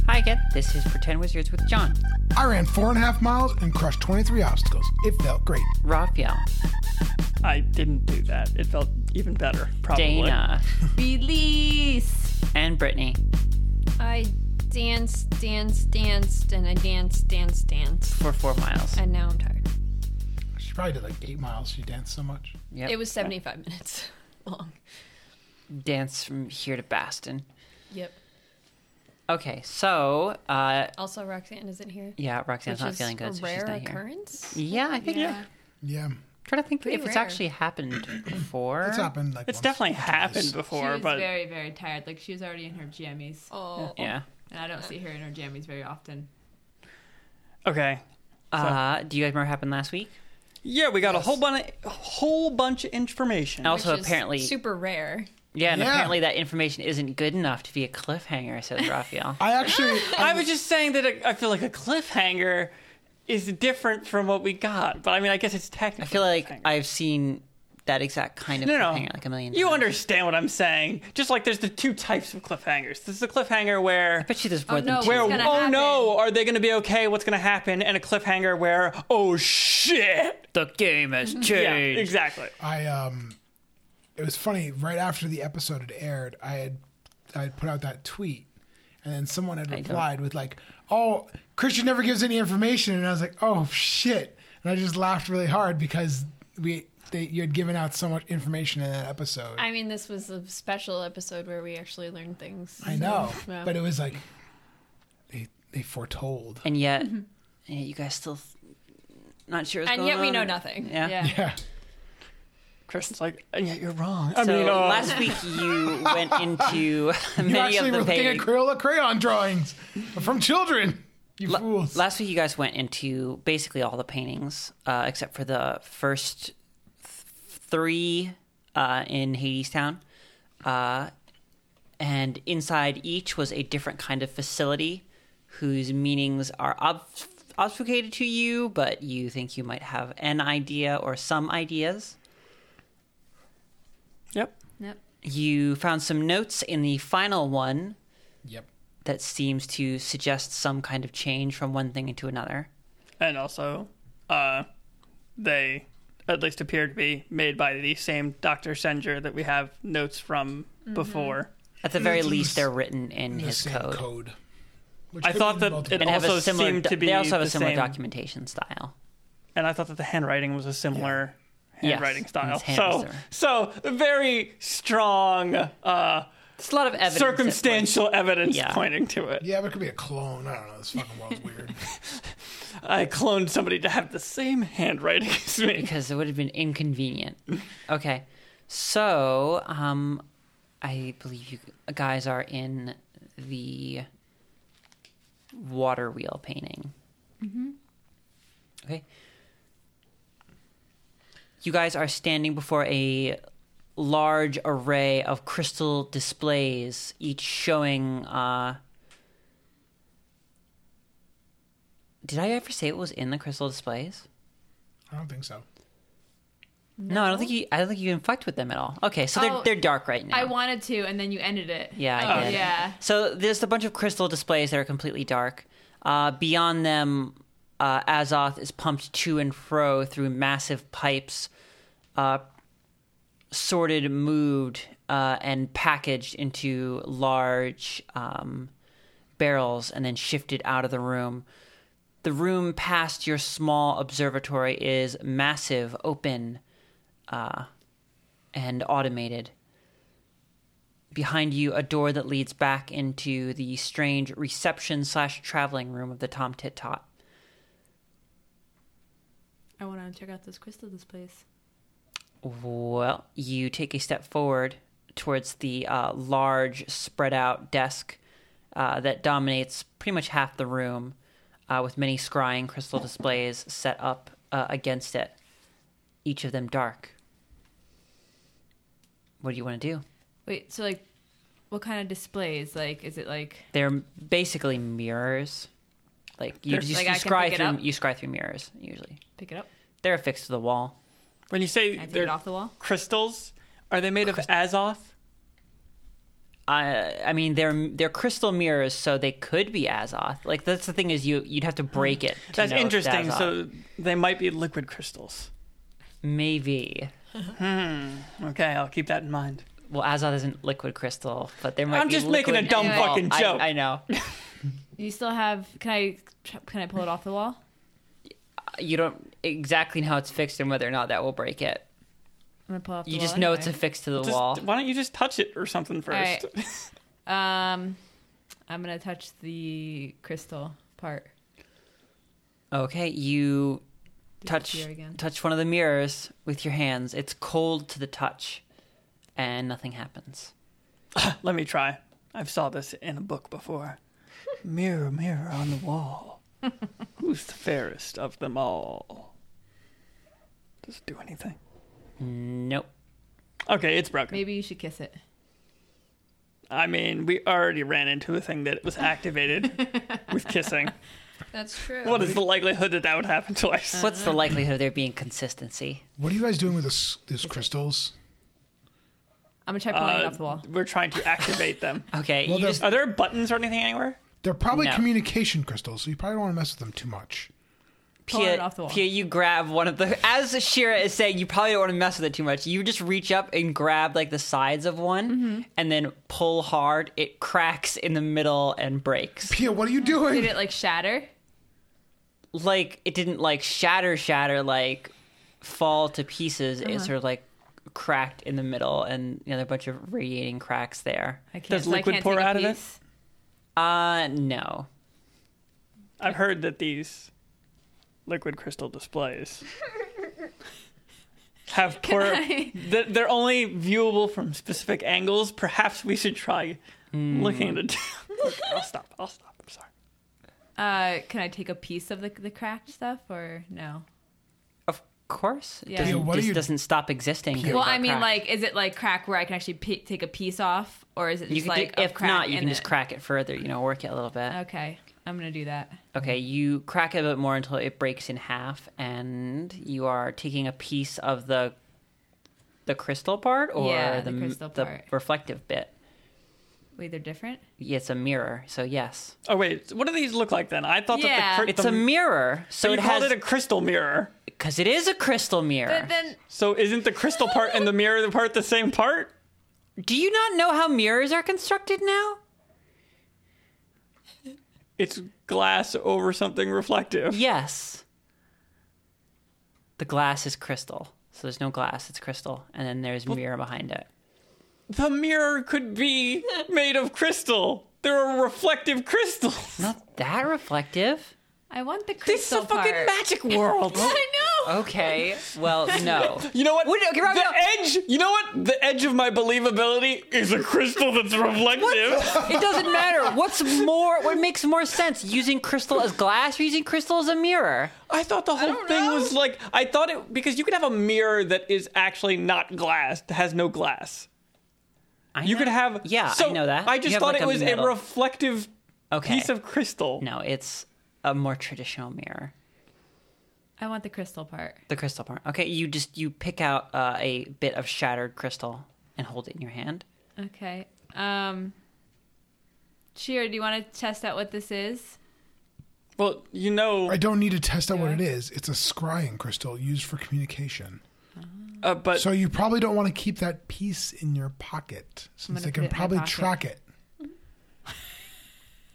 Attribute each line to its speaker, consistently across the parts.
Speaker 1: Connecticut. This is Pretend Wizards with John,
Speaker 2: I ran four and a half miles and crushed 23 obstacles. It felt great.
Speaker 1: Raphael,
Speaker 3: I didn't do that. It felt even better, probably.
Speaker 1: Dana,
Speaker 4: Release.
Speaker 1: and Brittany.
Speaker 4: I danced, danced, danced, and I danced, danced, danced.
Speaker 1: for four miles.
Speaker 4: And now I'm tired.
Speaker 2: She probably did like eight miles. She danced so much.
Speaker 1: Yep.
Speaker 4: It was 75 minutes long.
Speaker 1: dance from here to Baston.
Speaker 4: Yep.
Speaker 1: Okay, so uh,
Speaker 4: Also, Roxanne isn't here.
Speaker 1: yeah, Roxanne's
Speaker 4: which
Speaker 1: not
Speaker 4: is
Speaker 1: feeling good,
Speaker 4: a
Speaker 1: so
Speaker 4: rare
Speaker 1: she's not here.
Speaker 4: occurrence.
Speaker 1: Yeah, I think I'm
Speaker 2: Yeah.
Speaker 1: trying to think
Speaker 4: Pretty
Speaker 1: if it's
Speaker 4: rare.
Speaker 1: actually happened before.
Speaker 2: It's happened like
Speaker 3: It's
Speaker 2: once
Speaker 3: definitely
Speaker 2: or twice.
Speaker 3: happened
Speaker 5: She
Speaker 3: before,
Speaker 5: was
Speaker 3: but
Speaker 5: very, very tired. Like she was already in her jammies,
Speaker 4: Oh,
Speaker 1: Yeah.
Speaker 5: and I don't see her in her jammies very often.
Speaker 3: okay.
Speaker 1: Uh, do you guys remember what happened last week?
Speaker 3: Yeah, we got a whole bunch, a whole bunch of information.
Speaker 1: Also,
Speaker 4: which is
Speaker 1: apparently,
Speaker 4: super rare.
Speaker 1: yeah, and
Speaker 2: Yeah.
Speaker 1: apparently that information isn't good enough to be a cliffhanger, says Raphael.
Speaker 2: I actually,
Speaker 3: I was just saying that I I feel like a cliffhanger is different from what we got, but I mean, I guess it's technically.
Speaker 1: I feel like
Speaker 3: cliffhanger.
Speaker 1: I've seen that exact kind of
Speaker 3: No, no.
Speaker 1: cliffhanger like a million
Speaker 3: You
Speaker 1: times.
Speaker 3: understand what I'm saying? Just like there's the two types of cliffhangers. There's the cliffhanger where
Speaker 1: I bet you there's more
Speaker 4: Oh,
Speaker 1: than
Speaker 4: no.
Speaker 1: two.
Speaker 3: where
Speaker 4: Where-
Speaker 3: oh
Speaker 4: What's gonna happen?
Speaker 3: no, are they going to be okay? What's going to happen? And a cliffhanger where oh shit.
Speaker 1: the game has changed.
Speaker 3: Yeah, exactly.
Speaker 2: I um, it was funny. Right after the episode had aired, I had I had put out that tweet, and then someone had replied with like, "Oh, Christian never gives any information," and I was like, "Oh shit!" And I just laughed really hard because we they you had given out so much information in that episode.
Speaker 4: I mean, this was a special episode where we actually learned things.
Speaker 2: I know,
Speaker 4: yeah.
Speaker 2: but it was like they they foretold.
Speaker 1: And yet, yeah, you guys still not sure. What's
Speaker 4: And
Speaker 1: going
Speaker 4: yet we
Speaker 1: on?
Speaker 4: know nothing.
Speaker 1: Yeah.
Speaker 5: Yeah,
Speaker 2: Yeah,
Speaker 3: Kristen's like, and yet you're wrong. I
Speaker 1: So
Speaker 3: mean, uh,
Speaker 1: last week you went into
Speaker 2: you
Speaker 1: many
Speaker 2: actually
Speaker 1: of the
Speaker 2: were looking at
Speaker 1: vague.
Speaker 2: Crayola crayon drawings from children. You fools!
Speaker 1: Last week you guys went into basically all the paintings uh, except for the first th- three uh, in Hadestown. Uh, and inside each was a different kind of facility whose meanings are ob- obfuscated to you, but you think you might have an idea or some ideas.
Speaker 3: yep.
Speaker 5: yep.
Speaker 1: You found some notes in the final one
Speaker 2: yep.
Speaker 1: that seems to suggest some kind of change from one thing into another.
Speaker 3: And also, uh, they at least appear to be made by the same Doctor Senger that we have notes from
Speaker 1: Mm-hmm.
Speaker 3: before.
Speaker 1: At the very
Speaker 2: It's in the
Speaker 1: least,
Speaker 2: s-
Speaker 1: they're written in
Speaker 2: The
Speaker 1: his
Speaker 2: same
Speaker 1: code.
Speaker 2: Which
Speaker 3: I
Speaker 2: could
Speaker 3: thought
Speaker 2: be
Speaker 3: that
Speaker 2: multiple.
Speaker 3: it
Speaker 1: And have
Speaker 3: also
Speaker 1: a similar.
Speaker 3: seemed
Speaker 1: do-
Speaker 3: to be
Speaker 1: they also have a
Speaker 3: the
Speaker 1: similar
Speaker 3: same-
Speaker 1: documentation style.
Speaker 3: and I thought that the handwriting was a similar
Speaker 1: Yes,
Speaker 3: handwriting
Speaker 1: and
Speaker 3: style.
Speaker 1: his hand
Speaker 3: So,
Speaker 1: was
Speaker 3: so very strong uh,
Speaker 1: It's a lot of evidence. that points-
Speaker 3: circumstantial evidence
Speaker 1: Yeah.
Speaker 3: pointing to it.
Speaker 2: Yeah, but it could be a clone. I don't know. This fucking world's weird.
Speaker 3: I cloned somebody to have the same handwriting as me.
Speaker 1: because it would have been inconvenient. okay, so um, I believe you guys are in the water wheel painting. Mm-hmm. Okay, you guys are standing before a large array of crystal displays, each showing. Uh, did I ever say it was in the crystal displays?
Speaker 2: I don't think so.
Speaker 1: No, I don't think you. I don't think you even fucked with them at all. Okay, so they're
Speaker 5: Oh,
Speaker 1: they're dark right now.
Speaker 5: I wanted to, and then you ended it.
Speaker 1: yeah, I
Speaker 5: oh,
Speaker 1: did.
Speaker 5: yeah.
Speaker 1: So there's a bunch of crystal displays that are completely dark. Uh, beyond them, uh, Azoth is pumped to and fro through massive pipes, uh, sorted, moved, uh, and packaged into large um, barrels, and then shifted out of the room. The room past your small observatory is massive, open, uh, and automated. Behind you, a door that leads back into the strange reception slash traveling room of the Tom Tit Tot.
Speaker 5: I want to check out this crystal displays.
Speaker 1: Well, you take a step forward towards the uh, large, spread out desk uh, that dominates pretty much half the room, uh, with many scrying crystal displays set up uh, against it, each of them dark. What do you want to do?
Speaker 5: Wait, so like, what kind of displays? Like, is it like?
Speaker 1: They're basically mirrors. Like you,
Speaker 3: They're-
Speaker 1: just
Speaker 5: Like,
Speaker 1: you
Speaker 5: I can
Speaker 1: scry
Speaker 5: pick it
Speaker 1: through
Speaker 5: up?
Speaker 1: you scry through mirrors usually.
Speaker 5: Pick it up.
Speaker 1: They're affixed to the wall.
Speaker 3: When you say
Speaker 5: I take
Speaker 3: they're
Speaker 5: it off the wall.
Speaker 3: crystals, are they made of azoth?
Speaker 1: I I mean they're they're crystal mirrors, so they could be Azoth. Like that's the thing is you you'd have to break it. to
Speaker 3: That's
Speaker 1: know it's
Speaker 3: interesting.
Speaker 1: Azoth.
Speaker 3: So they might be liquid crystals.
Speaker 1: maybe
Speaker 3: Okay, I'll keep that in mind.
Speaker 1: well Azoth isn't liquid crystal, but there might.
Speaker 3: I'm
Speaker 1: be
Speaker 3: just making
Speaker 1: liquid-
Speaker 3: a dumb
Speaker 1: Well,
Speaker 3: fucking
Speaker 1: I-
Speaker 3: joke.
Speaker 1: I, know
Speaker 5: You still have? Can I? Can I pull it off the wall?
Speaker 1: you don't exactly know how it's fixed and whether or not that will break it.
Speaker 5: I'm gonna pull it off. The
Speaker 1: You
Speaker 5: wall
Speaker 1: just know it's
Speaker 5: anyway.
Speaker 1: affixed to the
Speaker 3: Just,
Speaker 1: wall.
Speaker 3: why don't you just touch it or something first?
Speaker 5: Um, I'm gonna touch the crystal part.
Speaker 1: Okay, you touch
Speaker 5: here again.
Speaker 1: touch one of the mirrors with your hands. It's cold to the touch, and nothing happens.
Speaker 3: Let me try. I've saw this in a book before. Mirror, mirror on the wall, who's the fairest of them all? Does it do anything?
Speaker 1: Nope.
Speaker 3: Okay, it's broken.
Speaker 5: Maybe you should kiss it.
Speaker 3: I mean, we already ran into a thing that was activated with kissing.
Speaker 4: That's true.
Speaker 3: What is the likelihood that that would happen twice?
Speaker 1: What's the likelihood of there being consistency?
Speaker 2: What are you guys doing with this, these crystals?
Speaker 5: I'm gonna try pulling it
Speaker 3: Uh,
Speaker 5: off the wall.
Speaker 3: We're trying to activate them.
Speaker 1: Okay,
Speaker 2: Well,
Speaker 1: you
Speaker 2: there's-
Speaker 1: just
Speaker 3: Are there buttons or anything anywhere?
Speaker 2: They're probably
Speaker 1: No.
Speaker 2: communication crystals, so you probably don't want to mess with them too much.
Speaker 5: Pulling
Speaker 1: Pia,
Speaker 5: it off the wall.
Speaker 1: Pia, you grab one of the. As Shira is saying, you probably don't want to mess with it too much. You just reach up and grab like the sides of one,
Speaker 5: Mm-hmm.
Speaker 1: and then pull hard. It cracks in the middle and breaks.
Speaker 2: Pia, what are you
Speaker 5: Did
Speaker 2: doing?
Speaker 5: it like shatter?
Speaker 1: Like it didn't like shatter, shatter, like fall to pieces.
Speaker 5: Uh-huh.
Speaker 1: It sort of like cracked in the middle, and you know there are a bunch of radiating cracks there.
Speaker 5: I can't.
Speaker 3: Does
Speaker 5: so I
Speaker 3: liquid
Speaker 5: can't
Speaker 3: pour
Speaker 5: take a
Speaker 3: out of it?
Speaker 5: piece?
Speaker 1: Uh, no.
Speaker 3: I've heard that these liquid crystal displays have poor. Th- they're only viewable from specific angles. Perhaps we should try looking at it. okay, I'll stop. I'll stop. I'm sorry.
Speaker 5: Uh, can I take a piece of the the cracked stuff or no?
Speaker 1: Of course, it
Speaker 5: Yeah.
Speaker 1: doesn't,
Speaker 2: Pia, what are
Speaker 1: this
Speaker 2: you-
Speaker 1: doesn't stop existing. 'cause
Speaker 5: Well,
Speaker 1: it got
Speaker 5: I mean,
Speaker 1: cracked.
Speaker 5: like, is it like crack where I can actually p- take a piece off, or is it just
Speaker 1: you can
Speaker 5: like
Speaker 1: do,
Speaker 5: a
Speaker 1: if
Speaker 5: crack
Speaker 1: not, you
Speaker 5: in
Speaker 1: can just
Speaker 5: it?
Speaker 1: crack it further. You know, work it a little bit.
Speaker 5: Okay, I'm gonna do that.
Speaker 1: Okay, you crack it a bit more until it breaks in half, and you are taking a piece of the the crystal part or
Speaker 5: Yeah,
Speaker 1: the,
Speaker 5: the crystal
Speaker 1: the
Speaker 5: part.
Speaker 1: reflective bit.
Speaker 5: Wait, they're different.
Speaker 1: It's a mirror, so yes,
Speaker 3: Oh wait, what do these look like then? I thought
Speaker 5: Yeah.
Speaker 3: that the, cr-
Speaker 1: it's
Speaker 3: the-
Speaker 1: a mirror. So,
Speaker 3: So you
Speaker 1: it
Speaker 3: called
Speaker 1: has
Speaker 3: it a crystal mirror.
Speaker 1: because it is a crystal mirror.
Speaker 5: But then,
Speaker 3: So isn't the crystal part and the mirror part the same part?
Speaker 1: Do you not know how mirrors are constructed now?
Speaker 3: It's glass over something reflective.
Speaker 1: Yes. The glass is crystal, so there's no glass. It's crystal, and then there's mirror behind it.
Speaker 3: The mirror could be made of crystal. There are reflective crystals.
Speaker 1: Not that reflective.
Speaker 5: I want the
Speaker 3: This is
Speaker 5: crystal
Speaker 3: a fucking
Speaker 5: part.
Speaker 3: magic world.
Speaker 5: I know.
Speaker 1: Okay. Well, no.
Speaker 3: You know what?
Speaker 1: Wait, okay, Rob,
Speaker 3: the
Speaker 1: no.
Speaker 3: edge. You know what? The edge of my believability is a crystal that's reflective.
Speaker 1: It doesn't matter. What's more? What makes more sense? Using crystal as glass or using crystal as a mirror?
Speaker 3: I thought the whole thing was like I thought it because you could have a mirror that is actually not glass, that has no glass.
Speaker 1: I
Speaker 3: You
Speaker 1: know-
Speaker 3: could have
Speaker 1: Yeah,
Speaker 3: So
Speaker 1: I know that.
Speaker 3: I
Speaker 1: You
Speaker 3: just
Speaker 1: have,
Speaker 3: thought
Speaker 1: like,
Speaker 3: it was a
Speaker 1: middle.
Speaker 3: reflective
Speaker 1: Okay.
Speaker 3: piece of crystal.
Speaker 1: No, it's a more traditional mirror.
Speaker 5: I want the crystal part.
Speaker 1: The crystal part. Okay, you just you pick out uh, a bit of shattered crystal and hold it in your hand.
Speaker 5: Okay. Um. Sheer, do you want to test out what this is?
Speaker 3: Well, you know,
Speaker 2: I don't need to test out what it is. It's a scrying crystal used for communication.
Speaker 3: uh, but
Speaker 2: So you probably don't want to keep that piece in your pocket since
Speaker 5: gonna
Speaker 2: they
Speaker 5: put
Speaker 2: can
Speaker 5: it in my
Speaker 2: probably
Speaker 5: pocket.
Speaker 2: track it.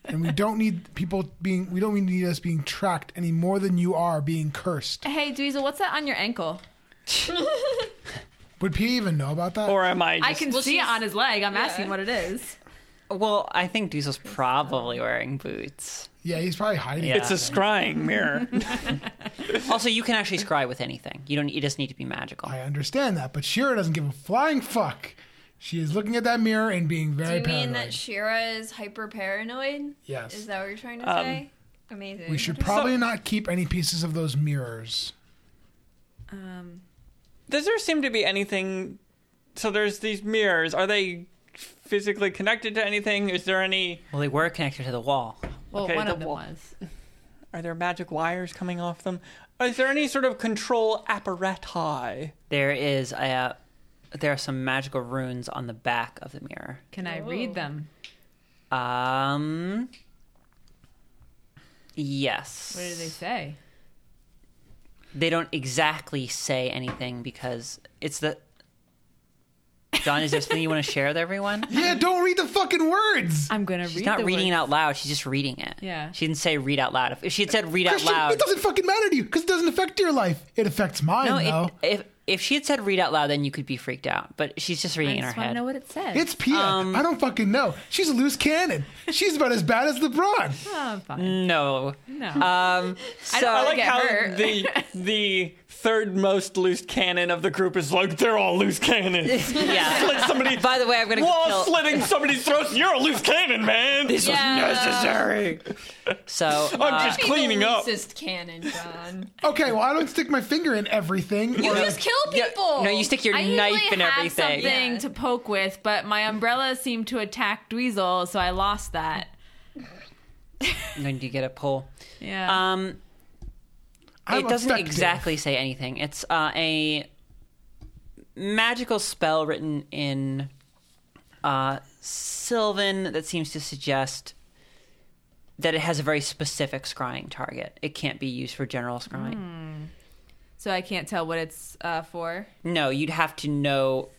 Speaker 2: and we don't need people being we don't need us being tracked any more than you are being cursed.
Speaker 5: Hey, Dweezil, what's that on your ankle?
Speaker 2: Would Pia even know about that?
Speaker 3: or am I? Just,
Speaker 5: I can
Speaker 4: Well,
Speaker 5: see it
Speaker 4: she's-
Speaker 5: on his leg. I'm asking what it is.
Speaker 1: Well, I think Diesel's probably wearing boots.
Speaker 2: yeah, he's probably hiding
Speaker 1: Yeah.
Speaker 2: it.
Speaker 3: It's a scrying mirror.
Speaker 1: Also, you can actually scry with anything. You don't. You just need to be magical.
Speaker 2: I understand that, but Shira doesn't give a flying fuck. She is looking at that mirror and being
Speaker 4: Do
Speaker 2: very
Speaker 4: you
Speaker 2: paranoid.
Speaker 4: mean that Shira is hyper paranoid?
Speaker 2: Yes.
Speaker 4: Is that what you're trying to
Speaker 3: Um,
Speaker 4: say? Amazing.
Speaker 2: we should probably not keep any pieces of those mirrors.
Speaker 5: Um.
Speaker 3: Does there seem to be anything? So there's these mirrors. Are they physically connected to anything? Is there any?
Speaker 1: Well, they were connected to the wall.
Speaker 5: Well,
Speaker 3: Okay,
Speaker 5: one
Speaker 3: the
Speaker 5: of them
Speaker 3: wall.
Speaker 5: was.
Speaker 3: Are there magic wires coming off them? Is there any sort of control apparatus?
Speaker 1: There is a there are some magical runes on the back of the mirror.
Speaker 6: Can I
Speaker 5: Ooh.
Speaker 6: read them?
Speaker 1: Um. Yes.
Speaker 6: What do they say?
Speaker 1: They don't exactly say anything because it's the. Don, is there something you want to share with everyone?
Speaker 2: Yeah, don't read the fucking words.
Speaker 6: I'm gonna
Speaker 1: She's
Speaker 6: read.
Speaker 1: not
Speaker 6: the
Speaker 1: reading it
Speaker 6: words.
Speaker 1: out loud. She's just reading it.
Speaker 6: Yeah.
Speaker 1: She didn't say read out loud. If- If she had said read out
Speaker 2: Christian,
Speaker 1: loud,
Speaker 2: it doesn't fucking matter to you because it doesn't affect your life. It affects mine
Speaker 1: no.
Speaker 2: though.
Speaker 1: It, if if she had said read out loud, then you could be freaked out. But she's just reading
Speaker 6: I
Speaker 1: in her
Speaker 6: just want to
Speaker 1: head.
Speaker 6: know what it says.
Speaker 2: It's Pia.
Speaker 1: Um,
Speaker 2: I don't fucking know. She's a loose cannon. She's about as bad as LeBron.
Speaker 6: Oh, I'm fine.
Speaker 1: no.
Speaker 6: No.
Speaker 1: Um. So
Speaker 6: don't
Speaker 3: I like
Speaker 6: Get
Speaker 3: how
Speaker 6: hurt.
Speaker 3: the the third most loose cannon of the group is like they're all loose cannons.
Speaker 1: yeah.
Speaker 3: Slit somebody.
Speaker 1: By the way, I'm gonna
Speaker 3: Wall
Speaker 1: kill.
Speaker 3: slitting somebody's throat. You're a loose cannon, man. This
Speaker 5: Yeah.
Speaker 3: necessary.
Speaker 1: So
Speaker 3: I'm
Speaker 1: uh,
Speaker 3: just cleaning
Speaker 4: the
Speaker 3: up.
Speaker 4: loosest cannon, John.
Speaker 2: Okay, well I don't stick my finger in everything.
Speaker 5: You
Speaker 2: or-
Speaker 5: just kill
Speaker 1: Yeah,
Speaker 5: people.
Speaker 1: no, you stick your
Speaker 5: I
Speaker 1: knife
Speaker 5: usually
Speaker 1: in
Speaker 5: have
Speaker 1: everything.
Speaker 5: Something
Speaker 4: Yeah.
Speaker 5: to poke with, but my umbrella seemed to attack Dweezil, so I lost that.
Speaker 1: I'm going to get a pull.
Speaker 5: Yeah.
Speaker 1: Um.
Speaker 2: I'm
Speaker 1: it doesn't
Speaker 2: effective.
Speaker 1: exactly say anything. It's uh, a magical spell written in uh, Sylvan that seems to suggest that it has a very specific scrying target. It can't be used for general scrying.
Speaker 5: Hmm. so I can't tell what it's uh, for.
Speaker 1: No, you'd have to know.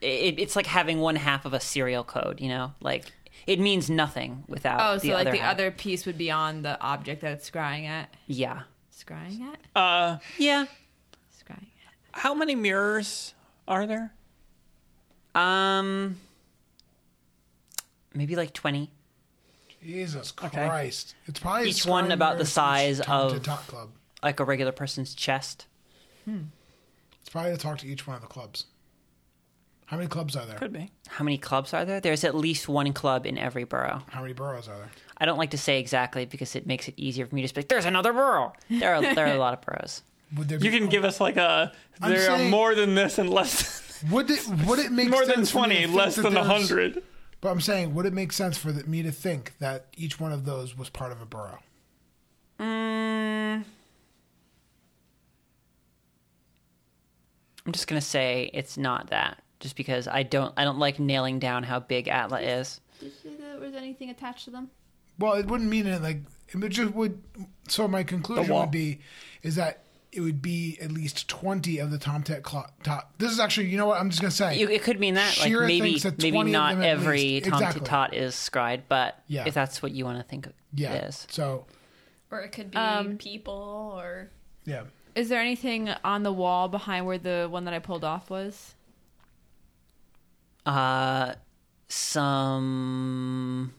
Speaker 1: It, it's like having one half of a serial code. You know, like it means nothing without.
Speaker 5: Oh, so
Speaker 1: the
Speaker 5: like
Speaker 1: other
Speaker 5: the
Speaker 1: half.
Speaker 5: other piece would be on the object that it's scrying at.
Speaker 1: Yeah.
Speaker 5: Scrying at?
Speaker 3: Uh,
Speaker 1: Yeah.
Speaker 5: Scrying at.
Speaker 3: how many mirrors are there?
Speaker 1: Um. Maybe like twenty.
Speaker 2: Jesus Christ! It's probably
Speaker 1: Each one about the size
Speaker 2: talk to
Speaker 1: of-
Speaker 2: talk club.
Speaker 1: like a regular person's chest.
Speaker 2: It's probably to talk to each one of the clubs. How many clubs are there?
Speaker 3: Could be.
Speaker 1: How many clubs are there? There's at least one club in every borough.
Speaker 2: How many boroughs are there?
Speaker 1: I don't like to say exactly because it makes it easier for me to speak. There's another borough. There are there are a lot of boroughs.
Speaker 2: Would there
Speaker 3: You
Speaker 2: be,
Speaker 3: can give us like a.
Speaker 2: I'm
Speaker 3: There are
Speaker 2: saying-
Speaker 3: more than this and less.
Speaker 2: Would it would it make
Speaker 3: More
Speaker 2: sense
Speaker 3: than
Speaker 2: for me to
Speaker 3: twenty,
Speaker 2: think
Speaker 3: less
Speaker 2: that
Speaker 3: than
Speaker 2: there's-
Speaker 3: hundred.
Speaker 2: But I'm saying, would it make sense for the, me to think that each one of those was part of a borough?
Speaker 1: I'm just gonna say it's not that, just because I don't I don't like nailing down how big Atla is.
Speaker 5: Did you see that there was anything attached to them?
Speaker 2: Well, it wouldn't mean it. Like it would just would. So my conclusion
Speaker 3: The wall.
Speaker 2: would be, is that it would be at least twenty of the Tom Tet clo- top. This is actually, you know what? I'm just gonna say.
Speaker 1: You, it could mean that, like
Speaker 2: Shira
Speaker 1: maybe
Speaker 2: thinks that
Speaker 1: maybe
Speaker 2: 20 of
Speaker 1: not
Speaker 2: them at
Speaker 1: every
Speaker 2: least.
Speaker 1: Tom
Speaker 2: Exactly.
Speaker 1: Tot is scried, but
Speaker 2: Yeah.
Speaker 1: if that's what you want to think of,
Speaker 2: yeah.
Speaker 1: it is.
Speaker 2: So
Speaker 4: Or it could be
Speaker 5: Um,
Speaker 4: people, or
Speaker 2: yeah.
Speaker 5: Is there anything on the wall behind where the one that I pulled off was?
Speaker 1: Uh, some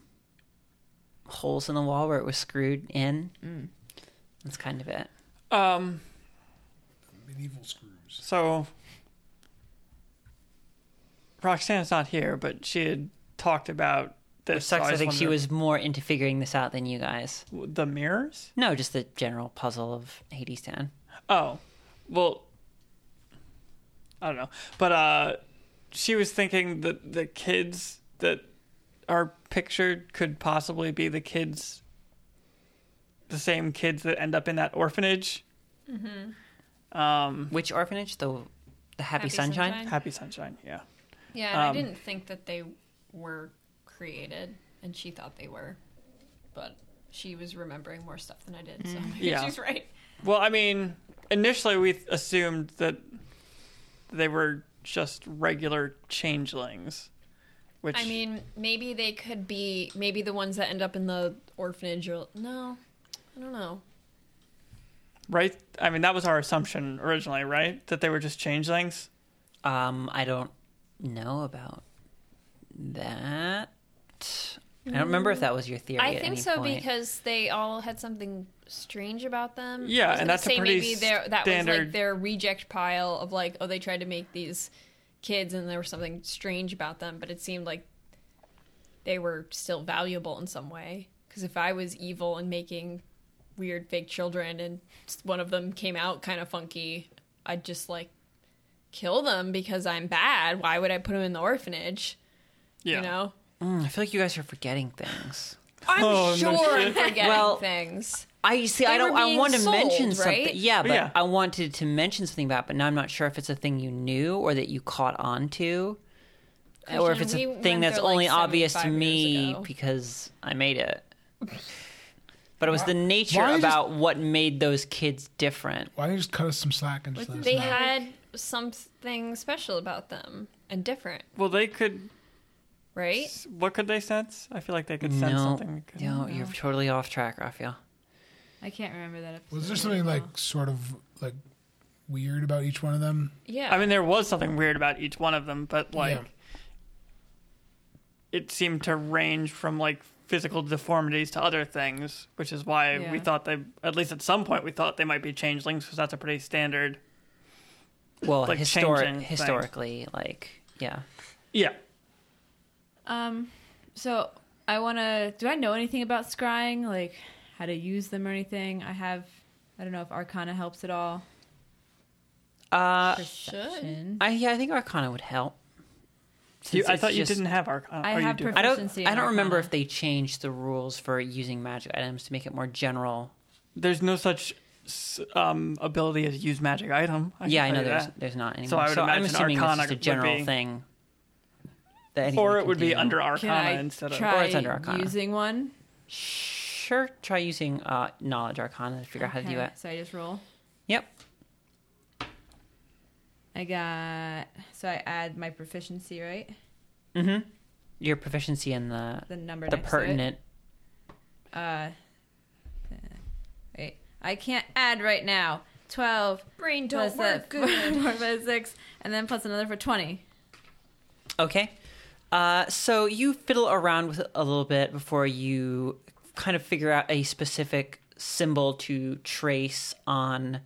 Speaker 1: holes in the wall where it was screwed in. That's kind of it.
Speaker 3: Um.
Speaker 2: Medieval screws.
Speaker 3: So Roxanne's not here, but she had talked about this.
Speaker 1: Which sucks.
Speaker 3: so
Speaker 1: I,
Speaker 3: just
Speaker 1: think she
Speaker 3: wondered-
Speaker 1: was more into figuring this out than you guys.
Speaker 3: the mirrors.
Speaker 1: No, just the general puzzle of Hades Town.
Speaker 3: Oh, well, I don't know, but uh, she was thinking that the kids that are pictured could possibly be the kids, the same kids that end up in that orphanage. Um,
Speaker 1: Which orphanage? The the Happy, Sunshine?
Speaker 3: Happy
Speaker 2: Mm-hmm.
Speaker 3: Sunshine, yeah.
Speaker 4: Yeah, and
Speaker 3: Um,
Speaker 4: I didn't think that they were created, and she thought they were, but she was remembering more stuff than I did, so maybe
Speaker 3: Mm, yeah.
Speaker 4: she's right.
Speaker 3: Well, I mean, initially we th- assumed that they were just regular changelings, which
Speaker 4: I mean, maybe they could be maybe the ones that end up in the orphanage. Or, no, I don't know.
Speaker 3: right? I mean, that was our assumption originally, right? That they were just changelings.
Speaker 1: Um, I don't know about that. I don't remember if that was your theory.
Speaker 4: I
Speaker 1: at
Speaker 4: think
Speaker 1: any
Speaker 4: so
Speaker 1: point.
Speaker 4: because they all had something strange about them.
Speaker 3: Yeah,
Speaker 4: I
Speaker 3: and
Speaker 4: was gonna
Speaker 3: that's a
Speaker 4: say
Speaker 3: pretty
Speaker 4: maybe their- that was
Speaker 3: standard-
Speaker 4: like their reject pile of like, oh, they tried to make these kids, and there was something strange about them, but it seemed like they were still valuable in some way. Because if I was evil and making weird fake children, and s- one of them came out kind of funky, I'd just like kill them because I'm bad. Why would I put them in the orphanage?
Speaker 3: Yeah.
Speaker 4: You know.
Speaker 1: Mm, I feel like you guys are forgetting things.
Speaker 4: I'm
Speaker 3: Oh, no
Speaker 4: sure I'm
Speaker 3: shit.
Speaker 4: forgetting
Speaker 1: Well-
Speaker 4: things.
Speaker 1: I see. I
Speaker 4: They
Speaker 1: don't.
Speaker 4: were
Speaker 1: I
Speaker 4: being
Speaker 1: want to
Speaker 4: sold,
Speaker 1: mention
Speaker 4: right?
Speaker 1: something. Yeah, but
Speaker 3: Yeah.
Speaker 1: I wanted to mention something about, it, but now I'm not sure if it's a thing you knew or that you caught on to, or if
Speaker 4: Christian,
Speaker 1: it's
Speaker 4: we
Speaker 1: a
Speaker 4: went
Speaker 1: thing that's
Speaker 4: there, like,
Speaker 1: only obvious to
Speaker 4: 75 years
Speaker 1: me
Speaker 4: ago.
Speaker 1: because I made it. But it was the nature
Speaker 2: why just-
Speaker 1: about what made those kids different.
Speaker 2: Why don't you just cut us some slack and just let us
Speaker 4: They
Speaker 2: know?
Speaker 4: had something special about them and different,
Speaker 3: Well, they could.
Speaker 4: right?
Speaker 3: What could they sense? I feel like they could sense
Speaker 1: No,
Speaker 3: something. we couldn't.
Speaker 1: no, you're totally off track, Raphael.
Speaker 5: I can't remember that episode.
Speaker 2: Was there
Speaker 5: right
Speaker 2: something
Speaker 5: now.
Speaker 2: like sort of like weird about each one of them?
Speaker 4: Yeah.
Speaker 3: I mean, there was something weird about each one of them, but like,
Speaker 2: Yeah.
Speaker 3: it seemed to range from like physical deformities to other things, which is why we
Speaker 5: Yeah.
Speaker 3: thought they, at least at some point, we thought they might be changelings because that's a pretty standard.
Speaker 1: Well,
Speaker 3: Like
Speaker 1: historic,
Speaker 3: changing things.
Speaker 1: historically, like yeah.
Speaker 3: Yeah.
Speaker 5: Um, so I want to. Do I know anything about scrying? Like how to use them or anything? I have. I don't know if Arcana helps at all.
Speaker 1: Uh,
Speaker 5: Perception.
Speaker 1: I yeah, I think Arcana would help.
Speaker 3: You,
Speaker 1: Since
Speaker 3: I
Speaker 1: it's
Speaker 3: thought you
Speaker 1: just-
Speaker 3: didn't have our. Uh,
Speaker 5: I
Speaker 3: or you
Speaker 5: have
Speaker 3: do.
Speaker 5: prof-
Speaker 1: I don't.
Speaker 5: proficiency in
Speaker 1: I don't remember
Speaker 5: Arcana.
Speaker 1: if they changed the rules for using magic items to make it more general.
Speaker 3: There's no such s- um, ability as use magic item. can
Speaker 1: yeah, I
Speaker 3: tell
Speaker 1: know
Speaker 3: you
Speaker 1: there's
Speaker 3: that.
Speaker 1: there's not anymore.
Speaker 3: So
Speaker 1: So,
Speaker 3: I would
Speaker 1: I am
Speaker 3: imagine
Speaker 1: assuming it's
Speaker 3: Arcana
Speaker 1: just a
Speaker 3: would
Speaker 1: general
Speaker 3: be-
Speaker 1: thing. that anyone
Speaker 3: Or it
Speaker 1: can
Speaker 3: would be
Speaker 1: do.
Speaker 3: under
Speaker 5: Can
Speaker 3: Arcana
Speaker 5: I
Speaker 3: instead of.
Speaker 5: try
Speaker 1: Or it's under Arcana.
Speaker 5: using one?
Speaker 1: Sure, try using uh, knowledge Arcana to figure out how to do
Speaker 5: Okay,
Speaker 1: it.
Speaker 5: So I just roll.
Speaker 1: Yep.
Speaker 5: I got. So I add my proficiency, right?
Speaker 1: Mm-hmm. Your proficiency in the
Speaker 5: The number.
Speaker 1: the
Speaker 5: next to it.
Speaker 1: pertinent.
Speaker 5: Uh, wait, I can't add right now. Twelve
Speaker 4: brain
Speaker 5: plus
Speaker 4: don't
Speaker 5: that
Speaker 4: work good.
Speaker 5: four plus six, and then plus another for twenty.
Speaker 1: Okay. Uh, so you fiddle around with it a little bit before you kind of figure out a specific symbol to trace on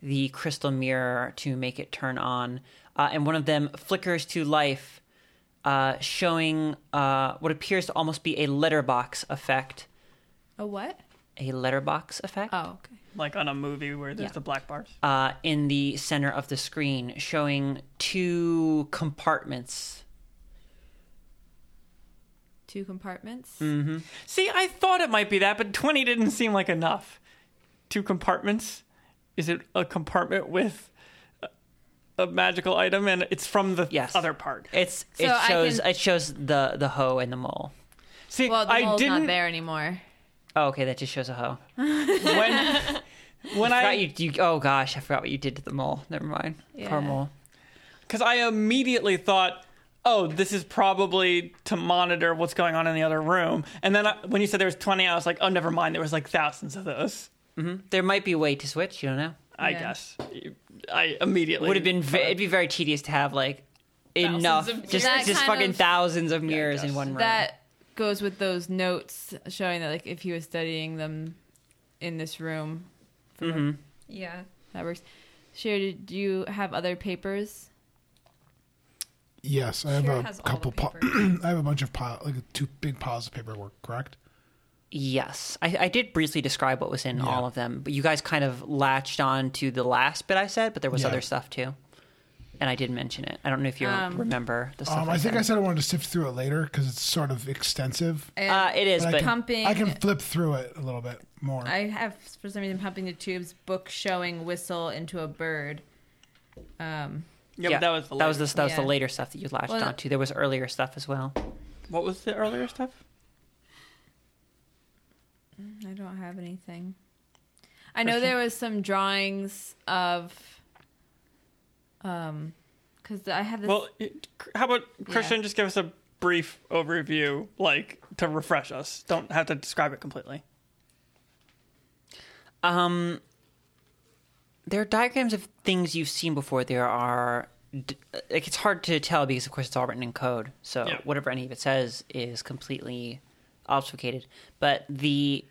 Speaker 1: the crystal mirror to make it turn on. Uh, and one of them flickers to life, uh, showing uh, what appears to almost be a letterbox effect.
Speaker 5: A what?
Speaker 1: A letterbox effect?
Speaker 5: Oh, okay.
Speaker 3: like on a movie where there's
Speaker 5: Yeah.
Speaker 3: the black bars.
Speaker 1: uh, in the center of the screen, showing two compartments.
Speaker 5: Two compartments.
Speaker 3: See, I thought it might be that, but 20 didn't seem like enough. Two compartments? Is it a compartment with a- a magical item and it's from the
Speaker 1: Yes.
Speaker 3: other part?
Speaker 1: It's
Speaker 5: So
Speaker 1: it
Speaker 5: I
Speaker 1: shows
Speaker 5: can-
Speaker 1: it shows the the hoe and the mole.
Speaker 3: See,
Speaker 5: Well, Oh, the
Speaker 3: I
Speaker 5: mole's not
Speaker 3: didn't
Speaker 5: there anymore.
Speaker 1: Oh, okay, that just shows a hoe.
Speaker 3: when when
Speaker 1: I
Speaker 3: I
Speaker 1: forgot you, you. Oh gosh, I forgot what you did to the mole. Never mind.
Speaker 5: Yeah.
Speaker 1: Poor mole.
Speaker 3: cuz I immediately thought Oh, this is probably to monitor what's going on in the other room. And then I, when you said there was 20, I was like, oh, never mind. There was like thousands of those.
Speaker 1: There might be a way to switch. You don't know.
Speaker 3: I
Speaker 5: Yeah.
Speaker 3: guess. I immediately
Speaker 1: Would have been. Ve- it'd be very tedious to have like enough,
Speaker 4: of mirrors.
Speaker 1: just
Speaker 5: That
Speaker 1: just
Speaker 5: kind
Speaker 1: fucking
Speaker 5: of-
Speaker 1: thousands of mirrors in
Speaker 3: guess.
Speaker 1: one room.
Speaker 5: That goes with those notes showing that, like, if he was studying them in this room,
Speaker 4: Yeah.
Speaker 5: that works. Sure. Did you have other papers?
Speaker 2: Yes, I have
Speaker 4: Sure
Speaker 2: a
Speaker 4: has all the
Speaker 2: couple. Pi-
Speaker 4: papers.
Speaker 2: I have a bunch of pile, like two big piles of paperwork. Correct.
Speaker 1: Yes, I, I did briefly describe what was in all of them, but you guys kind of latched on to the last bit I said, but there was
Speaker 2: Yeah.
Speaker 1: other stuff too, and I did mention it. I don't know if you
Speaker 5: Um,
Speaker 1: remember the stuff.
Speaker 2: Um,
Speaker 1: I,
Speaker 2: I think I
Speaker 1: said.
Speaker 2: said I wanted to sift through it later because it's sort of extensive.
Speaker 1: uh, it is,
Speaker 2: But
Speaker 1: but
Speaker 2: I, can,
Speaker 5: Pumping-
Speaker 2: I can flip through it a little bit more.
Speaker 5: I have, for some reason, pumping the tubes, book showing whistle into a bird. Um,
Speaker 3: Yeah, but that was the
Speaker 1: that was
Speaker 3: later.
Speaker 1: the that was the
Speaker 5: Yeah.
Speaker 1: later stuff that you latched
Speaker 5: Well,
Speaker 1: on to. There was earlier stuff as well.
Speaker 3: What was the earlier stuff?
Speaker 5: I don't have anything. I know there was some drawings of, um, because I have this.
Speaker 3: Well, it- how about Christian just give us a brief overview, like to refresh us? Don't have to describe it completely.
Speaker 1: Um, there are diagrams of things you've seen before. There are d- like it's hard to tell because of course it's all written in code. So
Speaker 3: Yeah.
Speaker 1: whatever any of it says is completely obfuscated. But the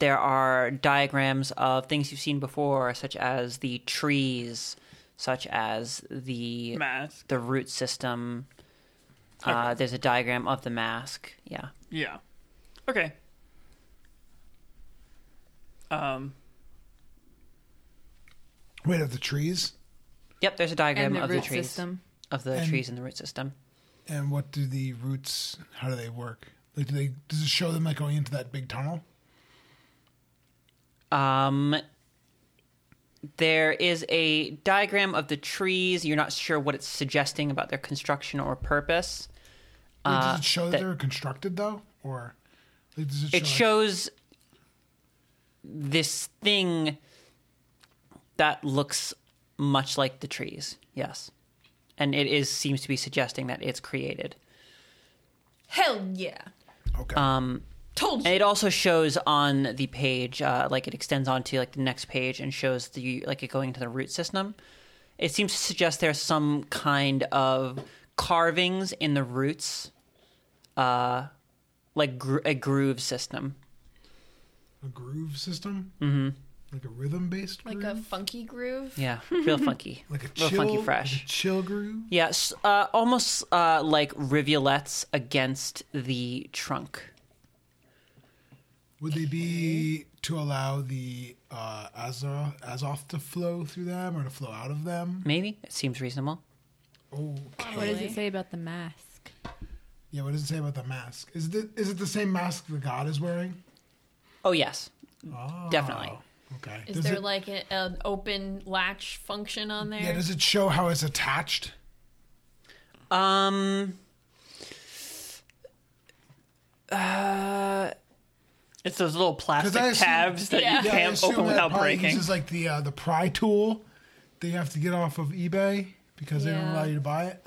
Speaker 1: there are diagrams of things you've seen before, such as the trees, such as the
Speaker 3: Mask.
Speaker 1: the root system. Uh,
Speaker 3: Okay.
Speaker 1: there's a diagram of the mask. Yeah.
Speaker 3: Yeah. Okay. Um.
Speaker 2: Wait, of the trees
Speaker 1: Yep. There's a diagram
Speaker 5: and the
Speaker 1: of
Speaker 5: root
Speaker 1: the trees
Speaker 5: system.
Speaker 1: of the
Speaker 2: And-
Speaker 1: trees in the root system.
Speaker 2: and what do the roots? How do they work? Like, do they does it show them like going into that big tunnel?
Speaker 1: Um, there is a diagram of the trees. You're not sure what it's suggesting about their construction or purpose.
Speaker 2: Wait, does it show that,
Speaker 1: that-
Speaker 2: they were constructed though, or like, does it,
Speaker 1: It
Speaker 2: show?
Speaker 1: shows this thing that looks much like the trees. Yes. And it is seems to be suggesting that it's created.
Speaker 4: Hell yeah.
Speaker 2: like- okay.
Speaker 4: Told
Speaker 1: And
Speaker 4: you.
Speaker 1: it also shows on the page, uh, like it extends onto like the next page and shows the like it going into the root system. It seems to suggest there's some kind of carvings in the roots, uh, like gr- a groove system.
Speaker 2: a groove system. Mm-hmm. Like a rhythm-based,
Speaker 4: Like
Speaker 2: groove?
Speaker 4: a funky groove.
Speaker 1: Yeah, real funky,
Speaker 2: like a
Speaker 1: real
Speaker 2: chill,
Speaker 1: funky
Speaker 2: like a
Speaker 1: fresh.
Speaker 2: chill groove.
Speaker 1: Yes, uh, almost uh, like rivulets against the trunk.
Speaker 2: Would they be to allow the uh, Azoth, Azoth to flow through them or to flow out of them?
Speaker 1: Maybe it seems reasonable.
Speaker 2: Oh,
Speaker 5: What does it
Speaker 4: Really?
Speaker 5: say about the mask?
Speaker 2: yeah. What does it say about the mask? Is it is it the same mask the god is wearing?
Speaker 1: Oh yes,
Speaker 2: Oh,
Speaker 1: Definitely.
Speaker 2: Okay.
Speaker 4: Is
Speaker 2: Does
Speaker 4: there
Speaker 2: it-
Speaker 4: like a, an open latch function on there?
Speaker 2: yeah? Does it show how it's attached?
Speaker 1: um,
Speaker 3: uh, It's those little plastic
Speaker 2: 'Cause I assume-
Speaker 3: tabs that
Speaker 4: Yeah.
Speaker 3: you
Speaker 4: Yeah,
Speaker 2: I
Speaker 3: can't
Speaker 2: assume
Speaker 3: open
Speaker 2: that
Speaker 3: without
Speaker 2: probably
Speaker 3: breaking.
Speaker 2: Uses like the uh, the pry tool that you have to get off of eBay because they don't
Speaker 4: Yeah.
Speaker 2: allow you to buy it.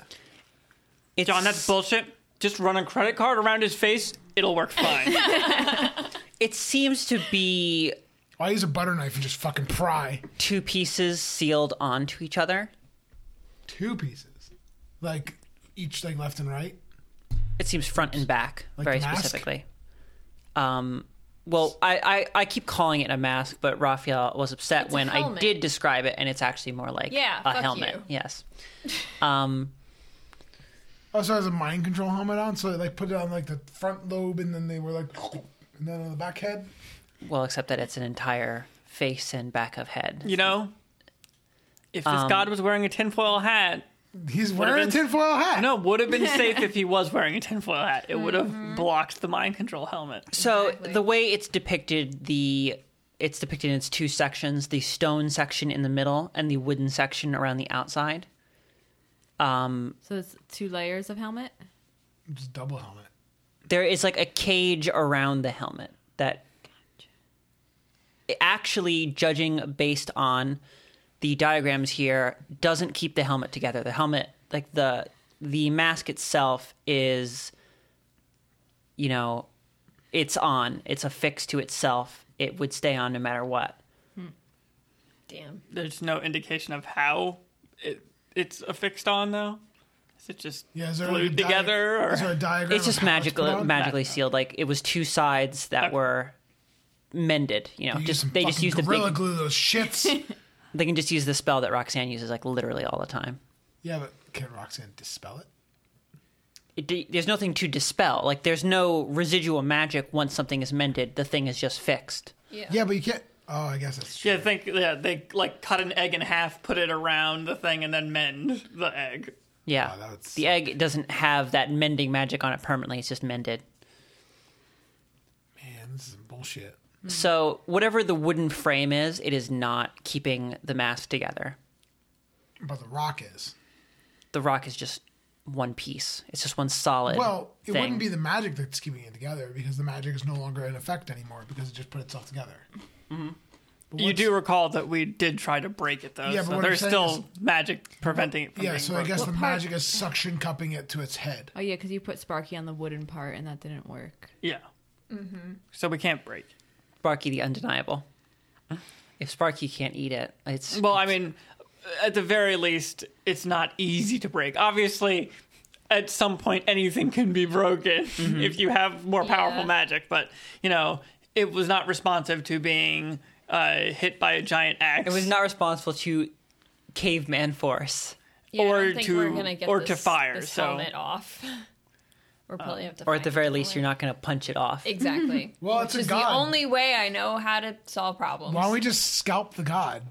Speaker 1: it's
Speaker 3: John, that's bullshit. Just run a credit card around his face. It'll work fine.
Speaker 1: It seems to be
Speaker 2: I use a butter knife and just fucking pry
Speaker 1: two pieces sealed onto each other.
Speaker 2: two pieces, like each like left and right.
Speaker 1: It seems front and back,
Speaker 2: Like
Speaker 1: very
Speaker 2: the mask?
Speaker 1: specifically. Um, well, I, I, I keep calling it a mask, but Raphael was upset
Speaker 4: It's a
Speaker 1: when I
Speaker 4: helmet.
Speaker 1: did describe it, and it's actually more like
Speaker 4: Yeah,
Speaker 1: a
Speaker 4: fuck
Speaker 1: helmet.
Speaker 4: you.
Speaker 1: Yes. Um,
Speaker 2: Also has a mind control helmet on, so they like put it on like the front lobe, and then they were like, and then on the back head.
Speaker 1: well, except that it's an entire face and back of head.
Speaker 3: you know, if this god was wearing a tinfoil hat,
Speaker 2: He's wearing a
Speaker 3: been-
Speaker 2: tinfoil hat.
Speaker 3: no, it would have been safe if he was wearing a tinfoil hat. It would have blocked the mind control helmet.
Speaker 1: So
Speaker 4: Exactly.
Speaker 1: the way it's depicted, the it's depicted in its two sections: the stone section in the middle and the wooden section around the outside.
Speaker 5: So it's two layers of helmet.
Speaker 2: it's a double helmet.
Speaker 1: there is like a cage around the helmet that actually judging based on the diagrams here doesn't keep the helmet together the helmet like the the mask itself is you know it's on it's affixed to itself it would stay on no matter what
Speaker 4: Damn.
Speaker 3: There's no indication of how it, it's affixed on, though. Is it just
Speaker 2: Yeah, is there like,
Speaker 3: glued
Speaker 2: a dia-
Speaker 3: together? Or
Speaker 2: Is there a diagram?
Speaker 1: it's just
Speaker 2: of how put
Speaker 1: magically
Speaker 2: on?
Speaker 1: magically sealed like it was two sides that
Speaker 3: Okay.
Speaker 1: were mended you know
Speaker 2: You use
Speaker 1: just
Speaker 2: some
Speaker 1: they just
Speaker 2: fucking
Speaker 1: used a
Speaker 2: gorilla
Speaker 1: big
Speaker 2: glue those shits.
Speaker 1: they can just use the spell that roxanne uses like literally all the time
Speaker 2: yeah, but can Roxanne dispel it?
Speaker 1: it, d- there's nothing to dispel. Like there's no residual magic once something is mended. The thing is just fixed.
Speaker 4: Yeah.
Speaker 2: Yeah, but you can't. Oh, I guess that's true.
Speaker 3: Yeah, I think yeah, they like cut an egg in half, put it around the thing, and then mend the egg.
Speaker 1: Yeah.
Speaker 2: Wow, that would suck.
Speaker 1: the egg doesn't have that mending magic on it permanently. It's just mended.
Speaker 2: Man, this is bullshit.
Speaker 1: So whatever the wooden frame is, it is not keeping the mask together.
Speaker 2: But the rock is.
Speaker 1: The rock is just one piece. It's just one solid.
Speaker 2: Well, it
Speaker 1: thing.
Speaker 2: wouldn't be the magic that's keeping it together because the magic is no longer in effect anymore because it just put itself together. But
Speaker 3: You
Speaker 2: what's-
Speaker 3: do recall that we did try to break it though,
Speaker 2: Yeah, but
Speaker 3: so
Speaker 2: what I'm
Speaker 3: there's
Speaker 2: saying
Speaker 3: still magic preventing it from
Speaker 2: Yeah,
Speaker 3: being
Speaker 2: so I
Speaker 3: broken.
Speaker 2: guess the
Speaker 5: What part?
Speaker 2: magic is suction cupping it to its head.
Speaker 5: Oh yeah, because you put Sparky on the wooden part and that didn't work.
Speaker 3: yeah. So we can't break.
Speaker 1: Sparky the undeniable. If Sparky can't eat it, it's
Speaker 3: Well, I mean, at the very least, it's not easy to break. Obviously, at some point, anything can be broken
Speaker 1: Mm-hmm.
Speaker 3: if you have more powerful
Speaker 4: Yeah.
Speaker 3: magic. But you know, it was not responsive to being uh, hit by a giant axe.
Speaker 1: it was not responsible to caveman force.
Speaker 4: Yeah, I
Speaker 3: Or
Speaker 4: don't think
Speaker 3: to-
Speaker 4: we're gonna get
Speaker 3: or to
Speaker 4: this,
Speaker 3: fire,
Speaker 4: This
Speaker 3: so-
Speaker 4: helmet off. We're probably have to.
Speaker 1: Or at
Speaker 4: find
Speaker 1: the very
Speaker 4: another
Speaker 1: least,
Speaker 4: way.
Speaker 1: you're not going to punch it off.
Speaker 4: Exactly.
Speaker 2: Well, it's a
Speaker 4: Which is the
Speaker 2: god.
Speaker 4: only way I know how to solve problems.
Speaker 2: Why don't we just scalp the god?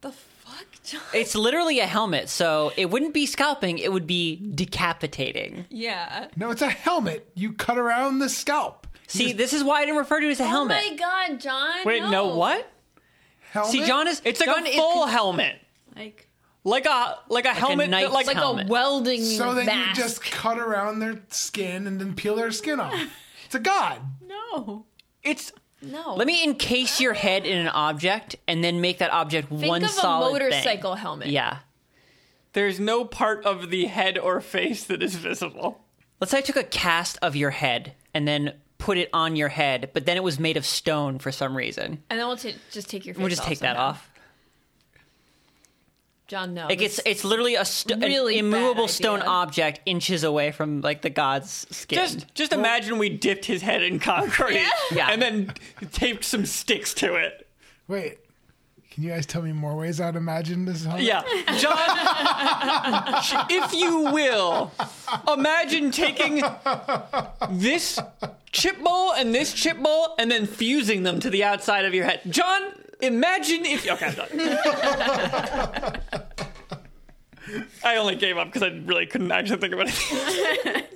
Speaker 4: the fuck? John?
Speaker 1: It's literally a helmet, so it wouldn't be scalping, it would be decapitating.
Speaker 4: yeah.
Speaker 2: No, it's a helmet. You cut around the scalp.
Speaker 1: See, this is why I didn't refer to it as a helmet.
Speaker 4: Oh my god, John.
Speaker 3: Wait, no, what?
Speaker 2: Helmet?
Speaker 1: See, John is
Speaker 3: It's like
Speaker 1: John
Speaker 3: a
Speaker 1: is-
Speaker 3: full helmet.
Speaker 5: Like
Speaker 3: Like a like a helmet
Speaker 1: knight's
Speaker 3: that like
Speaker 4: Like
Speaker 1: helmet.
Speaker 4: a welding
Speaker 2: so that
Speaker 4: mask.
Speaker 2: you just cut around their skin and then peel their skin off. It's a god.
Speaker 5: no.
Speaker 1: it's.
Speaker 4: no.
Speaker 1: Let me encase your head in an object and then make that object
Speaker 4: think
Speaker 1: one
Speaker 4: of
Speaker 1: solid
Speaker 4: a motorcycle
Speaker 1: thing.
Speaker 4: helmet.
Speaker 1: Yeah.
Speaker 3: There's no part of the head or face that is visible.
Speaker 1: Let's say I took a cast of your head and then put it on your head, but then it was made of stone for some reason.
Speaker 4: And then we'll t- just take your face
Speaker 1: We'll just
Speaker 4: off
Speaker 1: take that
Speaker 4: somehow.
Speaker 1: off.
Speaker 4: John, no.
Speaker 1: Like it's
Speaker 4: this-
Speaker 1: it's literally a st-
Speaker 4: really
Speaker 1: an
Speaker 4: bad
Speaker 1: immovable stone
Speaker 4: idea.
Speaker 1: object inches away from like the god's skin.
Speaker 3: Just just imagine we dipped his head in concrete
Speaker 1: Yeah.
Speaker 3: and then taped some sticks to it.
Speaker 2: Wait, can you guys tell me more ways I'd imagine this? Helmet?
Speaker 3: Yeah. John, if you will, imagine taking this chip bowl and this chip bowl and then fusing them to the outside of your head. John, imagine if. Okay, I'm done. I only gave up because I really couldn't actually think about it.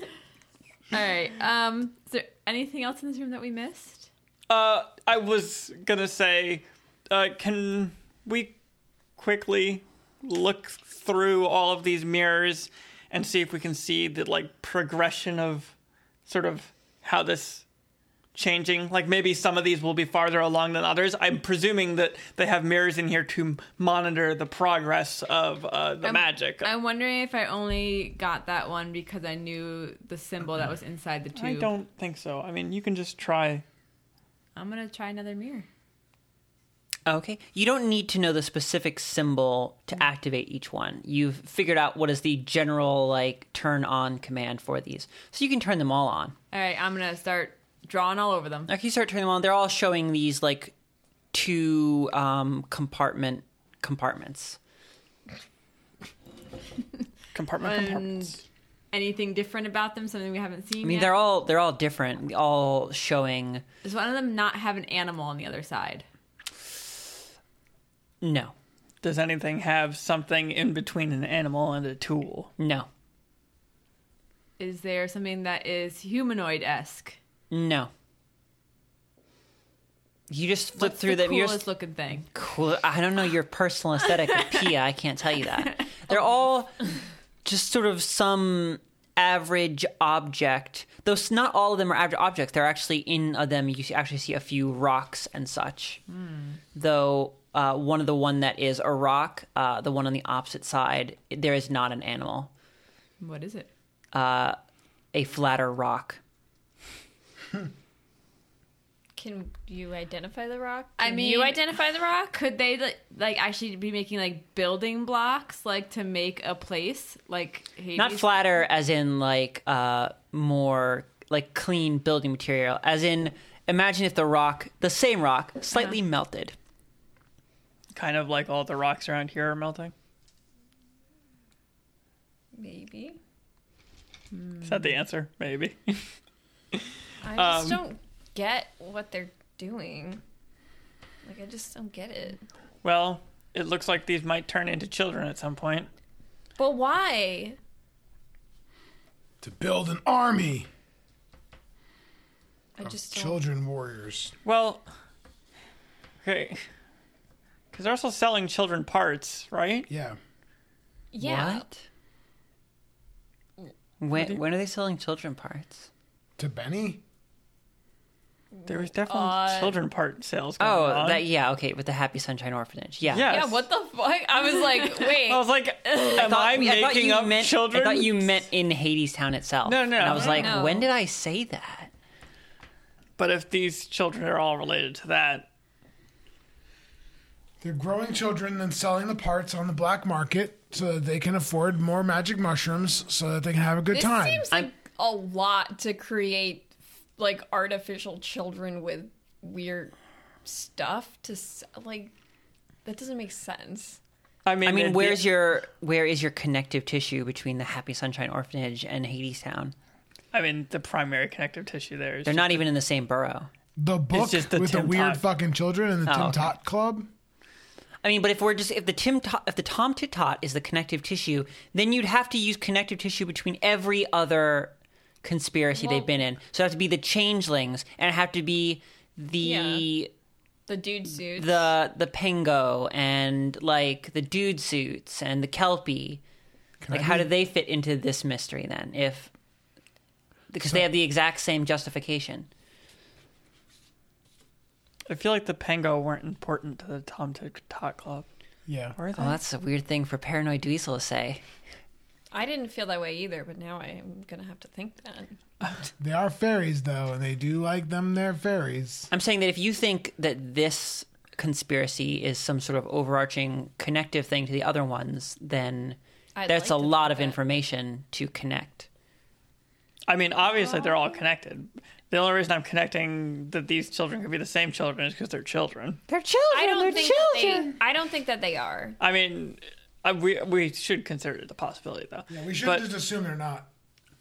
Speaker 5: All right. Um, is there anything else in this room that we missed?
Speaker 3: Uh, I was going to say, uh, can we quickly look through all of these mirrors and see if we can see the like progression of sort of how this changing like maybe some of these will be farther along than others i'm presuming that they have mirrors in here to monitor the progress of uh, the magic
Speaker 5: I'm wondering if I only got that one because I knew the symbol that was inside the tube.
Speaker 3: i don't think so i mean you can just try
Speaker 5: I'm gonna try another mirror.
Speaker 1: okay. You don't need to know the specific symbol
Speaker 5: Mm.
Speaker 1: to activate each one. You've figured out what is the general like turn on command for these, so you can turn them all on.
Speaker 5: All right. I'm gonna start drawing all over them.
Speaker 1: Like you start turning them on, they're all showing these like two um, compartment compartments.
Speaker 3: compartment compartments
Speaker 5: Anything different about them? Something we haven't seen.
Speaker 1: I mean,
Speaker 5: yet?
Speaker 1: they're all they're all different, all showing
Speaker 5: Does one of them not have an animal on the other side?
Speaker 1: no,
Speaker 3: Does anything have something in between an animal and a tool?
Speaker 1: no,
Speaker 5: Is there something that is humanoid esque?
Speaker 1: no. You just flip
Speaker 5: What's
Speaker 1: through
Speaker 5: the
Speaker 1: them. You're
Speaker 5: coolest
Speaker 1: just-
Speaker 5: looking thing.
Speaker 1: cool. I don't know your personal aesthetic of Pia. I can't tell you that. They're all just sort of some average object. Though s- not all of them are average objects. They're actually in of them. You actually see a few rocks and such. Though uh, one of the one that is a rock, uh, the one on the opposite side, there is not an animal.
Speaker 5: What is it?
Speaker 1: A flatter rock.
Speaker 4: Can you identify the rock?
Speaker 5: I
Speaker 4: Can
Speaker 5: mean-
Speaker 4: you identify the rock.
Speaker 5: Could they like, like actually be making like building blocks like to make a place like Hades?
Speaker 1: Not flatter, as in like uh, more like clean building material. As in, imagine if the rock, the same rock, slightly melted.
Speaker 3: Kind of like all the rocks around here are melting.
Speaker 4: Maybe.
Speaker 3: Is that the
Speaker 1: Mm-hmm.
Speaker 3: answer? Maybe.
Speaker 4: I just
Speaker 3: Um,
Speaker 4: don't get what they're doing. Like I just don't get it.
Speaker 3: well, it looks like these might turn into children at some point.
Speaker 4: But why?
Speaker 2: To build an army
Speaker 4: I just don't.
Speaker 2: children warriors.
Speaker 3: Well, okay. Because they're also selling children parts, right?
Speaker 2: Yeah.
Speaker 4: Yeah.
Speaker 1: What? When, when are they selling children parts?
Speaker 2: To Benny?
Speaker 3: There was definitely
Speaker 4: Uh,
Speaker 3: children part sales going
Speaker 1: Oh,
Speaker 3: on.
Speaker 1: that yeah, okay, with the Happy Sunshine Orphanage. Yeah.
Speaker 3: Yes.
Speaker 4: Yeah. What the fuck? I was like, wait.
Speaker 3: I was like, am I,
Speaker 1: thought- thought
Speaker 3: making
Speaker 1: you
Speaker 3: up
Speaker 1: meant,
Speaker 3: children?
Speaker 1: I thought you meant in Hades Town itself.
Speaker 3: No, no,
Speaker 1: And I was
Speaker 3: no,
Speaker 1: like,
Speaker 5: no.
Speaker 1: when did I say that?
Speaker 3: But if these children are all related to that,
Speaker 2: They're growing children and selling the parts on the black market so that they can afford more magic mushrooms so that they can have a good
Speaker 4: this
Speaker 2: time.
Speaker 4: seems like a lot to create, like artificial children with weird stuff to s- like. That doesn't make sense.
Speaker 3: I mean,
Speaker 1: I mean,
Speaker 3: it'd be-
Speaker 1: where's your where is your connective tissue between the Happy Sunshine Orphanage and Hades Town?
Speaker 3: I mean, the primary connective tissue there is
Speaker 1: They're not even in the same borough.
Speaker 2: the book
Speaker 3: just the
Speaker 2: with the
Speaker 3: Tim
Speaker 2: weird
Speaker 3: Tot.
Speaker 2: fucking children and the
Speaker 1: Oh,
Speaker 2: Tim
Speaker 1: okay.
Speaker 2: Tot Club.
Speaker 1: I mean, but if we're just if the Tim Tot, if the Tom Tit Tot is the connective tissue, then you'd have to use connective tissue between every other conspiracy
Speaker 4: Well-
Speaker 1: they've been in. So it have to be the changelings, and it have to be the
Speaker 4: Yeah. The dude suits.
Speaker 1: the the pingo and like the dude suits and the kelpie. like,
Speaker 2: I
Speaker 1: how
Speaker 2: be-
Speaker 1: do they fit into this mystery then? If because they have the exact same justification.
Speaker 3: I feel like the Pango weren't important to the Tom Tick Tot Club.
Speaker 2: Yeah.
Speaker 3: Were they?
Speaker 1: Oh, that's a weird thing for Paranoid Weasel to say.
Speaker 4: I didn't feel that way either, but now I'm gonna have to think that.
Speaker 2: They are fairies though, and they do like them. They're fairies.
Speaker 1: I'm saying that if you think that this conspiracy is some sort of overarching connective thing to the other ones, then
Speaker 4: I'd
Speaker 1: that's
Speaker 4: like
Speaker 1: a
Speaker 4: to
Speaker 1: lot
Speaker 4: think
Speaker 1: of
Speaker 4: that.
Speaker 1: information to connect.
Speaker 3: I mean, obviously they're all connected. The only reason I'm connecting that these children could be the same children is because they're children.
Speaker 1: They're children.
Speaker 4: I don't think that they. I don't think that they are.
Speaker 3: I mean, I, we we should consider it the possibility though.
Speaker 2: Yeah, we should
Speaker 3: But
Speaker 2: just assume they're not.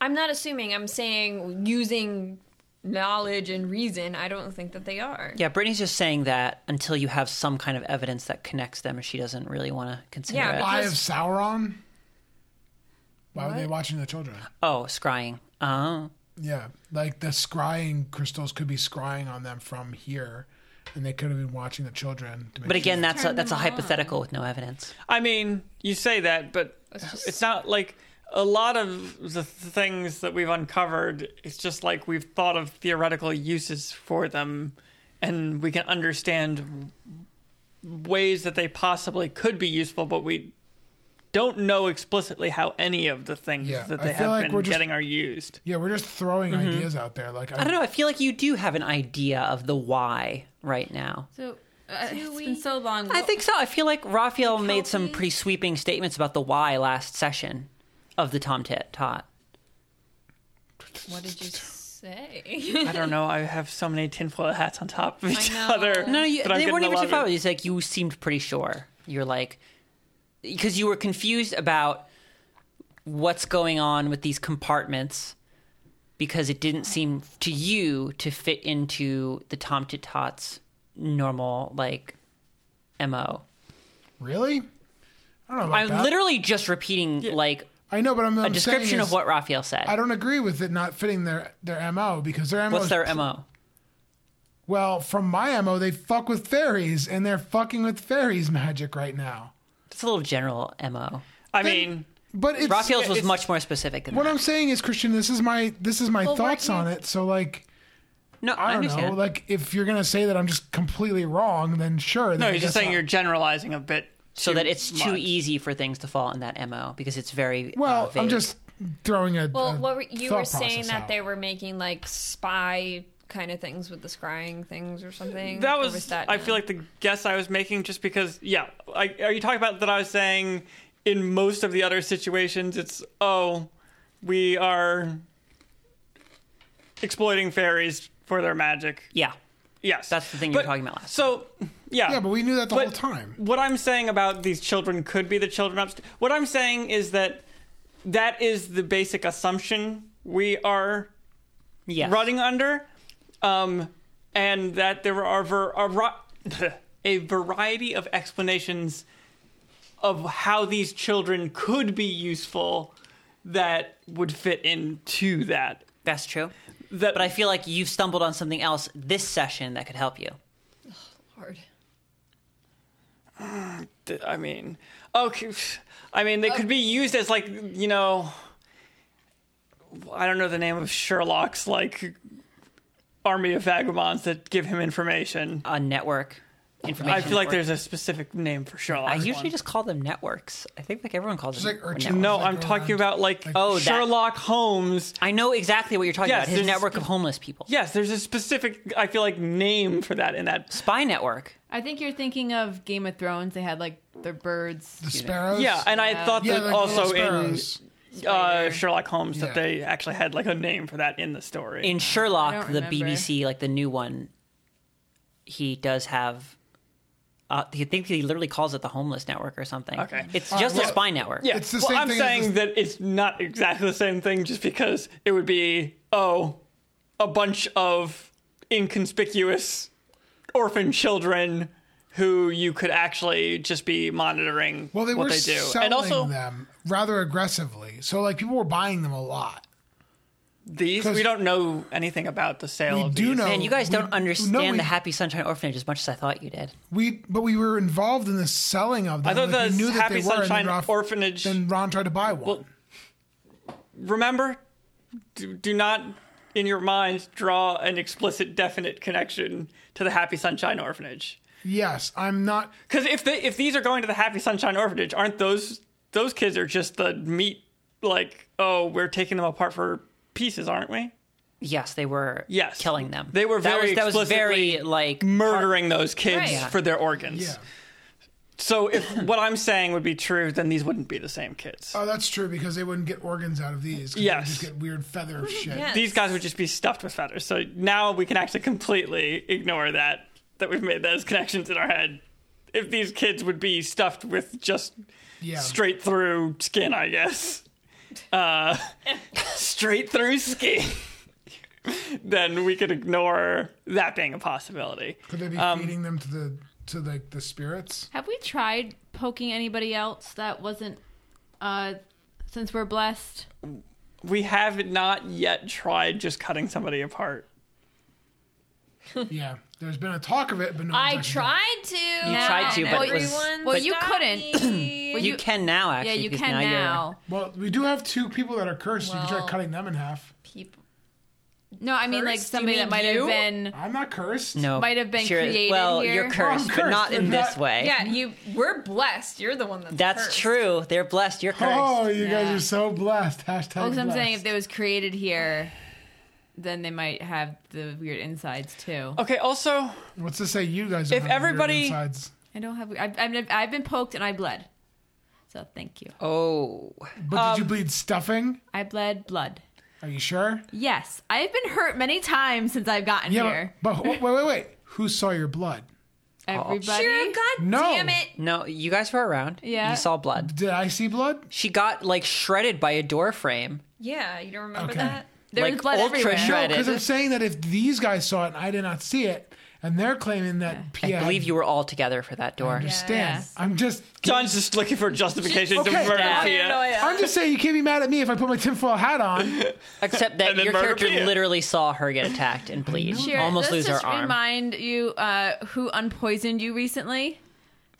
Speaker 4: I'm not assuming. I'm saying using knowledge and reason. I don't think that they are.
Speaker 1: Yeah, Brittany's just saying that until you have some kind of evidence that connects them, and she doesn't really want to consider
Speaker 4: Yeah,
Speaker 1: it.
Speaker 4: but-
Speaker 2: Eye of
Speaker 4: Because-
Speaker 2: Sauron. Why were they watching the children?
Speaker 1: Oh, scrying. Oh,
Speaker 2: Yeah, like the scrying crystals could be scrying on them from here, and they could have been watching the children. To make
Speaker 1: but again, that's a,
Speaker 5: Turn
Speaker 1: that's a
Speaker 5: them
Speaker 1: hypothetical with no evidence.
Speaker 3: I mean, you say that, but it's not like a lot of the things that we've uncovered. It's just like we've thought of theoretical uses for them, and we can understand ways that they possibly could be useful, but we don't know explicitly how any of the things
Speaker 2: Yeah,
Speaker 3: that
Speaker 2: I
Speaker 3: they
Speaker 2: feel like
Speaker 3: have
Speaker 2: we're
Speaker 3: been
Speaker 2: just-
Speaker 3: getting are used.
Speaker 2: yeah, we're just throwing ideas out there. Like
Speaker 1: Mm-hmm. I don't know. I feel like you do have an idea of the why right now.
Speaker 5: So uh, it's been so long.
Speaker 1: I think so. I feel like Raphael made some
Speaker 5: Kelpie?
Speaker 1: pretty sweeping statements about the why last session of the Tom Tit Tot.
Speaker 4: What did you say?
Speaker 3: I don't know. I have so many tinfoil hats on top of each
Speaker 4: know.
Speaker 3: other.
Speaker 1: No, no, you,
Speaker 3: but I'm
Speaker 1: they
Speaker 3: getting
Speaker 1: weren't
Speaker 3: a
Speaker 1: even
Speaker 3: lot
Speaker 1: too
Speaker 3: of-
Speaker 1: far. It's like you seemed pretty sure. You're like, because you were confused about what's going on with these compartments, because it didn't seem to you to fit into the Tom Tit Tot's normal like mo.
Speaker 2: really. I don't know. About
Speaker 1: I'm
Speaker 2: that.
Speaker 1: literally just repeating like
Speaker 2: I know, but I'm,
Speaker 1: a description of what Raphael said.
Speaker 2: I don't agree with it not fitting their their mo because their mo.
Speaker 1: What's
Speaker 2: is-
Speaker 1: their mo?
Speaker 2: Well, from my mo, they fuck with fairies, and they're fucking with fairies magic right now.
Speaker 1: It's a little general mo.
Speaker 3: I mean,
Speaker 2: But it's
Speaker 1: Raphael's was
Speaker 3: it's-
Speaker 1: much more specific than
Speaker 2: what
Speaker 1: that.
Speaker 2: I'm saying is, Christian. This is my this is my
Speaker 5: Well, why
Speaker 2: thoughts on it. So like.
Speaker 1: No, I,
Speaker 2: I don't
Speaker 1: understand.
Speaker 2: know. Like, if you're gonna say that I'm just completely wrong, then sure.
Speaker 3: no,
Speaker 2: then I
Speaker 3: you're just
Speaker 2: guess
Speaker 3: saying
Speaker 2: I'll-
Speaker 3: you're generalizing a bit.
Speaker 1: so
Speaker 3: too
Speaker 1: that it's too
Speaker 3: much.
Speaker 1: easy for things to fall in that mo because it's very uh,
Speaker 2: Well, I'm
Speaker 1: vague.
Speaker 2: just throwing a.
Speaker 4: well,
Speaker 2: a
Speaker 4: what were, you
Speaker 2: thought
Speaker 4: were saying
Speaker 2: process
Speaker 4: that
Speaker 2: out.
Speaker 4: they were making like spy kind of things with the scrying things or something.
Speaker 3: That
Speaker 4: Or
Speaker 3: was, I feel like the guess I was making just because, yeah. I, are you talking about that I was saying in most of the other situations, it's, oh, we are exploiting fairies for their magic.
Speaker 1: yeah.
Speaker 3: Yes.
Speaker 1: That's the thing you were talking about last
Speaker 3: So, yeah.
Speaker 2: Yeah, but we knew that the
Speaker 3: But
Speaker 2: whole time.
Speaker 3: What I'm saying about these children could be the children upstairs. What I'm saying is that that is the basic assumption we are
Speaker 1: Yes.
Speaker 3: running under, um, and that there are ver- a, ro- a variety of explanations of how these children could be useful that would fit into that.
Speaker 1: That's true.
Speaker 3: That
Speaker 1: But I feel like you've stumbled on something else this session that could help you.
Speaker 4: hard.
Speaker 3: th- I mean, okay. I mean,
Speaker 1: Uh,
Speaker 3: they could be used as like you know, I don't know the name of Sherlock's like army of vagabonds that give him information.
Speaker 1: A network. Information
Speaker 3: I feel like
Speaker 1: network.
Speaker 3: there's a specific name for Sherlock.
Speaker 1: I usually just call them networks. I think like everyone calls
Speaker 2: Just
Speaker 1: them
Speaker 2: like urchin.
Speaker 1: networks.
Speaker 3: no.
Speaker 2: Like
Speaker 3: I'm
Speaker 2: go
Speaker 3: talking
Speaker 2: around,
Speaker 3: about like
Speaker 1: Oh, that-
Speaker 3: Sherlock Holmes.
Speaker 1: I know exactly what you're talking
Speaker 3: Yes,
Speaker 1: about. His
Speaker 3: there's-
Speaker 1: network of homeless people.
Speaker 3: Yes, there's a specific. I feel like name for that in that.
Speaker 1: Spy network.
Speaker 5: I think you're thinking of Game of Thrones. They had like their birds.
Speaker 2: The sparrows.
Speaker 3: Yeah, and I
Speaker 5: Yeah.
Speaker 3: thought
Speaker 2: yeah,
Speaker 3: that
Speaker 2: like
Speaker 3: also
Speaker 2: also
Speaker 3: in
Speaker 2: sparrows.
Speaker 3: uh, Sherlock Holmes that
Speaker 2: Yeah.
Speaker 3: they actually had like a name for that in the story.
Speaker 1: In
Speaker 5: I
Speaker 1: Sherlock,
Speaker 5: don't
Speaker 1: the
Speaker 5: remember.
Speaker 1: BBC, like the new one, he does have. Uh, I think he literally calls it the homeless network or something.
Speaker 3: Okay.
Speaker 1: it's just a
Speaker 2: well,
Speaker 1: spy network.
Speaker 3: Yeah,
Speaker 2: It's the
Speaker 3: well,
Speaker 2: same
Speaker 3: I'm
Speaker 2: thing as
Speaker 3: saying
Speaker 2: this-
Speaker 3: that it's not exactly the same thing, just because it would be oh, a bunch of inconspicuous orphan children who you could actually just be monitoring
Speaker 2: Well, they
Speaker 3: what
Speaker 2: were
Speaker 3: they do,
Speaker 2: selling
Speaker 3: and also
Speaker 2: them rather aggressively. So like people were buying them a lot.
Speaker 3: These
Speaker 2: 'Cause-
Speaker 3: we don't know anything about the sale.
Speaker 2: We
Speaker 3: of
Speaker 2: do
Speaker 3: these.
Speaker 2: know-
Speaker 1: Man, you guys
Speaker 2: Oh, we-
Speaker 1: don't
Speaker 2: no,
Speaker 1: understand
Speaker 2: we-
Speaker 1: the Happy Sunshine Orphanage as much as I thought you did.
Speaker 2: We but we were involved in the selling of them.
Speaker 3: I thought
Speaker 2: like, we
Speaker 3: the
Speaker 2: knew that
Speaker 3: Happy
Speaker 2: they were, and then
Speaker 3: Sunshine
Speaker 2: Ralph-
Speaker 3: Orphanage.
Speaker 2: Then Ron tried to buy one.
Speaker 3: Well- Remember, do, do not in your minds draw an explicit, definite connection to the Happy Sunshine Orphanage.
Speaker 2: yes, I'm not.
Speaker 3: Because if they, if these are going to the Happy Sunshine Orphanage, aren't those those kids are just the meat? Like, oh, we're taking them apart for pieces, aren't we?
Speaker 1: Yes, they were
Speaker 3: Yes.
Speaker 1: killing them.
Speaker 3: They were
Speaker 1: that
Speaker 3: very
Speaker 1: was, that was very
Speaker 3: explicitly
Speaker 1: like
Speaker 3: Murdering those kids
Speaker 5: Right. Yeah.
Speaker 3: for their organs.
Speaker 2: Yeah.
Speaker 3: So if what I'm saying would be true, then these wouldn't be the same kids.
Speaker 2: Oh, that's true because they wouldn't get organs out of these. 'cause they would
Speaker 3: Yes.
Speaker 2: just get weird feather shit.
Speaker 4: Yeah.
Speaker 3: these guys would just be stuffed with feathers. So now we can actually completely ignore that that we've made those connections in our head. If these kids would be stuffed with just
Speaker 2: Yeah.
Speaker 3: straight through skin, I guess. Uh, straight through skin. then we could ignore that being a possibility.
Speaker 2: Could they be
Speaker 3: um,
Speaker 2: feeding them to the to like the spirits?
Speaker 5: Have we tried poking anybody else that wasn't, uh, since we're blessed?
Speaker 3: We have not yet tried just cutting somebody apart.
Speaker 2: yeah. There's been a talk of it, but no. one's
Speaker 4: I
Speaker 2: actually-
Speaker 4: tried to. You
Speaker 1: tried to, but it was-
Speaker 4: everyone.
Speaker 5: Well, you
Speaker 4: stopped
Speaker 5: couldn't.
Speaker 4: me.
Speaker 5: Well,
Speaker 1: you, can now actually.
Speaker 5: Yeah, you
Speaker 1: because
Speaker 5: can
Speaker 1: now. you're-
Speaker 5: now.
Speaker 2: Well, we do have two people that are cursed. you can try
Speaker 4: Well-
Speaker 2: cutting them in half.
Speaker 4: People-
Speaker 5: No, I mean Oh, like
Speaker 4: Cursed?
Speaker 5: somebody
Speaker 4: You
Speaker 5: that
Speaker 4: mean
Speaker 5: might
Speaker 4: you?
Speaker 5: have been.
Speaker 2: I'm not cursed.
Speaker 1: no,
Speaker 5: Might have been
Speaker 1: sure,
Speaker 5: created
Speaker 1: Well,
Speaker 5: here.
Speaker 1: you're cursed,
Speaker 2: I'm
Speaker 1: but
Speaker 2: cursed,
Speaker 1: not in
Speaker 2: but
Speaker 1: this
Speaker 2: not-
Speaker 1: way.
Speaker 4: Yeah, you. We're blessed. You're the one that's.
Speaker 1: that's
Speaker 4: cursed.
Speaker 1: true. They're blessed. You're cursed.
Speaker 2: Oh, you guys
Speaker 5: Yeah.
Speaker 2: are so blessed. Hashtag.
Speaker 5: Oh, 'cause I'm
Speaker 2: blessed.
Speaker 5: saying if they was created here, then they might have the weird insides too.
Speaker 3: Okay, also,
Speaker 2: What's to say you guys? Don't
Speaker 3: If
Speaker 2: have weird
Speaker 3: everybody-
Speaker 2: insides?
Speaker 5: I don't have. I've, I've, I've been poked and I bled. So thank you.
Speaker 1: Oh,
Speaker 2: But did you
Speaker 3: um,
Speaker 2: bleed stuffing?
Speaker 5: I bled blood.
Speaker 2: Are you sure?
Speaker 5: Yes, I've been hurt many times since I've gotten
Speaker 2: Yeah.
Speaker 5: here.
Speaker 2: But, but wait, wait, wait. Who saw your blood?
Speaker 5: Everybody.
Speaker 4: Sure. God
Speaker 2: No.
Speaker 4: damn it.
Speaker 1: no, you guys were around.
Speaker 5: Yeah.
Speaker 1: you saw blood.
Speaker 2: Did I see blood?
Speaker 1: She got like shredded by a door frame.
Speaker 4: Yeah, you don't remember
Speaker 2: Okay.
Speaker 4: that.
Speaker 5: There was
Speaker 1: like,
Speaker 5: blood
Speaker 1: ultra
Speaker 5: everywhere.
Speaker 1: shred- Shredded.
Speaker 2: Because I'm saying that if these guys saw it and I did not see it, and they're claiming that Pia,
Speaker 1: I believe you were all together for that door.
Speaker 2: understand.
Speaker 5: Yes.
Speaker 2: I'm just,
Speaker 3: John's just looking for justification
Speaker 2: Okay.
Speaker 3: to murder
Speaker 1: Yeah.
Speaker 4: Oh,
Speaker 3: Pia.
Speaker 2: I'm just saying you can't be mad at me if I put my tinfoil hat on.
Speaker 1: Except that
Speaker 3: And then
Speaker 1: your
Speaker 3: murder
Speaker 1: character
Speaker 3: Pia.
Speaker 1: literally saw her get attacked and bleed,
Speaker 5: Sure,
Speaker 1: almost lose
Speaker 5: let's just
Speaker 1: her arm.
Speaker 5: remind you uh, who unpoisoned you recently.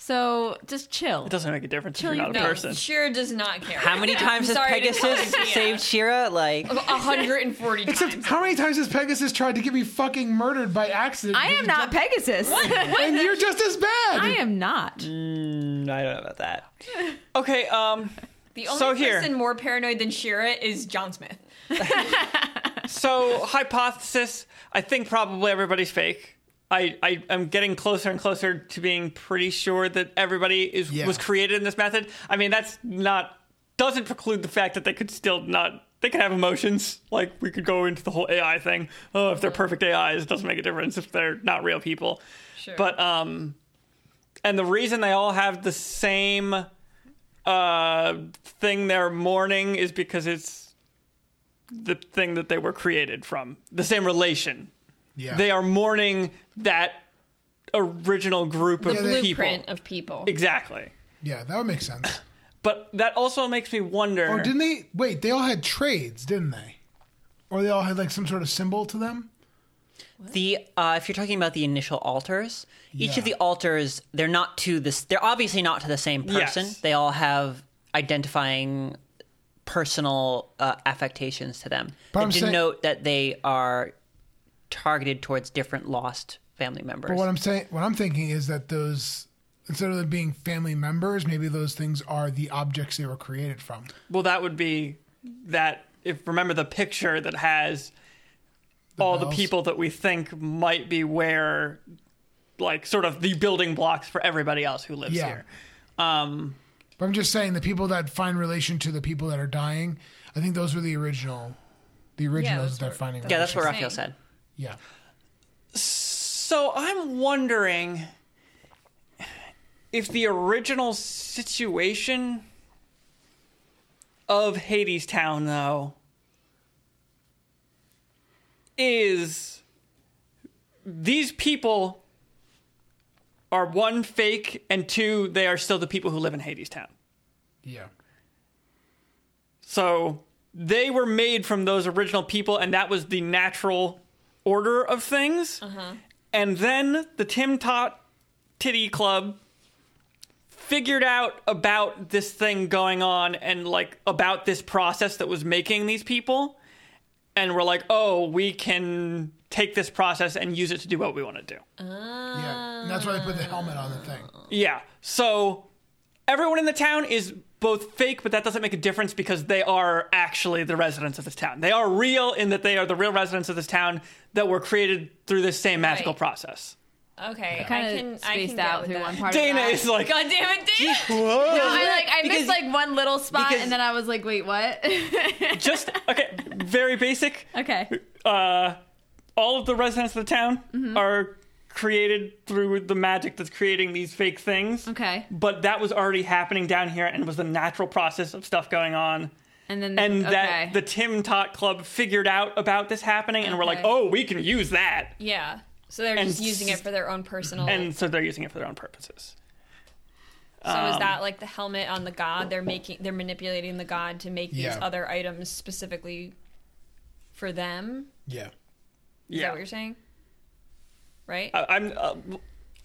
Speaker 5: So just chill.
Speaker 3: It doesn't make a difference
Speaker 5: Till
Speaker 3: if
Speaker 5: you
Speaker 3: you're not a
Speaker 5: know.
Speaker 3: person.
Speaker 4: Sure does not care.
Speaker 1: How many times has
Speaker 4: sorry to tell
Speaker 1: Pegasus
Speaker 4: you, yeah.
Speaker 1: saved Shira? Like,
Speaker 4: 140
Speaker 2: Except
Speaker 4: times.
Speaker 2: how many times has Pegasus tried to get me fucking murdered by accident?
Speaker 5: I am not Pegasus.
Speaker 2: And you're just as bad.
Speaker 5: I am not.
Speaker 1: I don't know about that.
Speaker 3: Okay, um,
Speaker 4: The only
Speaker 3: So here.
Speaker 4: person more paranoid than Shira is John Smith.
Speaker 3: so hypothesis. I think probably everybody's fake. I, I am getting closer and closer to being pretty sure that everybody is
Speaker 2: Yeah.
Speaker 3: was created in this method. I mean, that's not doesn't preclude the fact that they could still not they could have emotions. Like we could go into the whole AI thing. Oh, if they're perfect AIs, it doesn't make a difference if they're not real people.
Speaker 4: Sure.
Speaker 3: But um, and the reason they all have the same uh thing they're mourning is because it's the thing that they were created from, the same relation.
Speaker 2: Yeah.
Speaker 3: They are mourning that original group of
Speaker 2: they-
Speaker 3: people.
Speaker 4: Print of people.
Speaker 3: Exactly.
Speaker 2: Yeah, that would make sense.
Speaker 3: But that also makes me wonder.
Speaker 2: Or didn't they? Wait, they all had trades, didn't they? Or they all had like some sort of symbol to them.
Speaker 1: The uh, if you're talking about the initial altars, each of
Speaker 2: Yeah.
Speaker 1: the altars they're not to this. They're obviously not to the same person.
Speaker 3: Yes.
Speaker 1: They all have identifying personal uh, affectations to them
Speaker 2: But
Speaker 1: that
Speaker 2: I'm saying-
Speaker 1: denote that they are targeted towards different lost family members.
Speaker 2: But what I'm saying, what I'm thinking is that those, instead of them being family members, maybe those things are the objects they were created from.
Speaker 3: well, that would be that. If remember the picture that has all
Speaker 2: bells.
Speaker 3: the people that we think might be where, like, sort of the building blocks for everybody else who lives
Speaker 2: Yeah.
Speaker 3: here. Um,
Speaker 2: But I'm just saying the people that find relation to the people that are dying, I think those were the original, the originals
Speaker 4: that's
Speaker 2: that they're
Speaker 4: what-
Speaker 2: finding.
Speaker 1: yeah, that's what
Speaker 2: relation
Speaker 1: Raphael
Speaker 4: saying.
Speaker 1: said.
Speaker 2: to. Yeah.
Speaker 3: So I'm wondering if the original situation of Hades Town, though, is these people are one fake and two they are still the people who live in Hades Town.
Speaker 2: Yeah.
Speaker 3: So they were made from those original people, and that was the natural order of things. And then the Tim Tot Titty Club figured out about this thing going on and like about this process that was making these people and we're like oh we can take this process and use it to do what we want to do
Speaker 2: Yeah, and that's why they put the helmet on the thing.
Speaker 3: yeah. So everyone in the town is both fake, but that doesn't make a difference because they are actually the residents of this town. They are real in that they are the real residents of this town that were created through this same magical
Speaker 4: Right.
Speaker 3: process.
Speaker 4: Okay, I
Speaker 5: Kind
Speaker 4: can
Speaker 5: of
Speaker 4: I can
Speaker 5: spaced
Speaker 4: get
Speaker 5: out
Speaker 4: with
Speaker 5: through
Speaker 4: that.
Speaker 5: one part.
Speaker 3: Dana
Speaker 5: of that.
Speaker 3: is like,
Speaker 4: God damn it, Dana!
Speaker 5: No, I like I
Speaker 3: Because-
Speaker 5: missed like one little spot,
Speaker 3: because-
Speaker 5: and then I was like, wait, what?
Speaker 3: just okay, very basic.
Speaker 5: okay.
Speaker 3: Uh, all of the residents of the town are created through the magic that's creating these fake things.
Speaker 5: Okay.
Speaker 3: But that was already happening down here and was the natural process of stuff going on.
Speaker 5: And then
Speaker 3: and
Speaker 5: okay.
Speaker 3: that the Tim Tot Club figured out about this happening, and we're like,
Speaker 5: Okay.
Speaker 3: oh, we can use that,
Speaker 4: Yeah, so they're
Speaker 3: And
Speaker 4: just using it
Speaker 3: s-
Speaker 4: for their own personal.
Speaker 3: and so they're using it for their own purposes.
Speaker 4: so
Speaker 3: um,
Speaker 4: is that like the helmet on the god? They're making they're manipulating the god to make
Speaker 2: Yeah.
Speaker 4: these other items specifically for them.
Speaker 2: Yeah.
Speaker 4: Is
Speaker 3: Yeah,
Speaker 4: that what you're saying? Right.
Speaker 3: I- I'm. Uh,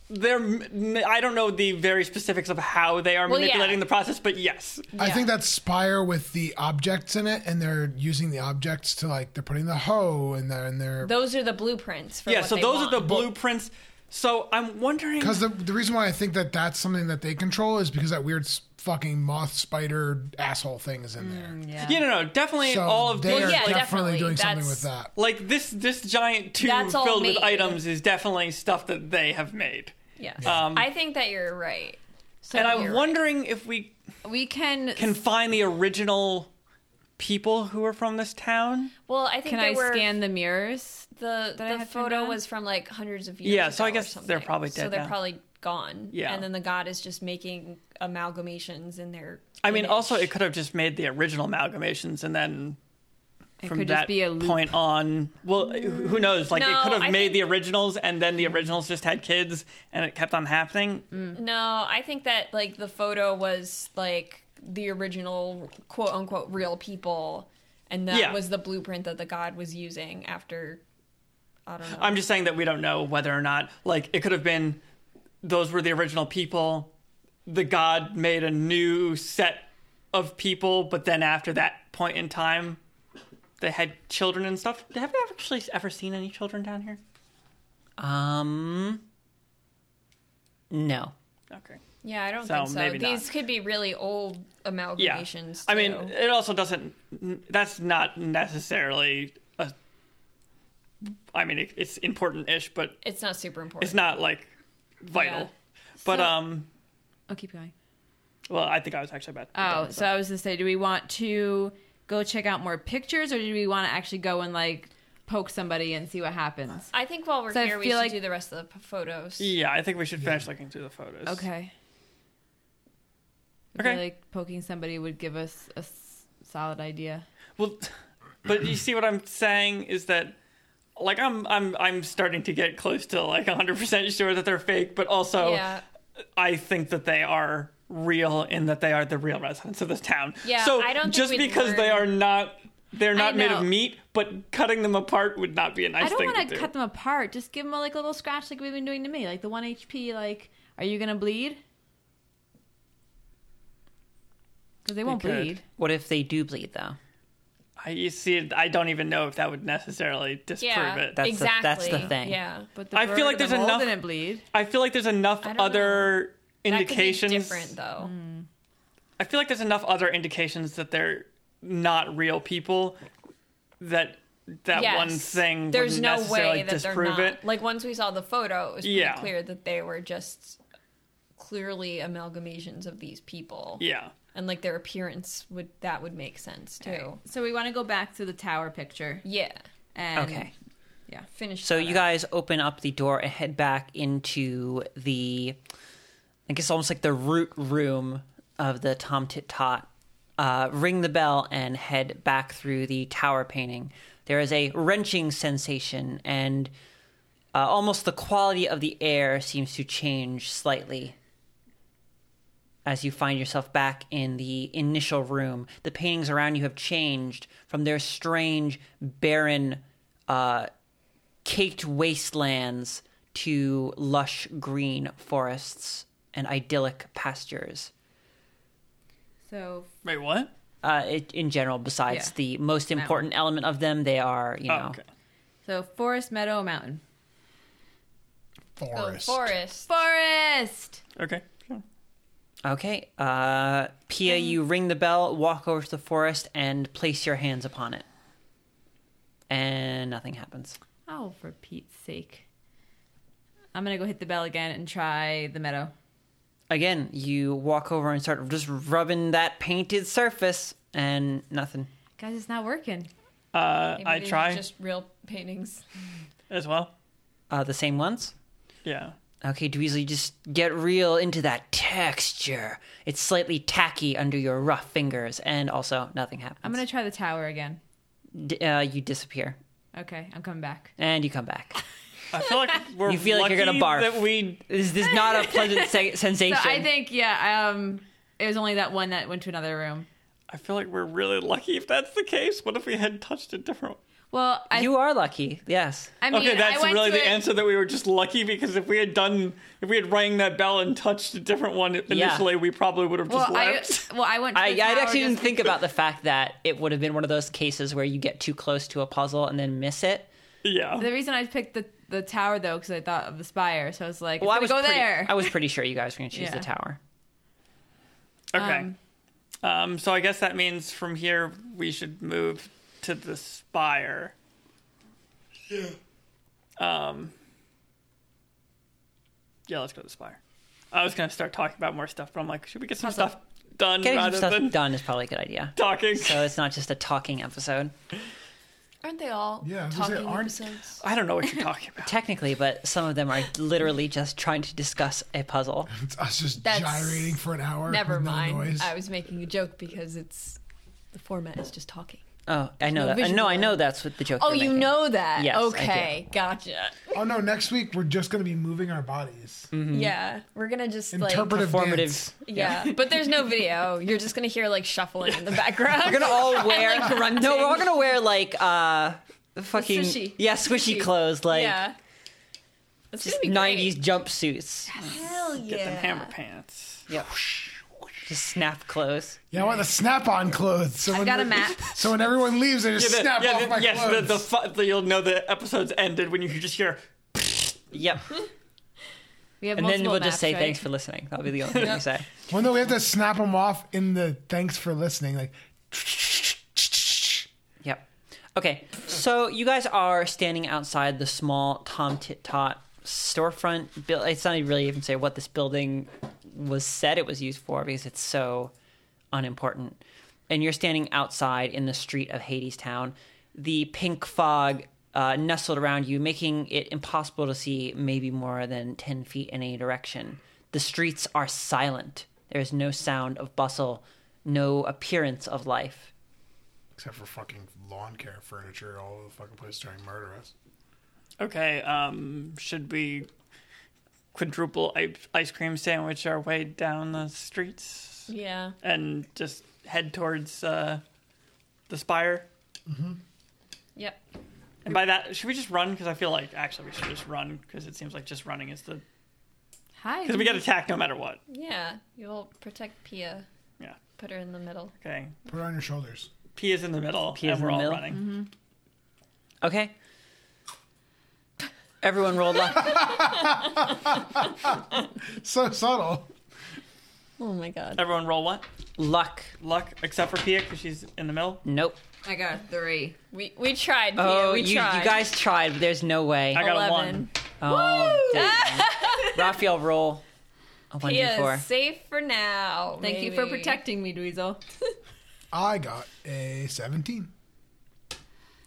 Speaker 3: they're. m- I don't know the very specifics of how they are
Speaker 4: Well, yeah.
Speaker 3: manipulating the process, but yes,
Speaker 2: I
Speaker 4: Yeah.
Speaker 2: think that's Spire with the objects in it, and they're using the objects to like they're putting the hoe and they're and they're
Speaker 4: those are the blueprints. For
Speaker 3: yeah.
Speaker 4: what
Speaker 3: So
Speaker 4: they
Speaker 3: those are the
Speaker 4: want.
Speaker 3: blueprints. So I'm wondering.
Speaker 2: because the the reason why I think that that's something that they control is because that weird s- fucking moth spider asshole thing is in there.
Speaker 5: yeah.
Speaker 3: you know, no, definitely
Speaker 2: So
Speaker 3: all of
Speaker 2: they
Speaker 3: those,
Speaker 2: are
Speaker 4: Mm, yeah,
Speaker 2: definitely,
Speaker 4: definitely.
Speaker 2: doing something
Speaker 4: That's-
Speaker 2: with that.
Speaker 3: like this this giant tube
Speaker 4: That's all
Speaker 3: filled with
Speaker 4: made.
Speaker 3: items is definitely stuff that they have made.
Speaker 4: Yes.
Speaker 3: Um,
Speaker 4: I think that you're right. So
Speaker 3: and I'm
Speaker 4: you're
Speaker 3: wondering if we
Speaker 5: we can.
Speaker 3: can
Speaker 5: Can,
Speaker 3: find the original people who were from this town.
Speaker 4: right. Well, I think they
Speaker 5: I
Speaker 4: were
Speaker 5: scan the mirrors?
Speaker 4: the
Speaker 5: I
Speaker 4: the
Speaker 5: have turned
Speaker 4: photo
Speaker 5: on?
Speaker 4: was from like hundreds of years.
Speaker 3: Yeah, so
Speaker 4: ago
Speaker 3: I
Speaker 4: or
Speaker 3: guess they're
Speaker 4: something.
Speaker 3: probably
Speaker 4: So
Speaker 3: dead
Speaker 4: they're
Speaker 3: now.
Speaker 4: probably gone.
Speaker 3: Yeah.
Speaker 4: and then the god is just making amalgamations in their.
Speaker 3: I mean,
Speaker 4: image.
Speaker 3: also it could have just made the original amalgamations, and then
Speaker 5: It
Speaker 3: from
Speaker 5: could
Speaker 3: that
Speaker 5: just be a loop.
Speaker 3: point on, well, who who knows? Like
Speaker 4: No,
Speaker 3: it could have
Speaker 4: I
Speaker 3: made
Speaker 4: think-
Speaker 3: the originals, and then the originals just had kids, and it kept on happening.
Speaker 4: no. I think that like the photo was like the original quote unquote real people, and that
Speaker 3: Yeah.
Speaker 4: was the blueprint that the god was using after. I don't know.
Speaker 3: I'm just saying that we don't know whether or not, like, it could have been those were the original people. The god made a new set of people, but then after that point in time, they had children and stuff. Have they actually ever seen any children down here?
Speaker 1: Um, no.
Speaker 3: Okay.
Speaker 4: yeah, I don't
Speaker 3: So,
Speaker 4: think so.
Speaker 3: maybe not.
Speaker 4: These could be really old
Speaker 3: Yeah.
Speaker 4: amalgamations.
Speaker 3: I mean,
Speaker 4: too.
Speaker 3: it also doesn't. That's not necessarily. A, I mean, it, it's important-ish, but
Speaker 4: it's not super important.
Speaker 3: it's not like vital.
Speaker 4: Yeah.
Speaker 3: But
Speaker 5: So-
Speaker 3: um,
Speaker 5: Oh, keep going.
Speaker 3: well, I think I was actually about. to be
Speaker 5: Oh,
Speaker 3: done,
Speaker 5: so I was gonna say, do we want to go check out more pictures, or do we want to actually go and like poke somebody and see what happens?
Speaker 4: I think while we're
Speaker 5: So I
Speaker 4: here, we
Speaker 5: feel
Speaker 4: should
Speaker 5: like-
Speaker 4: do the rest of the p- photos.
Speaker 3: Yeah, I think we should finish looking through the photos.
Speaker 5: Okay. I
Speaker 3: Okay.
Speaker 5: feel like poking somebody would give us a s- solid idea.
Speaker 3: Well, but you see what I'm saying is that like I'm I'm I'm starting to get close to like 100% sure that they're fake, but also
Speaker 4: Yeah.
Speaker 3: I think that they are real in that they are the real residents of this town.
Speaker 4: Yeah,
Speaker 3: so
Speaker 4: I don't think
Speaker 3: just
Speaker 4: we'd
Speaker 3: because they
Speaker 4: learn-
Speaker 3: are not they're not made of
Speaker 5: know.
Speaker 3: meat, but cutting them apart would not be a nice
Speaker 5: I don't
Speaker 3: thing
Speaker 5: want
Speaker 3: to
Speaker 5: to
Speaker 3: do.
Speaker 5: cut them apart. Just give them a like little scratch, like we've been doing to me, like the one HP. Like, are you gonna bleed? Because they won't
Speaker 3: could.
Speaker 5: bleed.
Speaker 1: What if they do bleed though?
Speaker 3: I, you see, I don't even know if that would necessarily disprove
Speaker 4: Yeah.
Speaker 3: it.
Speaker 1: That's the-
Speaker 4: exactly.
Speaker 1: that's the thing.
Speaker 4: Yeah.
Speaker 5: But the
Speaker 3: I feel
Speaker 5: bird
Speaker 3: like
Speaker 5: or the
Speaker 3: there's
Speaker 5: mole
Speaker 3: enough-
Speaker 5: Didn't bleed.
Speaker 3: I feel like there's enough
Speaker 4: I don't
Speaker 3: other
Speaker 4: That could be
Speaker 3: indications
Speaker 4: different though.
Speaker 3: I feel like there's enough other indications that they're not real people that that
Speaker 4: Yes.
Speaker 3: one thing
Speaker 4: There's
Speaker 3: would
Speaker 4: no
Speaker 3: necessarily
Speaker 4: way that they're
Speaker 3: disprove
Speaker 4: not.
Speaker 3: it.
Speaker 4: Like once we saw the photo, it was pretty
Speaker 3: Yeah.
Speaker 4: clear that they were just clearly amalgamations of these people.
Speaker 3: Yeah.
Speaker 4: And like their appearance would that would make sense too.
Speaker 5: So we want to go back to the tower picture.
Speaker 4: Yeah.
Speaker 5: And
Speaker 1: Okay.
Speaker 4: Finish.
Speaker 1: So
Speaker 4: that
Speaker 1: you
Speaker 4: up.
Speaker 1: guys open up the door and head back into the, I guess almost like the root room of the Tom Tit Tot. Uh, ring the bell and head back through the tower painting. There is a wrenching sensation, and uh, almost the quality of the air seems to change slightly. as you find yourself back in the initial room. The paintings around you have changed from their strange, barren, uh, caked wastelands to lush green forests and idyllic pastures.
Speaker 5: So
Speaker 3: Wait, what?
Speaker 1: Uh, it, in general, besides
Speaker 5: Yeah.
Speaker 1: the most important element of them, they are, you know,
Speaker 3: Oh, okay.
Speaker 5: so forest, meadow, mountain.
Speaker 4: Oh,
Speaker 2: Forest.
Speaker 4: forest.
Speaker 5: Forest.
Speaker 3: Okay. Sure.
Speaker 1: Okay. Uh, Pia,
Speaker 5: Mm.
Speaker 1: you ring the bell, walk over to the forest, and place your hands upon it. And nothing happens.
Speaker 5: Oh, for Pete's sake. I'm gonna go hit the bell again and try the meadow.
Speaker 1: Again, you walk over and start just rubbing that painted surface, and nothing.
Speaker 5: Guys, it's not working.
Speaker 3: Uh,
Speaker 4: Maybe
Speaker 3: I
Speaker 4: these are
Speaker 3: try
Speaker 4: Just real paintings.
Speaker 3: as well.
Speaker 1: Uh, the same ones?
Speaker 3: Yeah.
Speaker 1: Okay, Dweezil, just get real into that texture. It's slightly tacky under your rough fingers, and also nothing happens.
Speaker 5: I'm gonna try the tower again.
Speaker 1: D- uh, you disappear,
Speaker 5: Okay, I'm coming back.
Speaker 1: and you come back.
Speaker 3: I feel like we're
Speaker 1: You feel like you're gonna
Speaker 3: lucky
Speaker 1: barf.
Speaker 3: that we
Speaker 1: This is not a pleasant se-
Speaker 5: So
Speaker 1: sensation.
Speaker 5: I think yeah, um, it was only that one that went to another room.
Speaker 3: I feel like we're really lucky if that's the case. What if we had touched a different
Speaker 5: Well, I,
Speaker 1: you are lucky, yes.
Speaker 5: I mean,
Speaker 3: Okay,
Speaker 5: I
Speaker 3: that's
Speaker 5: went
Speaker 3: really
Speaker 5: to
Speaker 3: the
Speaker 5: it-
Speaker 3: answer that we were just lucky because if we had done if we had rang that bell and touched a different one initially, we probably would have just
Speaker 5: Well, I,
Speaker 3: left.
Speaker 5: well, I went. To
Speaker 1: I,
Speaker 5: the
Speaker 1: I
Speaker 5: tower
Speaker 1: actually didn't
Speaker 5: just-
Speaker 1: think about the fact that it would have been one of those cases where you get too close to a puzzle and then miss it.
Speaker 3: yeah.
Speaker 5: The reason I picked the the tower though, because I thought of the spire, so I was like,
Speaker 1: Well, I
Speaker 5: I'm
Speaker 1: was
Speaker 5: gonna go
Speaker 1: pretty,
Speaker 5: there.
Speaker 1: I was pretty sure you guys were going to choose
Speaker 5: Yeah.
Speaker 1: the tower.
Speaker 3: okay. Um,
Speaker 5: um,
Speaker 3: so I guess that means from here we should move to the spire. Yeah. Um Yeah, let's go to the spire. I was gonna start talking about more stuff, but I'm like, should we get some
Speaker 5: Puzzle.
Speaker 3: stuff done
Speaker 1: Getting some
Speaker 3: rather
Speaker 1: stuff
Speaker 3: than
Speaker 1: done is probably a good idea.
Speaker 3: talking?
Speaker 1: So it's not just a talking episode,
Speaker 4: Aren't they all
Speaker 2: Yeah, I was gonna say,
Speaker 4: talking
Speaker 2: aren't-
Speaker 4: episodes?
Speaker 3: I don't know what you're talking about.
Speaker 1: technically, but some of them are literally just trying to discuss a puzzle.
Speaker 2: It's us just
Speaker 4: That's-
Speaker 2: gyrating for an hour.
Speaker 4: Never
Speaker 2: with no
Speaker 4: mind.
Speaker 2: Noise.
Speaker 4: I was making a joke because it's the format is just talking.
Speaker 1: Oh, I know
Speaker 4: No
Speaker 1: that. I know, I
Speaker 4: visual.
Speaker 1: know that's what the joke.
Speaker 4: Oh,
Speaker 1: you're
Speaker 4: you
Speaker 1: making.
Speaker 4: know that?
Speaker 1: Yes, I do.
Speaker 4: okay, gotcha.
Speaker 2: Oh no! Next week we're just gonna be moving our bodies.
Speaker 3: Mm.
Speaker 1: Mm-hmm.
Speaker 4: Yeah, we're gonna just like
Speaker 2: Interpretive
Speaker 1: performative-
Speaker 2: dance.
Speaker 4: yeah, but there's no video. You're just gonna hear like shuffling in the background.
Speaker 1: We're gonna all wear.
Speaker 4: like, grunting.
Speaker 1: no, we're all gonna wear like uh, fucking
Speaker 4: Swishy.
Speaker 1: yeah, swishy
Speaker 4: Swishy.
Speaker 1: clothes, like
Speaker 4: yeah. It's
Speaker 1: just
Speaker 4: gonna be
Speaker 1: '90s
Speaker 4: great.
Speaker 1: jumpsuits.
Speaker 4: Hell yeah.
Speaker 3: Get them hammer pants.
Speaker 1: Yep. Just snap clothes.
Speaker 2: Yeah, I want the snap-on clothes. So
Speaker 5: I've
Speaker 2: when
Speaker 5: got a
Speaker 2: we-
Speaker 5: map.
Speaker 2: So when everyone leaves, I just
Speaker 3: the-
Speaker 2: snap off
Speaker 3: the-
Speaker 2: my
Speaker 3: yes,
Speaker 2: clothes.
Speaker 3: the, the, fu- the you'll know the episode's ended when you just hear.
Speaker 1: Yep.
Speaker 5: we have
Speaker 1: And then
Speaker 5: multiple
Speaker 1: we'll
Speaker 5: maps,
Speaker 1: just say
Speaker 5: right?
Speaker 1: thanks for listening. That'll be the only thing we say.
Speaker 2: well, no, we have to snap them off in the thanks for listening. Like,
Speaker 1: Yep. Okay. So you guys are standing outside the small Tom Tit Tot storefront. Build. It's not really even say what this building was said it was used for because it's so unimportant. And you're standing outside in the street of Hadestown, the pink fog uh, nestled around you, making it impossible to see maybe more than 10 feet in any direction. The streets are silent. There is no sound of bustle, no appearance of life.
Speaker 2: except for fucking lawn care furniture all over the fucking place trying to murder us.
Speaker 3: Okay, um, should we quadruple i- ice cream sandwich our way down the streets
Speaker 4: Yeah.
Speaker 3: and just head towards uh, the spire?
Speaker 4: Yep.
Speaker 3: And by that, should we just run? Because I feel like actually we should just run because it seems like just running is the
Speaker 5: Hi.
Speaker 3: because we get attacked no matter what.
Speaker 4: Yeah. You'll protect Pia.
Speaker 3: Yeah.
Speaker 4: Put her in the middle.
Speaker 3: Okay,
Speaker 2: Put it on your shoulders.
Speaker 3: P is in the middle,
Speaker 1: P is
Speaker 3: and
Speaker 1: in
Speaker 3: we're
Speaker 1: the
Speaker 3: all
Speaker 1: middle. Mm-hmm.
Speaker 3: running.
Speaker 1: Okay. Everyone roll luck.
Speaker 2: So subtle.
Speaker 4: Oh my god.
Speaker 3: Everyone roll what?
Speaker 1: luck.
Speaker 3: Luck, except for Pia because she's in the middle.
Speaker 1: Nope.
Speaker 5: I got a three.
Speaker 4: We we tried, Pia.
Speaker 1: Oh,
Speaker 4: we
Speaker 1: you, you
Speaker 4: tried.
Speaker 1: guys tried, but there's no way.
Speaker 3: I got a
Speaker 4: 11.
Speaker 3: one.
Speaker 1: Oh, damn. Raphael, roll. A one d
Speaker 4: Pia
Speaker 1: four.
Speaker 4: is safe for now.
Speaker 5: Thank you for
Speaker 4: maybe.
Speaker 5: protecting me, Dweezil.
Speaker 2: I got a seventeen.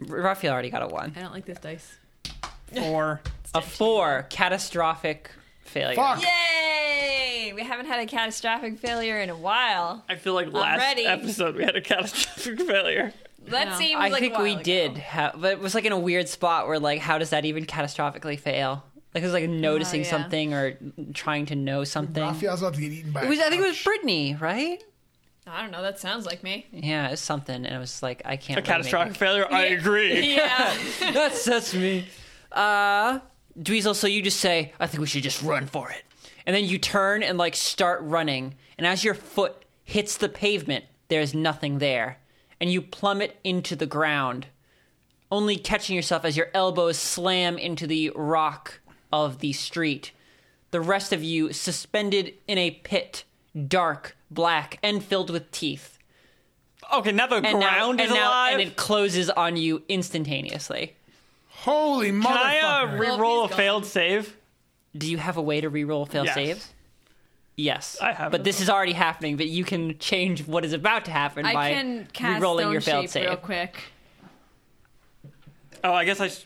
Speaker 1: Raphael already got a one.
Speaker 5: I don't like this dice.
Speaker 3: Four.
Speaker 1: A four. Catastrophic failure.
Speaker 2: Fuck.
Speaker 4: Yay! We haven't had a catastrophic failure in a while.
Speaker 3: I feel like last
Speaker 4: ready.
Speaker 3: episode we had a catastrophic failure.
Speaker 4: That
Speaker 5: No.
Speaker 4: seems
Speaker 1: I
Speaker 4: like a
Speaker 1: think
Speaker 4: while
Speaker 1: we
Speaker 4: ago.
Speaker 1: did, ha- but it was like in a weird spot where, like, how does that even catastrophically fail? Like it was like
Speaker 4: Oh,
Speaker 1: noticing
Speaker 5: yeah.
Speaker 1: something or trying to know something.
Speaker 2: Raphael's about to get eaten by.
Speaker 1: It
Speaker 2: a
Speaker 1: was, I think it was
Speaker 2: couch.
Speaker 1: Brittany, right?
Speaker 4: I don't know. That sounds like me.
Speaker 1: Yeah, it's something, and it was like I can't. really
Speaker 3: A
Speaker 1: make
Speaker 3: catastrophic failure. I agree.
Speaker 4: Yeah.
Speaker 1: it. That's that's me. Uh, Dweezil. So you just say, "I think we should just run for it," and then you turn and like start running. And as your foot hits the pavement, there's nothing there, and you plummet into the ground, only catching yourself as your elbows slam into the rock of the street. The rest of you suspended in a pit, dark, black, and filled with teeth.
Speaker 3: Okay, now the
Speaker 1: and
Speaker 3: ground
Speaker 1: now,
Speaker 3: is
Speaker 1: and now-
Speaker 3: alive.
Speaker 1: and it closes on you instantaneously.
Speaker 2: Holy motherfucker!
Speaker 3: Can I uh,
Speaker 4: Well,
Speaker 3: re-roll
Speaker 4: if
Speaker 3: a
Speaker 4: he's
Speaker 3: failed
Speaker 4: gone.
Speaker 3: save?
Speaker 1: Do you have a way to reroll fail
Speaker 3: Yes.
Speaker 1: saves? Yes,
Speaker 3: I have
Speaker 1: But
Speaker 3: it.
Speaker 1: this is already happening. But you can change what is about to happen
Speaker 5: I
Speaker 1: by
Speaker 5: can cast
Speaker 1: rerolling
Speaker 5: stone
Speaker 1: your failed
Speaker 5: shape
Speaker 1: save.
Speaker 5: real quick.
Speaker 3: Oh, I guess I. Sh-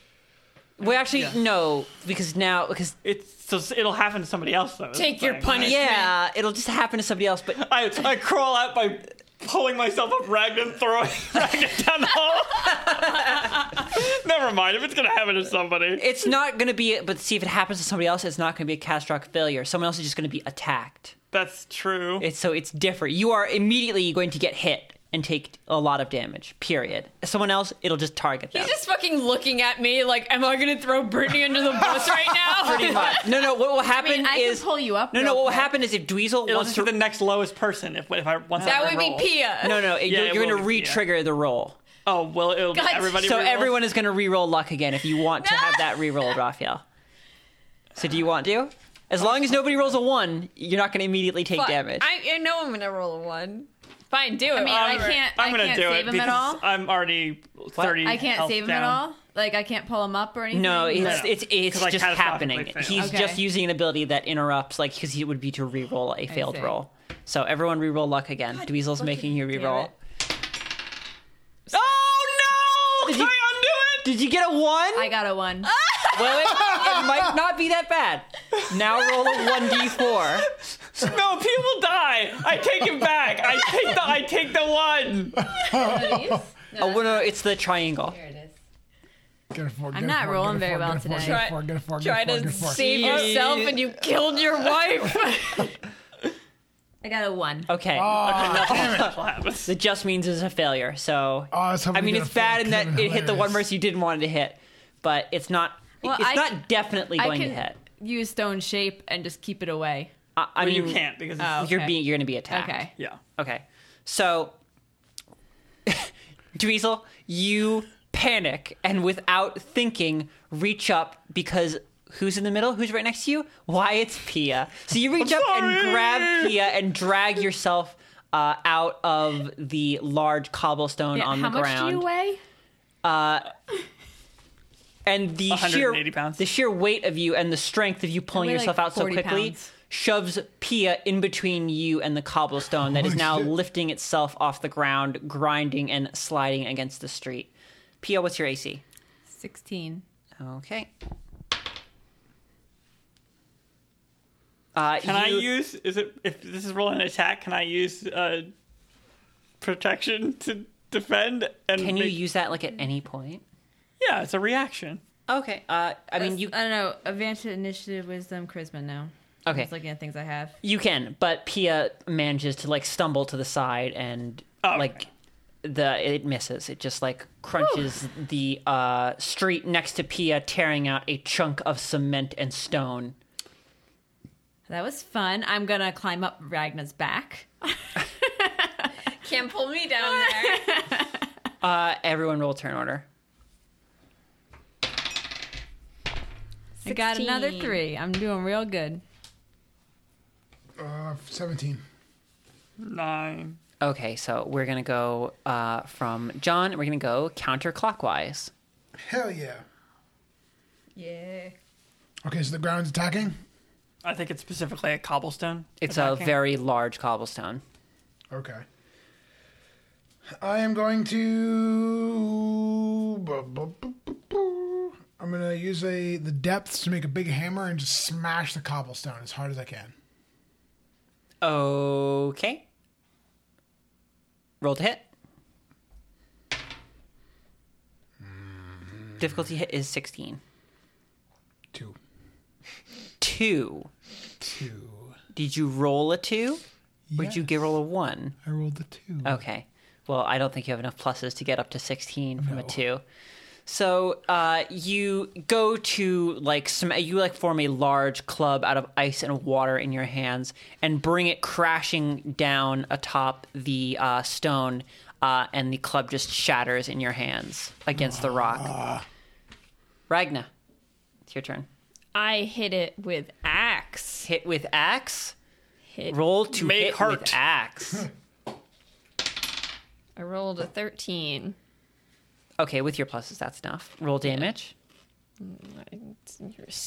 Speaker 1: Well, actually, no, because now because
Speaker 3: it's so s- it'll happen to somebody else though. is the
Speaker 4: Take your
Speaker 3: thing,
Speaker 4: punishment.
Speaker 1: yeah, it'll just happen to somebody else. But
Speaker 3: right? I I crawl out by pulling myself up Ragnan, throwing Ragnan down the hole. Never mind. If it's gonna happen to somebody,
Speaker 1: it's not going to be. But see, if it happens to somebody else, it's not going to be a catastrophic failure. Someone else is just going to be attacked.
Speaker 3: that's true.
Speaker 1: It's so it's different. You are immediately going to get hit and take a lot of damage. Period. Someone else, it'll just target them.
Speaker 4: He's just fucking looking at me like, am I gonna throw Brittany under the bus right now?
Speaker 1: Pretty much. No, no. What will happen
Speaker 5: I mean, I
Speaker 1: is
Speaker 5: can pull you up.
Speaker 1: No,
Speaker 5: real
Speaker 1: no. What will
Speaker 5: quick.
Speaker 1: happen is if Dweezil
Speaker 3: It'll
Speaker 1: wants
Speaker 3: just be
Speaker 1: to.
Speaker 3: the next lowest person if if I once I
Speaker 4: that would be
Speaker 3: re-roll.
Speaker 4: Pia.
Speaker 1: no, no. it-
Speaker 3: Yeah,
Speaker 1: you're
Speaker 3: it
Speaker 1: you're going
Speaker 3: will
Speaker 1: to
Speaker 3: be- yeah.
Speaker 1: re-trigger the roll.
Speaker 3: Oh well, it'll
Speaker 4: God,
Speaker 3: everybody.
Speaker 1: so
Speaker 3: re-rolls?
Speaker 1: everyone is going to re-roll luck again if you want to have that re-rolled, Raphael. So do you want to? As long as nobody rolls a one, you're not going to immediately take
Speaker 4: Fuck.
Speaker 1: damage.
Speaker 4: I, I know I'm gonna roll a one. Fine, do it.
Speaker 5: I mean, I can't.
Speaker 3: I'm
Speaker 5: I
Speaker 3: gonna
Speaker 5: can't
Speaker 3: do
Speaker 5: save
Speaker 3: it
Speaker 5: him at
Speaker 3: because
Speaker 5: all.
Speaker 3: I'm already thirty.
Speaker 5: I can't
Speaker 3: health
Speaker 5: save him
Speaker 3: down.
Speaker 5: at all. Like I can't pull him up or anything.
Speaker 1: no, it's
Speaker 3: No.
Speaker 1: it's it's
Speaker 3: 'Cause I
Speaker 1: just
Speaker 3: catastrophically
Speaker 1: happening.
Speaker 3: failed.
Speaker 1: He's
Speaker 5: Okay.
Speaker 1: just using an ability that interrupts, like because it would be to re-roll a failed
Speaker 5: see.
Speaker 1: roll. So everyone re-roll luck again. Dweezil's making you re-roll.
Speaker 4: it.
Speaker 1: Oh no! Did you, Did you get a one?
Speaker 5: I got a one.
Speaker 1: Well, it, it might not be that bad. Now roll a one d four.
Speaker 3: No, people die. I take it back. I take the. I take the one.
Speaker 1: Oh well, no, it's the triangle.
Speaker 2: Get a four, get
Speaker 5: I'm
Speaker 2: a
Speaker 5: not
Speaker 2: four,
Speaker 5: rolling
Speaker 2: get a four,
Speaker 5: very well
Speaker 2: get a four,
Speaker 5: today.
Speaker 2: Get a four, get a four,
Speaker 4: Try
Speaker 2: get a four,
Speaker 4: to
Speaker 2: get a four.
Speaker 4: save yourself and you killed your wife.
Speaker 5: I got a one.
Speaker 1: Okay,
Speaker 2: Oh.
Speaker 1: that just means it's a failure. So
Speaker 2: Oh, I was hoping
Speaker 1: I mean,
Speaker 2: to get
Speaker 1: it's
Speaker 2: a
Speaker 1: bad
Speaker 2: four.
Speaker 1: in
Speaker 2: Could've
Speaker 1: that
Speaker 2: been
Speaker 1: it hit the one
Speaker 2: hilarious.
Speaker 1: verse you didn't want it to hit, but it's not.
Speaker 5: Well,
Speaker 1: it's
Speaker 5: I-
Speaker 1: not definitely
Speaker 5: I
Speaker 1: going to
Speaker 5: can
Speaker 1: hit.
Speaker 5: use stone shape and just keep it away.
Speaker 1: I, I
Speaker 3: But
Speaker 1: mean,
Speaker 3: you can't because it's,
Speaker 5: Oh.
Speaker 1: You're
Speaker 5: Okay.
Speaker 1: being. You're going to be attacked.
Speaker 5: Okay.
Speaker 3: yeah.
Speaker 1: Okay. So, Dweezil, you panic and without thinking, reach up because who's in the middle? Who's right next to you? Why, it's Pia. So you reach up and
Speaker 3: sorry.
Speaker 1: grab Pia and drag yourself uh, out of the large cobblestone
Speaker 5: Yeah,
Speaker 1: on
Speaker 5: how
Speaker 1: the
Speaker 5: much
Speaker 1: ground
Speaker 5: do you weigh?
Speaker 1: and the sheer
Speaker 3: 180 pounds.
Speaker 1: the sheer weight of you and the strength of you pulling
Speaker 5: weigh, like,
Speaker 1: yourself out so
Speaker 5: 40
Speaker 1: quickly
Speaker 5: pounds.
Speaker 1: shoves Pia in between you and the cobblestone that is
Speaker 2: Holy
Speaker 1: now
Speaker 2: shit.
Speaker 1: lifting itself off the ground, grinding and sliding against the street. Pia, what's your AC?
Speaker 5: Sixteen.
Speaker 1: Okay. Uh,
Speaker 3: Can I
Speaker 1: you-
Speaker 3: use? Is it if this is rolling an attack? Can I use uh, protection to defend? And
Speaker 1: Can you
Speaker 3: make-
Speaker 1: use that like at any point?
Speaker 3: Yeah, it's a reaction.
Speaker 1: Okay. Uh, I mean, you
Speaker 5: I don't know. Advanced initiative, wisdom, charisma. No.
Speaker 1: Okay.
Speaker 5: I'm just looking at things I have.
Speaker 1: You can, but Pia manages to like stumble to the side and
Speaker 3: Oh,
Speaker 1: like the it misses. It just like crunches the uh, street next to Pia, tearing out a chunk of cement and stone.
Speaker 5: That was fun. I'm gonna climb up Ragnar's back.
Speaker 4: Can't pull me down there.
Speaker 1: Uh, everyone roll turn order.
Speaker 5: I got another
Speaker 4: 16.
Speaker 5: three. I'm doing real good.
Speaker 2: Uh, Seventeen.
Speaker 3: Nine.
Speaker 1: Okay, so we're gonna go uh, from John. We're gonna go counterclockwise.
Speaker 2: Hell yeah.
Speaker 4: Yeah.
Speaker 2: Okay, so the ground's attacking.
Speaker 3: I think it's specifically a cobblestone.
Speaker 1: It's a
Speaker 3: attacking.
Speaker 1: very large cobblestone.
Speaker 2: Okay. I am going to. I'm gonna use a the depths to make a big hammer and just smash the cobblestone as hard as I can.
Speaker 1: Okay. Roll to hit. Difficulty hit is 16.
Speaker 2: Two.
Speaker 1: two.
Speaker 2: Two.
Speaker 1: Did you roll a two? Or did you get
Speaker 2: Yes.
Speaker 1: roll a one?
Speaker 2: I rolled a two.
Speaker 1: Okay. Well, I don't think you have enough pluses to get up to 16 from a 2. So, uh, you go to like some, you like form a large club out of ice and water in your hands and bring it crashing down atop the uh, stone, uh, and the club just shatters in your hands against the rock. Ragna, it's your turn.
Speaker 4: I hit it with axe.
Speaker 1: Hit with axe.
Speaker 4: Hit.
Speaker 1: Roll to
Speaker 3: Make
Speaker 1: hit with
Speaker 3: hurt.
Speaker 1: axe.
Speaker 4: I rolled a 13.
Speaker 1: okay, with your pluses, that's enough. Roll damage.
Speaker 4: Do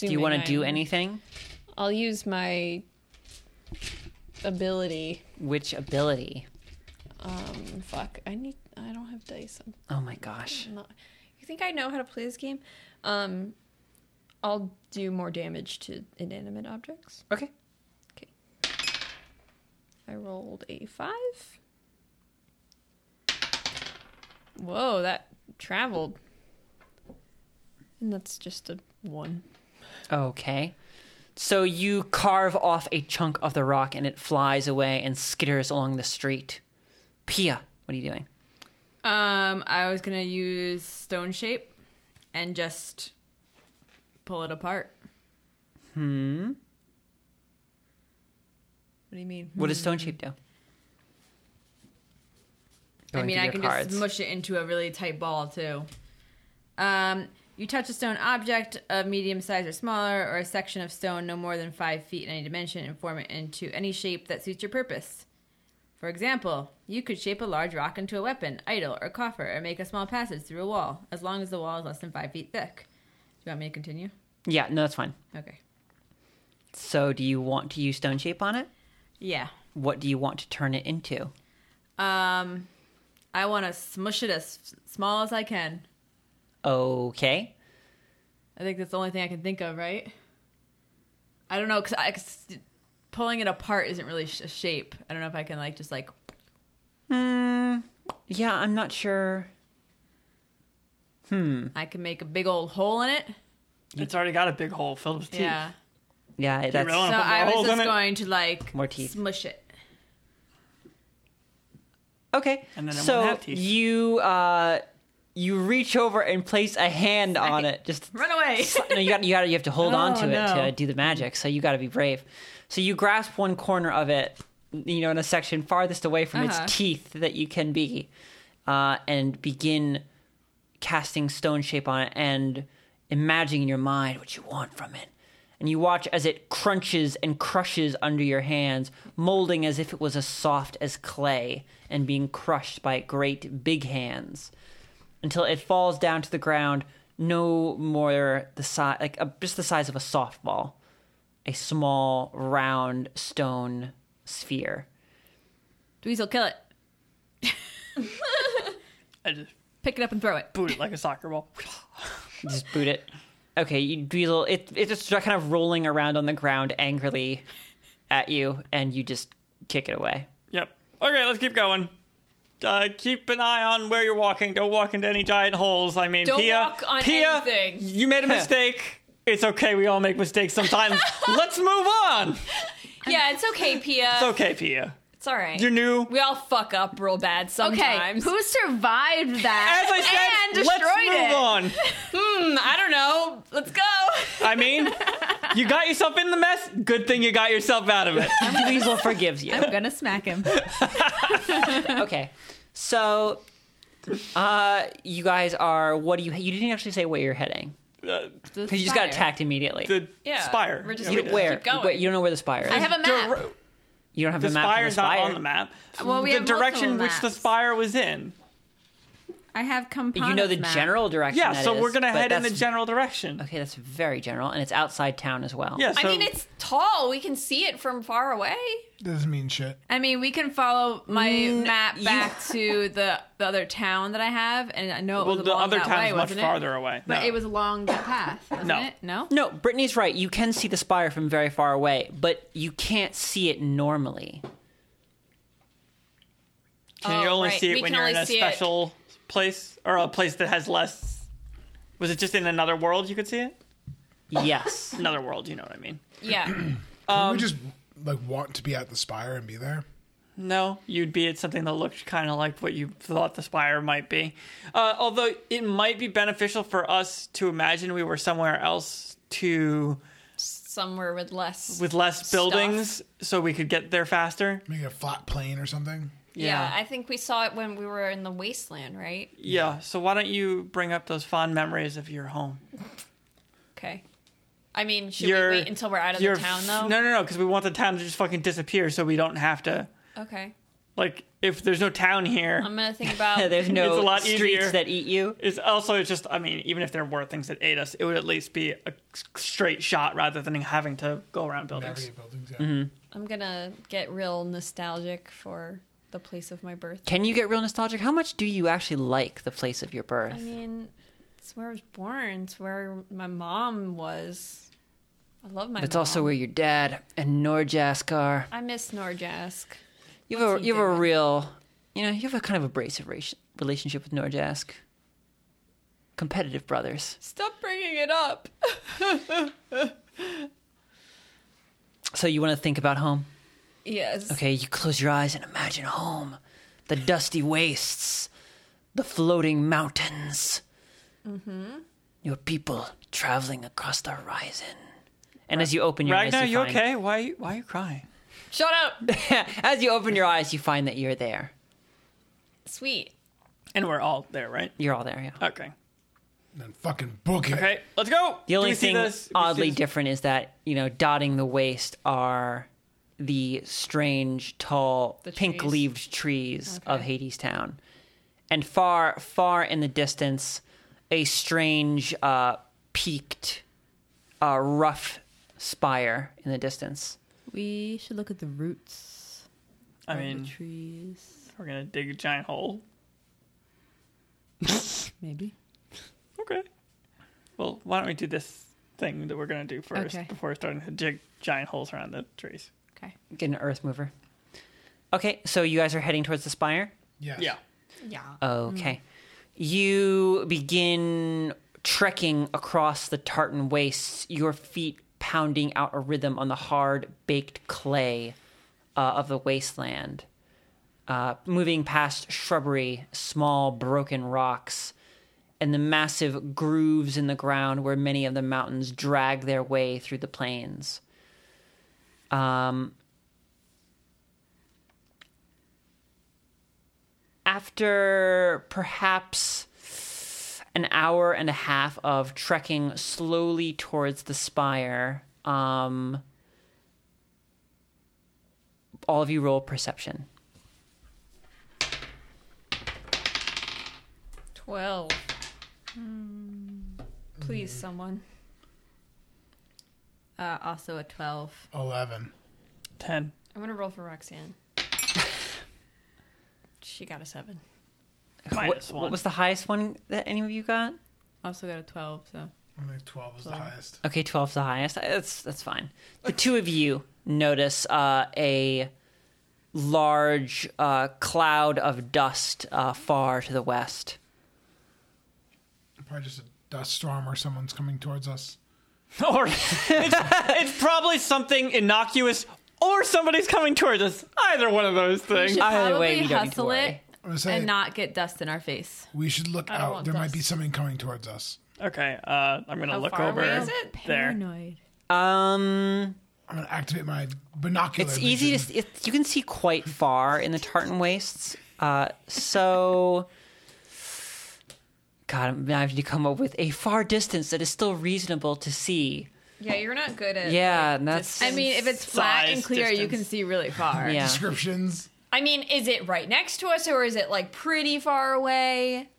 Speaker 1: Do you want to do anything?
Speaker 4: I'll use my ability.
Speaker 1: Which ability?
Speaker 4: Um, fuck. I need. I don't have dice. I'm
Speaker 1: Oh my gosh.
Speaker 4: not. You think I know how to play this game? Um, I'll do more damage to inanimate objects.
Speaker 1: Okay.
Speaker 4: I rolled a five. Whoa, that traveled. And that's just a one.
Speaker 1: Okay. So you carve off a chunk of the rock and it flies away and skitters along the street. Pia, what are you doing?
Speaker 5: Um, I was gonna use stone shape and just pull it apart. Hmm. What do you mean?
Speaker 1: What does stone shape do?
Speaker 5: I
Speaker 1: Going
Speaker 5: mean,
Speaker 1: through
Speaker 5: I
Speaker 1: your
Speaker 5: can
Speaker 1: cards.
Speaker 5: just mush it into a really tight ball too. Um, you touch a stone object of medium size or smaller, or a section of stone no more than five feet in any dimension, and form it into any shape that suits your purpose. For example, you could shape a large rock into a weapon, idol, or coffer, or make a small passage through a wall, as long as the wall is less than five feet thick. Do you want me to continue?
Speaker 1: Yeah, no, that's fine.
Speaker 5: Okay.
Speaker 1: So do you want to use stone shape on it?
Speaker 5: Yeah.
Speaker 1: What do you want to turn it into?
Speaker 5: Um, I want to smush it as small as I can.
Speaker 1: Okay.
Speaker 5: I think that's the only thing I can think of, right? I don't know because I, 'cause pulling it apart isn't really sh- a shape. I don't know if I can like just like
Speaker 1: Mm, Yeah, I'm not sure.
Speaker 5: I can make a big old hole in it.
Speaker 3: It's already got a big hole filled with teeth.
Speaker 5: Yeah.
Speaker 1: Yeah, that's
Speaker 5: So
Speaker 3: really? Wanna put
Speaker 5: I
Speaker 3: more
Speaker 5: was
Speaker 3: holes
Speaker 5: just
Speaker 3: in it?
Speaker 5: going to like
Speaker 1: More teeth.
Speaker 5: smush it.
Speaker 1: Okay.
Speaker 3: And then it
Speaker 1: so
Speaker 3: won't have teeth.
Speaker 1: you uh, you reach over and place a hand on it. Just
Speaker 5: Run away.
Speaker 1: no, you got you got you have to hold on
Speaker 5: Oh,
Speaker 1: to it
Speaker 5: no.
Speaker 1: to do the magic. So you got to be brave. So you grasp one corner of it, you know, in a section farthest away from
Speaker 5: Uh-huh.
Speaker 1: its teeth that you can be, uh, and begin casting stone shape on it and imagining in your mind what you want from it. And you watch as it crunches and crushes under your hands, molding as if it was as soft as clay and being crushed by great big hands until it falls down to the ground no more the size like uh, just the size of a softball a small round stone sphere
Speaker 5: Dweezil, kill it.
Speaker 3: I just
Speaker 5: Pick it up and throw it.
Speaker 3: boot it like a soccer ball.
Speaker 1: just boot it okay you dweezil it it's just kind of rolling around on the ground angrily at you and you just kick it away
Speaker 3: Yep. Okay, let's keep going. Uh, keep an eye on where you're walking. Don't walk into any giant holes. I mean,
Speaker 4: Don't
Speaker 3: Pia,
Speaker 4: walk on
Speaker 3: Pia,
Speaker 4: anything.
Speaker 3: you made a mistake. it's okay. We all make mistakes sometimes. let's move on.
Speaker 4: Yeah, it's okay, Pia.
Speaker 3: It's okay, Pia.
Speaker 4: it's all right.
Speaker 3: You're new.
Speaker 4: We all fuck up real bad
Speaker 5: Okay,
Speaker 4: sometimes.
Speaker 5: who survived
Speaker 3: As I
Speaker 5: that
Speaker 3: said,
Speaker 5: and
Speaker 3: let's
Speaker 5: destroyed
Speaker 3: move
Speaker 5: it? Oh,
Speaker 3: on.
Speaker 4: Hmm, I don't know. Let's go.
Speaker 3: I mean, you got yourself in the mess. Good thing you got yourself out of it.
Speaker 1: dweezil forgives you
Speaker 5: I'm gonna smack him.
Speaker 1: okay so uh you guys are what do you you didn't actually say where you're heading
Speaker 3: Uh,
Speaker 1: because you just got attacked immediately
Speaker 3: the
Speaker 4: Yeah,
Speaker 3: spire.
Speaker 4: we're just-
Speaker 3: Yeah, we
Speaker 1: you,
Speaker 4: Keep
Speaker 3: did.
Speaker 1: where
Speaker 4: going.
Speaker 1: Wait, you don't know where the spire is
Speaker 5: I have a map.
Speaker 3: Dir-
Speaker 1: you don't have
Speaker 3: The
Speaker 1: the map for
Speaker 3: spire's
Speaker 1: the spire
Speaker 3: not on the map.
Speaker 5: Well, we
Speaker 3: the
Speaker 5: have
Speaker 3: direction
Speaker 5: multiple
Speaker 3: which the
Speaker 5: maps.
Speaker 3: spire was in.
Speaker 5: I have Campana's
Speaker 1: you know the
Speaker 5: map.
Speaker 1: general direction.
Speaker 3: Yeah,
Speaker 1: that
Speaker 3: so we're
Speaker 1: is,
Speaker 3: gonna
Speaker 1: but
Speaker 3: head in the
Speaker 1: that's-
Speaker 3: general direction.
Speaker 1: Okay, that's very general, and it's outside town as well.
Speaker 3: Yeah,
Speaker 4: I
Speaker 3: so-
Speaker 4: mean, it's tall. We can see it from far away.
Speaker 2: Doesn't mean shit.
Speaker 5: I mean, we can follow my map back to the, the other town that I have, and I know it
Speaker 3: well,
Speaker 5: was
Speaker 3: the
Speaker 5: along
Speaker 3: other
Speaker 5: that
Speaker 3: town
Speaker 5: way,
Speaker 3: is much
Speaker 5: wasn't it?
Speaker 3: farther away.
Speaker 5: But
Speaker 3: No.
Speaker 5: it was along that path, wasn't
Speaker 3: No.
Speaker 5: it? No.
Speaker 1: No, Brittany's right. You can see the spire from very far away, but you can't see it normally.
Speaker 3: Can you
Speaker 4: Oh,
Speaker 3: only
Speaker 4: right.
Speaker 3: see it
Speaker 4: We
Speaker 3: when
Speaker 4: can
Speaker 3: you're in
Speaker 4: only
Speaker 3: a
Speaker 4: see it.
Speaker 3: special place or a place that has less? Was it just in another world you could see it?
Speaker 1: Yes.
Speaker 3: Another world, you know what I mean?
Speaker 4: Yeah.
Speaker 2: we just like want to be at the spire and be there.
Speaker 3: No, you'd be at something that looked kind of like what you thought the spire might be. Uh, although it might be beneficial for us to imagine we were somewhere else to
Speaker 4: Somewhere with less.
Speaker 3: with less
Speaker 4: Stuff.
Speaker 3: buildings, so we could get there faster.
Speaker 2: Maybe a flat plane or something.
Speaker 4: yeah.
Speaker 3: yeah.
Speaker 4: I think we saw it when we were in the wasteland, right?
Speaker 3: Yeah. So why don't you bring up those fond memories of your home?
Speaker 4: Okay. I mean, should
Speaker 3: Your-
Speaker 4: we wait until we're out of
Speaker 3: your
Speaker 4: the town
Speaker 3: f-
Speaker 4: though?
Speaker 3: No, no, no, because we want the town to just fucking disappear, so we don't have to.
Speaker 4: Okay.
Speaker 3: Like, if there's no town here,
Speaker 4: I'm gonna think about.
Speaker 1: There's no
Speaker 3: It's a lot
Speaker 1: streets
Speaker 3: easier.
Speaker 1: that eat you.
Speaker 3: It's also it's just I mean even if there were things that ate us, it would at least be a s- straight shot rather than having to go around buildings.
Speaker 2: Navigate buildings. Yeah.
Speaker 4: I'm gonna get real nostalgic for the place of my birth.
Speaker 1: Can you get real nostalgic? How much do you actually like the place of your
Speaker 4: I
Speaker 1: birth?
Speaker 4: mean, it's where I was born. It's where my mom was. I love my.
Speaker 1: It's
Speaker 4: mom.
Speaker 1: also where your dad and Norjaskar.
Speaker 4: I miss Norjask.
Speaker 1: You have
Speaker 4: What's
Speaker 1: a
Speaker 4: he
Speaker 1: you have a
Speaker 4: doing?
Speaker 1: real, you know, you have a kind of abrasive raci- relationship with Norjask. Competitive brothers.
Speaker 4: Stop bringing it up.
Speaker 1: So you want to think about home?
Speaker 4: Yes.
Speaker 1: Okay, you close your eyes and imagine home. The dusty wastes, the floating mountains, your people traveling across the horizon. And as you open your
Speaker 3: Ragnar,
Speaker 1: eyes,
Speaker 3: you
Speaker 1: you find,
Speaker 3: okay? Why why are you crying?
Speaker 4: Shut up.
Speaker 1: As you open your eyes, you find that you're there.
Speaker 4: Sweet.
Speaker 3: And we're all there, right?
Speaker 1: You're all there. Yeah.
Speaker 3: Okay.
Speaker 2: And then fucking book it.
Speaker 3: Okay. Let's go.
Speaker 1: The
Speaker 3: Do
Speaker 1: only
Speaker 3: we see
Speaker 1: thing
Speaker 3: this? Do we see
Speaker 1: oddly
Speaker 3: this?
Speaker 1: different is that, you know, dotting the waste are the strange, tall,
Speaker 4: The
Speaker 1: pink
Speaker 4: trees.
Speaker 1: leaved trees of Hades Town. And far, far in the distance, a strange, uh, peaked, uh, rough spire in the distance.
Speaker 5: We should look at the roots
Speaker 3: I
Speaker 5: of
Speaker 3: mean,
Speaker 5: the trees.
Speaker 3: we're gonna dig a giant hole.
Speaker 5: Maybe.
Speaker 3: Okay. Well, why don't we do this thing that we're gonna do first
Speaker 5: Okay.
Speaker 3: before starting to dig giant holes around the trees?
Speaker 5: Okay.
Speaker 1: Get an earth mover. Okay, so you guys are heading towards the spire?
Speaker 2: Yes.
Speaker 3: Yeah.
Speaker 4: Yeah.
Speaker 1: Okay. You begin trekking across the tartan wastes, your feet pounding out a rhythm on the hard baked clay uh, of the wasteland. Uh, moving past shrubbery, small broken rocks, and the massive grooves in the ground where many of the mountains drag their way through the plains. after perhaps an hour and a half of trekking slowly towards the spire, um, all of you roll perception.
Speaker 4: Twelve.
Speaker 5: Hmm.
Speaker 4: Please, someone.
Speaker 5: Uh, also a 12.
Speaker 2: Eleven.
Speaker 3: Ten.
Speaker 4: I'm gonna roll for Roxanne. she got a seven.
Speaker 3: Minus
Speaker 1: what,
Speaker 3: one.
Speaker 1: what was the highest one that any of you got?
Speaker 5: Also got a 12, so.
Speaker 2: I think twelve is the highest.
Speaker 1: Okay, 12's the highest. That's that's fine. The two of you notice uh, a large uh, cloud of dust uh, far to the west.
Speaker 2: Probably just a dust storm or someone's coming towards us.
Speaker 3: or it's, it's probably something innocuous or somebody's coming towards us. Either one of those things.
Speaker 5: should
Speaker 1: Either way,
Speaker 5: probably
Speaker 1: we don't need to
Speaker 5: hustle
Speaker 1: worry.
Speaker 5: it
Speaker 2: I was saying
Speaker 5: and not get dust in our face.
Speaker 2: we should look
Speaker 4: I don't
Speaker 2: out.
Speaker 4: want
Speaker 2: There might
Speaker 4: dust.
Speaker 2: be something coming towards us.
Speaker 3: Okay, uh, I'm gonna
Speaker 4: How
Speaker 3: look
Speaker 4: far
Speaker 3: over.
Speaker 4: away is it?
Speaker 3: There.
Speaker 5: Paranoid.
Speaker 1: Um,
Speaker 2: I'm gonna activate my binocular.
Speaker 1: It's easy to
Speaker 2: vision.
Speaker 1: see, it, you can see quite far in the tartan wastes. Uh, so, God, I'm gonna have to come up with a far distance that is still reasonable to see.
Speaker 4: Yeah, you're not good at.
Speaker 1: Yeah,
Speaker 4: like,
Speaker 1: and that's-
Speaker 5: I
Speaker 4: distance.
Speaker 5: mean, if it's flat
Speaker 3: Size,
Speaker 5: and clear, you
Speaker 3: distance.
Speaker 5: can see really far.
Speaker 1: Yeah.
Speaker 2: descriptions.
Speaker 4: I mean, is it right next to us or is it like pretty far away?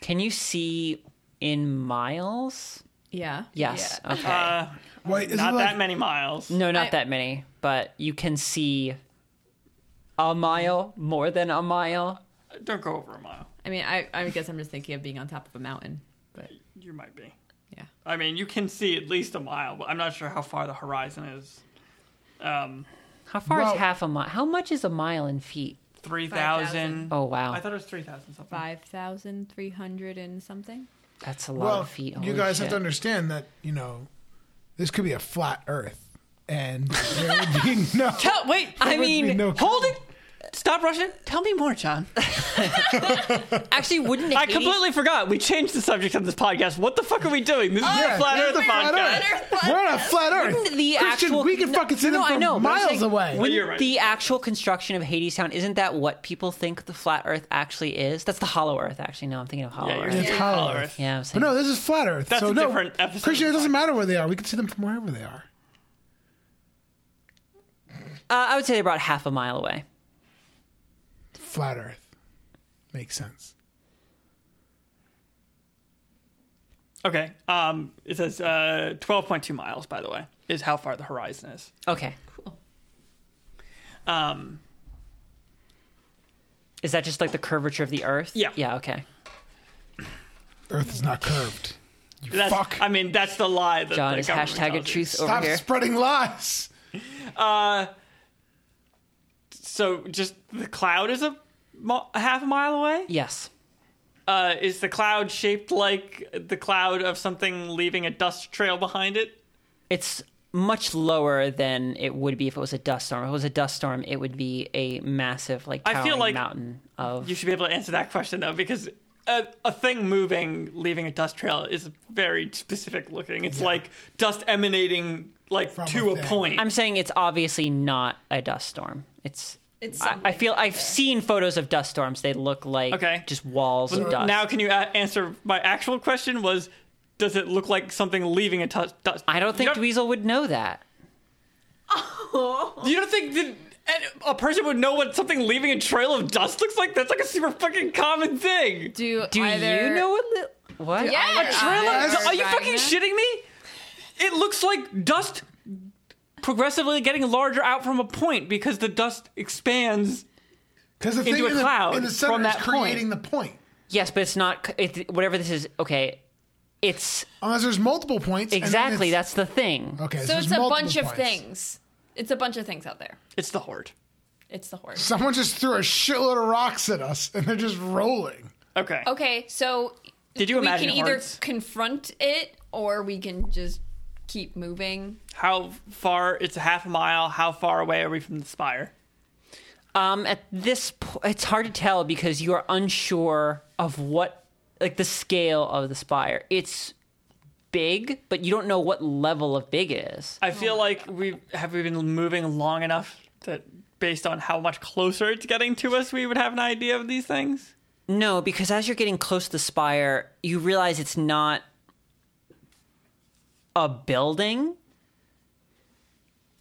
Speaker 1: Can you see in miles?
Speaker 5: Yeah.
Speaker 1: Yes. Okay.
Speaker 3: Uh,
Speaker 2: Wait, is
Speaker 3: not
Speaker 2: it like,
Speaker 3: that many miles.
Speaker 1: no, not
Speaker 5: I-
Speaker 1: that many, but you can see a mile, more than a mile.
Speaker 3: Don't go over a mile.
Speaker 5: I mean, I, I guess I'm just thinking of being on top of a mountain, but
Speaker 3: You might be.
Speaker 5: yeah.
Speaker 3: I mean, you can see at least a mile, but I'm not sure how far the horizon is. Um,
Speaker 1: How far
Speaker 2: Well-
Speaker 1: is half a mile? How much is a mile in feet?
Speaker 3: three thousand.
Speaker 1: Oh wow.
Speaker 3: I thought it was three thousand something.
Speaker 5: 5,300 and something?
Speaker 1: That's a lot
Speaker 2: Well,
Speaker 1: of feet.
Speaker 2: you
Speaker 1: Holy
Speaker 2: guys
Speaker 1: shit.
Speaker 2: have to understand that you know this could be a flat Earth, and there would be no.
Speaker 3: Tell, wait, I
Speaker 2: would be
Speaker 3: mean,
Speaker 2: no-
Speaker 3: hold it. Stop rushing. it. Tell me more, John.
Speaker 1: Actually, wouldn't
Speaker 3: I
Speaker 1: Hades-
Speaker 3: completely forgot. We changed the subject on this podcast. What the fuck are we doing? This is
Speaker 2: Oh, Yeah,
Speaker 3: a flat
Speaker 2: this
Speaker 3: Earth
Speaker 2: is a flat
Speaker 3: podcast.
Speaker 2: Earth. We're on a flat Earth.
Speaker 1: Wouldn't the
Speaker 2: Christian,
Speaker 1: actual
Speaker 2: we can
Speaker 1: no,
Speaker 2: fucking see
Speaker 1: no,
Speaker 2: them
Speaker 1: I
Speaker 2: from
Speaker 1: know, but I'm
Speaker 2: miles
Speaker 1: saying,
Speaker 2: away.
Speaker 1: Wouldn't
Speaker 3: You're right.
Speaker 1: the actual construction of Hades Town isn't that what people think the flat Earth actually is? That's the Hollow Earth. Actually, no, I'm thinking of Hollow
Speaker 3: Yeah, you're
Speaker 1: Earth.
Speaker 3: thinking
Speaker 2: It's
Speaker 3: of
Speaker 2: hollow
Speaker 3: Hollow
Speaker 2: Earth.
Speaker 3: Earth.
Speaker 1: yeah, I'm
Speaker 2: But
Speaker 1: saying.
Speaker 2: no, this is flat Earth.
Speaker 3: That's
Speaker 2: so
Speaker 3: a
Speaker 2: no,
Speaker 3: different episode.
Speaker 2: Christian, it doesn't matter where they are. We can see them from wherever they are.
Speaker 1: uh, I would say they're about half a mile away.
Speaker 2: Flat Earth makes sense.
Speaker 3: Okay. Um, it says uh, 12.2 miles, by the way, is how far the horizon is.
Speaker 1: Okay,
Speaker 3: Um,
Speaker 1: is that just like the curvature of the Earth?
Speaker 3: Yeah.
Speaker 1: Yeah. Okay.
Speaker 2: Earth is not curved. You
Speaker 3: that's,
Speaker 2: fuck.
Speaker 3: I mean, that's the lie that
Speaker 1: John
Speaker 3: the
Speaker 1: is
Speaker 3: government
Speaker 1: hashtag a
Speaker 3: tells you.
Speaker 1: truth over
Speaker 2: Stop
Speaker 1: here.
Speaker 2: spreading lies.
Speaker 3: So just the cloud is a, mo- a half a mile away?
Speaker 1: Yes.
Speaker 3: Uh, is the cloud shaped like the cloud of something leaving a dust trail behind it?
Speaker 1: it's much lower than it would be if it was a dust storm. If it was a dust storm, it would be a massive like
Speaker 3: I
Speaker 1: towering
Speaker 3: feel like
Speaker 1: mountain of
Speaker 3: You should be able to answer that question though, because a, a thing moving, leaving a dust trail is very specific looking. It's like dust emanating like
Speaker 2: From
Speaker 3: to
Speaker 2: a
Speaker 3: a
Speaker 2: thing.
Speaker 3: point.
Speaker 1: I'm saying it's obviously not a dust storm. It's
Speaker 4: It's
Speaker 1: I, I
Speaker 4: something.
Speaker 1: feel I've seen photos of dust storms. They look like
Speaker 3: Okay.
Speaker 1: just walls of dust.
Speaker 3: now, can you a- answer my actual question? Was does it look like something leaving a tu- dust?
Speaker 1: I don't think
Speaker 3: you don't,
Speaker 1: Dweezil would know that.
Speaker 3: you don't think that and a person would know what something leaving a trail of dust looks like? That's like a super fucking common thing.
Speaker 5: Do,
Speaker 1: Do
Speaker 5: either,
Speaker 1: you know what? Li- what?
Speaker 5: Yeah.
Speaker 3: A trail of
Speaker 5: Yes.
Speaker 3: dust? Are you
Speaker 5: Vagina?
Speaker 3: fucking shitting me? It looks like dust progressively getting larger out from a point because the dust expands.
Speaker 2: Because the
Speaker 3: Into
Speaker 2: thing
Speaker 3: a
Speaker 2: in the,
Speaker 3: cloud
Speaker 2: in the center
Speaker 3: from that
Speaker 2: is creating the point.
Speaker 1: Yes, but it's not. c- It, whatever this is. Okay, it's
Speaker 2: Unless there's multiple points. and then
Speaker 1: exactly.
Speaker 2: it's-
Speaker 1: That's the thing.
Speaker 2: okay.
Speaker 4: So
Speaker 2: there's
Speaker 4: it's a
Speaker 2: multiple
Speaker 4: bunch of
Speaker 2: points.
Speaker 4: things. It's a bunch of things out there.
Speaker 3: It's the horde.
Speaker 4: It's the horde.
Speaker 2: Someone just threw a shitload of rocks at us, and they're just rolling.
Speaker 3: Okay.
Speaker 4: Okay, so
Speaker 3: Did you
Speaker 4: Oh, we
Speaker 3: imagine
Speaker 4: can either
Speaker 3: hordes?
Speaker 4: confront it or we can just keep moving.
Speaker 3: How far? It's a half a mile. How far away are we from the spire?
Speaker 1: Um, at this, po- it's hard to tell because you are unsure of what, like the scale of the spire. It's big, but you don't know what level of big it is.
Speaker 4: Oh
Speaker 3: I feel like we have we been moving long enough that based on how much closer it's getting to us, we would have an idea of these things.
Speaker 1: No, because as you're getting close to the spire, you realize it's not a building.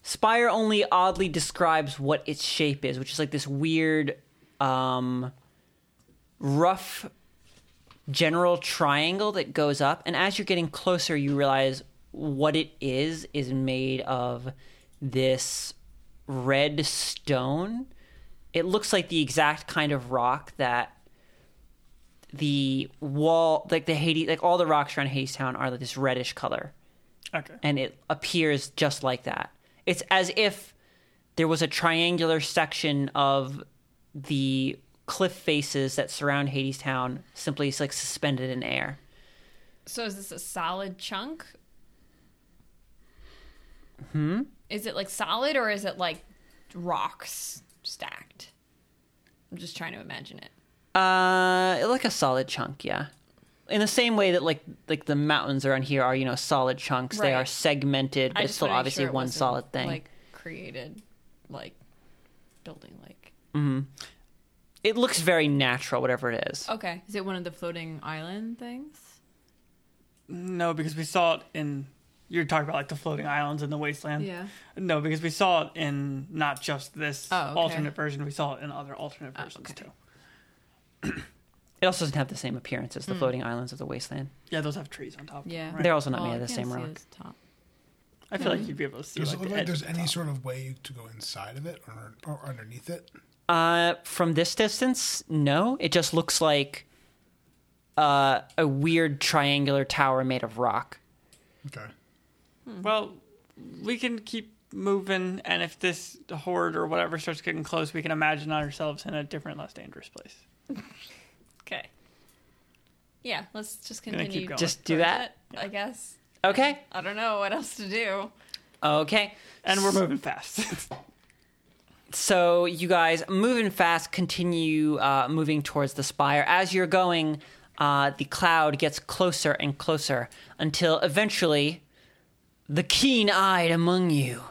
Speaker 1: Spire only oddly describes what its shape is, which is like this weird, um, rough general triangle that goes up. And as you're getting closer, you realize what it is is made of this red stone. It looks like the exact kind of rock that the wall, like the Hades, like all the rocks around Hades Town are like this reddish color,
Speaker 3: Okay.
Speaker 1: and it appears just like that. It's as if there was a triangular section of the cliff faces that surround Hades Town simply like suspended in air.
Speaker 4: So is this a solid chunk? Hmm? Is it like solid or is it like rocks stacked? I'm just trying to imagine it.
Speaker 1: Uh, like a solid chunk, yeah. In the same way that like like the mountains around here are, you know, solid chunks. They
Speaker 4: Right.
Speaker 1: are segmented, but
Speaker 4: I
Speaker 1: it's
Speaker 4: just
Speaker 1: still
Speaker 4: wanna make
Speaker 1: obviously
Speaker 4: sure it
Speaker 1: one
Speaker 4: wasn't,
Speaker 1: solid thing.
Speaker 4: Like created like building like
Speaker 1: it looks very natural, whatever it is.
Speaker 4: Okay.
Speaker 5: Is it one of the floating island things?
Speaker 3: No, because we saw it in. You're talking about like the floating islands and the wasteland.
Speaker 5: Yeah.
Speaker 3: No, because we saw it in not just this
Speaker 5: Oh, okay. Oh,
Speaker 3: alternate version. We saw it in other alternate versions
Speaker 5: okay.
Speaker 3: too.
Speaker 1: It also doesn't have the same appearance as the
Speaker 5: Hmm.
Speaker 1: floating islands of the wasteland.
Speaker 3: Yeah, those have trees on top. of them,
Speaker 5: Yeah.
Speaker 3: right?
Speaker 1: They're also not made
Speaker 5: Oh, I
Speaker 1: of the
Speaker 5: can't
Speaker 1: same
Speaker 5: see
Speaker 1: rock.
Speaker 5: his top.
Speaker 3: I feel like you'd be able to see.
Speaker 2: Does
Speaker 3: like,
Speaker 2: it
Speaker 3: the
Speaker 2: look like
Speaker 3: edge
Speaker 2: there's
Speaker 3: of the
Speaker 2: any
Speaker 3: top.
Speaker 2: sort of way to go inside of it or, or underneath it?
Speaker 1: Uh, from this distance, no. It just looks like uh, a weird triangular tower made of rock.
Speaker 2: Okay.
Speaker 5: Mm.
Speaker 3: Well, we can keep moving, and if this horde or whatever starts getting close, we can imagine ourselves in a different, less dangerous place.
Speaker 4: Okay. Yeah, let's just
Speaker 3: gonna
Speaker 4: continue.
Speaker 5: Oh,
Speaker 3: keep going.
Speaker 1: Just do
Speaker 4: towards
Speaker 1: that?
Speaker 4: it, I guess.
Speaker 1: Okay.
Speaker 4: I don't know what else to do.
Speaker 1: Okay.
Speaker 3: And we're moving fast.
Speaker 1: So you guys moving fast, continue uh, moving towards the spire. As you're going, uh, the cloud gets closer and closer until eventually, the keen-eyed among you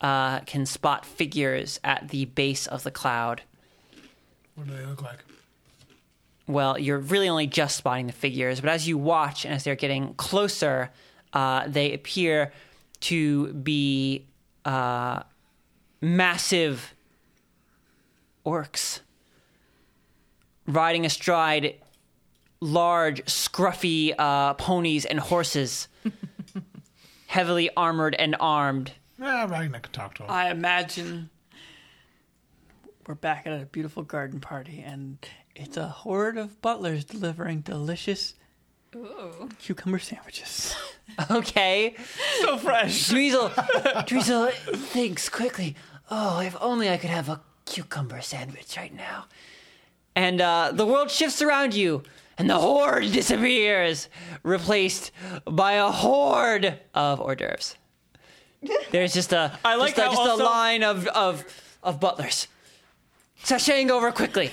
Speaker 1: uh, can spot figures at the base of the cloud.
Speaker 2: What do they look like?
Speaker 1: well, you're really only just spotting the figures, but as you watch and as they're getting closer, uh, they appear to be uh, massive orcs riding astride large, scruffy uh, ponies and horses, heavily armored and armed.
Speaker 2: Ah, Ragnar can talk to
Speaker 4: Uh,
Speaker 2: them.
Speaker 3: I imagine we're back at a beautiful garden party, and it's a horde of butlers delivering delicious
Speaker 4: Ooh.
Speaker 3: cucumber sandwiches.
Speaker 1: Okay.
Speaker 3: so fresh.
Speaker 1: Dweezil, Dweezil thinks quickly. Oh, if only I could have a cucumber sandwich right now. And uh, the world shifts around you, and the horde disappears, replaced by a horde of hors d'oeuvres. There's just a
Speaker 3: I like
Speaker 1: just, a,
Speaker 3: how
Speaker 1: just a
Speaker 3: also-
Speaker 1: line of of of butlers sashaying over quickly,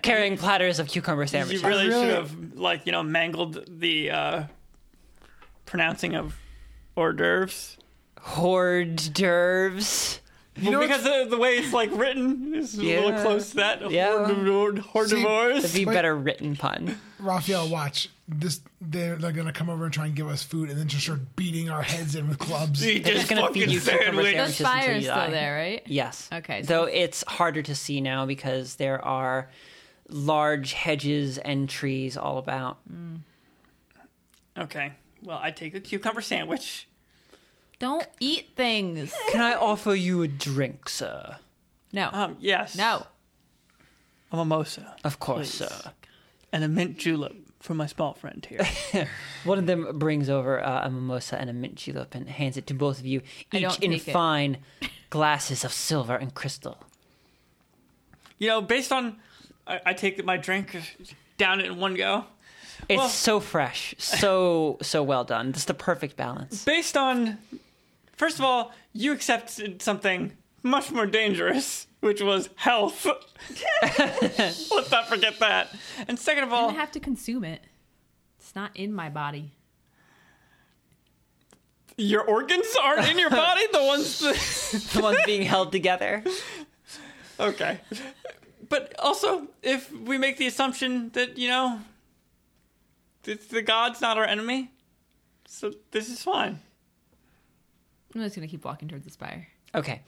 Speaker 1: carrying platters of cucumber
Speaker 3: You
Speaker 1: sandwiches.
Speaker 3: really,
Speaker 2: really-
Speaker 3: should have, like, you know, mangled the uh, pronouncing of hors d'oeuvres.
Speaker 1: Hors d'oeuvres.
Speaker 2: You know
Speaker 3: because of the way it's like written is a
Speaker 1: Yeah.
Speaker 3: little close to that.
Speaker 1: Yeah.
Speaker 3: Horde, horde, horde
Speaker 2: See,
Speaker 1: That'd be
Speaker 2: Wait.
Speaker 1: better written pun.
Speaker 2: Raphael, watch this. They're, they're gonna come over and try and give us food, and then just start beating our heads in with clubs.
Speaker 3: He
Speaker 1: They're just gonna feed
Speaker 3: fucking
Speaker 1: you cucumber
Speaker 3: sandwiched.
Speaker 1: sandwiches
Speaker 5: The fire
Speaker 1: until you
Speaker 5: is still
Speaker 1: die.
Speaker 5: there, right?
Speaker 1: Yes.
Speaker 5: Okay, so-
Speaker 1: Though it's harder to see now because there are large hedges and trees all about.
Speaker 3: Okay. Well, I take a cucumber sandwich.
Speaker 5: Don't eat things.
Speaker 1: Can I offer you a drink, sir?
Speaker 5: No.
Speaker 3: Um, yes.
Speaker 5: no.
Speaker 3: A mimosa.
Speaker 1: Of course,
Speaker 3: Please.
Speaker 1: sir.
Speaker 3: And a mint julep for my small friend here.
Speaker 1: One of them brings over uh, a mimosa and a mint julep and hands it to both of you,
Speaker 5: I
Speaker 1: each
Speaker 5: don't
Speaker 1: in
Speaker 5: take it.
Speaker 1: fine glasses of silver and crystal.
Speaker 3: you know, based on, I, I take my drink down it in one go.
Speaker 1: It's
Speaker 3: Well-
Speaker 1: so fresh, so so well done. It's the perfect balance.
Speaker 3: Based on, first of all, you accepted something much more dangerous, which was health. Let's not forget that. And second of
Speaker 5: I
Speaker 3: all,
Speaker 5: didn't have to consume it. It's not in my body.
Speaker 3: your organs aren't in your body. The ones. That-
Speaker 1: the ones being held together.
Speaker 3: Okay. But also, if we make the assumption that, you know, it's the God's not our enemy, so this is fine.
Speaker 5: I'm just gonna keep walking towards the spire.
Speaker 1: Okay.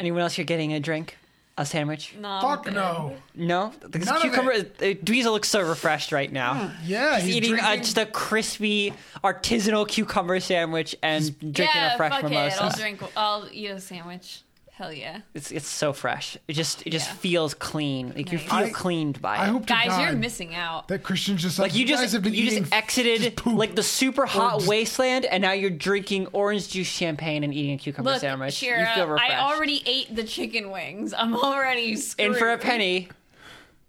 Speaker 1: Anyone else? You're getting a drink, a sandwich.
Speaker 4: No,
Speaker 2: Fuck no.
Speaker 1: No, the
Speaker 2: None of
Speaker 1: cucumber. uh, Dweezil looks so refreshed right now.
Speaker 2: Yeah, he's,
Speaker 1: He's eating uh,
Speaker 2: drinking-
Speaker 1: just a crispy artisanal cucumber sandwich and drinking
Speaker 4: yeah,
Speaker 1: a fresh
Speaker 4: fuck It.
Speaker 1: mimosa.
Speaker 4: I'll drink. I'll eat a sandwich. Hell yeah,
Speaker 1: It's it's so fresh. It just it just
Speaker 4: Yeah.
Speaker 1: feels clean. Like you
Speaker 4: Nice.
Speaker 1: feel
Speaker 2: I-
Speaker 1: cleaned by
Speaker 2: I
Speaker 1: it.
Speaker 2: hope to
Speaker 4: guys,
Speaker 2: God
Speaker 4: you're missing out.
Speaker 2: that Christian's just like,
Speaker 1: like you just
Speaker 2: guys have been
Speaker 1: you
Speaker 2: eating
Speaker 1: just exited
Speaker 2: poop.
Speaker 1: like the super hot
Speaker 2: just-
Speaker 1: wasteland, and now you're drinking orange juice champagne and eating a cucumber
Speaker 4: Look,
Speaker 1: sandwich.
Speaker 4: Shira,
Speaker 1: you feel refreshed.
Speaker 4: I already ate the chicken wings. I'm already screwed.
Speaker 1: in for a penny.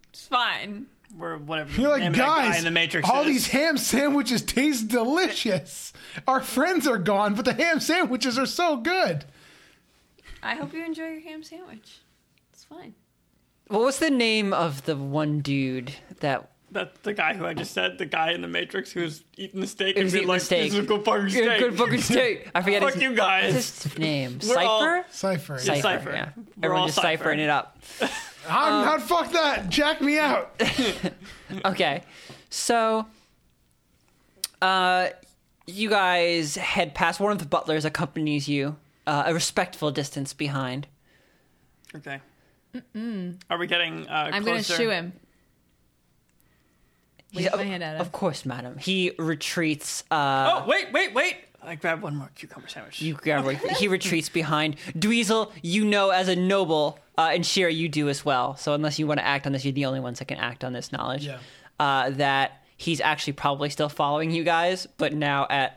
Speaker 4: It's fine.
Speaker 3: We're whatever.
Speaker 2: You're like,
Speaker 3: name of that guy
Speaker 2: guys,
Speaker 3: in the Matrix.
Speaker 2: all
Speaker 3: is.
Speaker 2: these ham sandwiches taste delicious. Our friends are gone, but the ham sandwiches are so good.
Speaker 4: I hope you enjoy your ham sandwich. It's fine.
Speaker 1: What was the name of the one dude that
Speaker 3: That, the guy who I just said, the guy in the Matrix who's eating the steak and
Speaker 1: Who's
Speaker 3: being
Speaker 1: eating the
Speaker 3: like,
Speaker 1: steak.
Speaker 3: this is a good fucking
Speaker 1: You're a
Speaker 3: steak.
Speaker 1: Good fucking steak. I forget
Speaker 3: Fuck
Speaker 1: his
Speaker 3: you guys.
Speaker 1: what's his name.
Speaker 3: We're all-
Speaker 1: Cipher.
Speaker 2: Cipher.
Speaker 1: Cipher.
Speaker 3: Cipher.
Speaker 1: Yeah.
Speaker 3: We're
Speaker 1: Everyone
Speaker 3: all
Speaker 1: just
Speaker 3: Cipher.
Speaker 1: ciphering it up.
Speaker 2: I'm
Speaker 1: Uh,
Speaker 2: not fuck that. Jack me out.
Speaker 1: Okay. So, uh, you guys head past. One of the butlers accompanies you uh, a respectful distance behind.
Speaker 3: Okay. Are we getting uh,
Speaker 5: I'm
Speaker 3: closer?
Speaker 5: gonna shoo him.
Speaker 1: He's-
Speaker 5: Wave
Speaker 1: of,
Speaker 5: my hand at him.
Speaker 1: Of course, madam. He retreats. Uh,
Speaker 3: Oh, wait, wait, wait. I grab one more cucumber sandwich.
Speaker 1: You grab what- he retreats behind. Dweezil, you know as a noble, uh, and Shira, you do as well. So unless you want to act on this, you're the only ones that can act on this knowledge.
Speaker 2: Yeah.
Speaker 1: Uh, that he's actually probably still following you guys, but now at